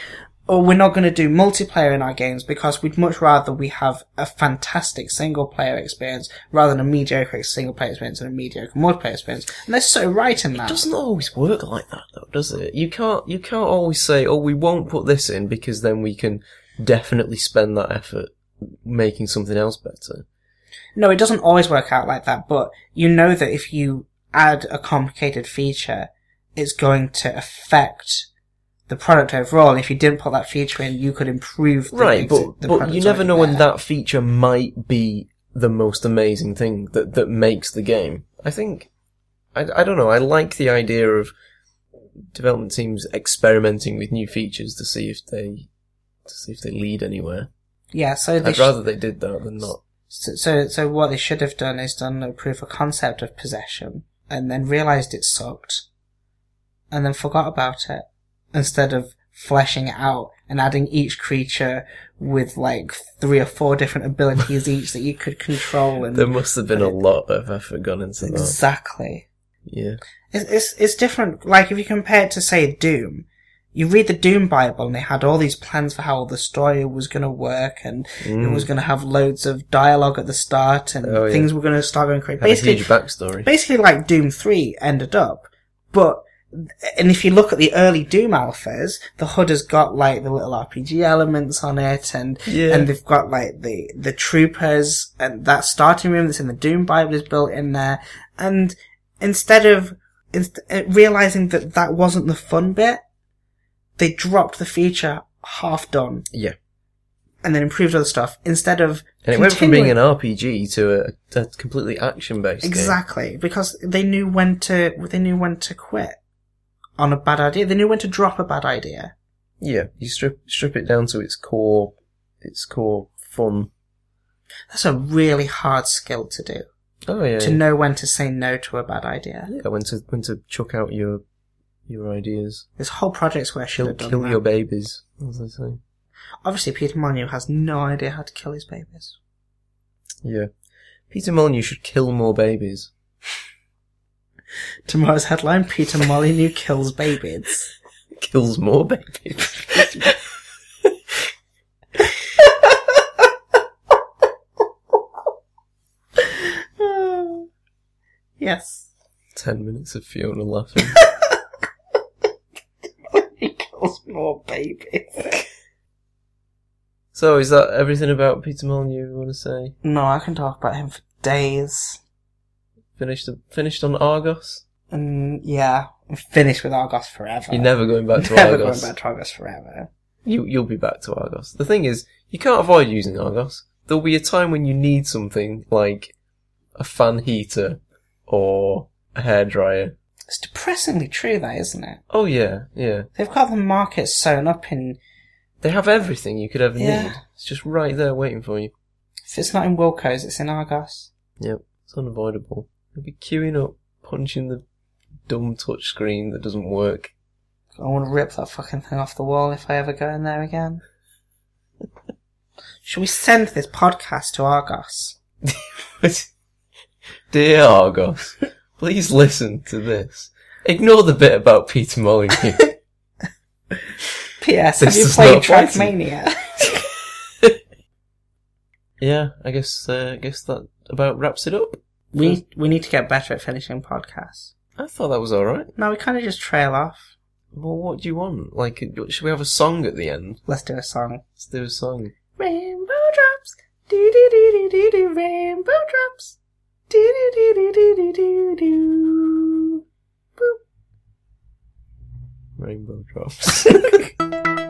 Speaker 2: "Oh, we're not going to do multiplayer in our games because we'd much rather we have a fantastic single-player experience rather than a mediocre single-player experience and a mediocre multiplayer experience." And they're so right in that.
Speaker 1: It doesn't always work like that though, does it? You can't you can't always say, "Oh, we won't put this in because then we can definitely spend that effort making something else better."
Speaker 2: No, it doesn't always work out like that, but you know that if you add a complicated feature, it's going to affect the product overall. If you didn't put that feature in, you could improve the
Speaker 1: right,
Speaker 2: exi-
Speaker 1: but,
Speaker 2: the
Speaker 1: but
Speaker 2: product
Speaker 1: you never
Speaker 2: already
Speaker 1: know when
Speaker 2: there.
Speaker 1: that feature might be the most amazing thing that, that makes the game. I think, I, I don't know, I like the idea of development teams experimenting with new features to see if they, to see if they lead anywhere.
Speaker 2: Yeah, so they
Speaker 1: I'd
Speaker 2: sh-
Speaker 1: rather they did that than not.
Speaker 2: so, so so what they should have done is done a proof of concept of possession and then realized it sucked and then forgot about it instead of fleshing it out and adding each creature with like three or four different abilities each that you could control and
Speaker 1: There must have been a lot of effort gone into that.
Speaker 2: Exactly.
Speaker 1: Yeah.
Speaker 2: It's, it's it's different. Like if you compare it to say Doom, you read the Doom Bible and they had all these plans for how the story was going to work and it was going to have loads of dialogue at the start and
Speaker 1: Mm. Oh, yeah.
Speaker 2: things were going to start going crazy.
Speaker 1: Had a
Speaker 2: Basically,
Speaker 1: huge backstory.
Speaker 2: basically like Doom Three ended up, but. And if you look at the early Doom alphas, the HUD has got like the little RPG elements on it, and
Speaker 1: Yeah.
Speaker 2: and they've got like the the troopers and that starting room that's in the Doom Bible is built in there. And instead of inst- uh, realizing that that wasn't the fun bit, they dropped the feature half done
Speaker 1: yeah.
Speaker 2: and then improved other stuff instead of
Speaker 1: And it went from
Speaker 2: continuing-
Speaker 1: being an RPG to a, a completely action-based game.
Speaker 2: Exactly, because they knew when to they knew when to quit on a bad idea. They knew when to drop a bad idea.
Speaker 1: Yeah, you strip strip it down to its core, its core fun.
Speaker 2: That's a really hard skill to do.
Speaker 1: Oh yeah,
Speaker 2: To know when to say no to a bad idea.
Speaker 1: yeah. When to when to chuck out your your ideas,
Speaker 2: This whole project's where I should
Speaker 1: kill
Speaker 2: have done
Speaker 1: kill
Speaker 2: that.
Speaker 1: your babies, as they say.
Speaker 2: Obviously, Peter Molyneux has no idea how to kill his babies.
Speaker 1: Yeah, Peter Molyneux should kill more babies.
Speaker 2: Tomorrow's headline: Peter Molyneux kills babies.
Speaker 1: Kills more babies.
Speaker 2: yes,
Speaker 1: Ten minutes of Fiona laughing.
Speaker 2: he kills more babies.
Speaker 1: so is that everything about Peter Molyneux you want to say?
Speaker 2: No, I can talk about him for days.
Speaker 1: Finished finished on Argos.
Speaker 2: And yeah, I'm finished with Argos forever.
Speaker 1: You're Uh, never going back to
Speaker 2: Never
Speaker 1: Argos.
Speaker 2: going back to Argos forever.
Speaker 1: You you'll be back to Argos. The thing is, you can't avoid using Argos. There'll be a time when you need something like a fan heater or a hairdryer.
Speaker 2: It's depressingly true, though, isn't it?
Speaker 1: Oh yeah, yeah.
Speaker 2: They've got the market sewn up in.
Speaker 1: They have everything you could ever
Speaker 2: Yeah.
Speaker 1: need. It's just right there waiting for you.
Speaker 2: If it's not in Wilco's, it's in Argos.
Speaker 1: Yep. It's unavoidable. You'll be queuing up, punching the dumb touch screen that doesn't work.
Speaker 2: I want to rip that fucking thing off the wall if I ever go in there again. Should we send this podcast to Argos?
Speaker 1: Dear Argos, please listen to this. Ignore the bit about Peter Molyneux.
Speaker 2: P.S.
Speaker 1: This
Speaker 2: Have you
Speaker 1: is
Speaker 2: played
Speaker 1: not fighting.
Speaker 2: Trackmania?
Speaker 1: Yeah, I guess uh, I guess that about wraps it up.
Speaker 2: we we need to get better at finishing podcasts.
Speaker 1: I thought that was all right.
Speaker 2: No, we kind of just trail off.
Speaker 1: Well, what do you want? Like, should we have a song at the end?
Speaker 2: Let's do a song.
Speaker 1: Let's do a song.
Speaker 2: Rainbow drops, do do do do do do. Rainbow drops, do do do do do do do do.
Speaker 1: Rainbow drops.
Speaker 2: Boop.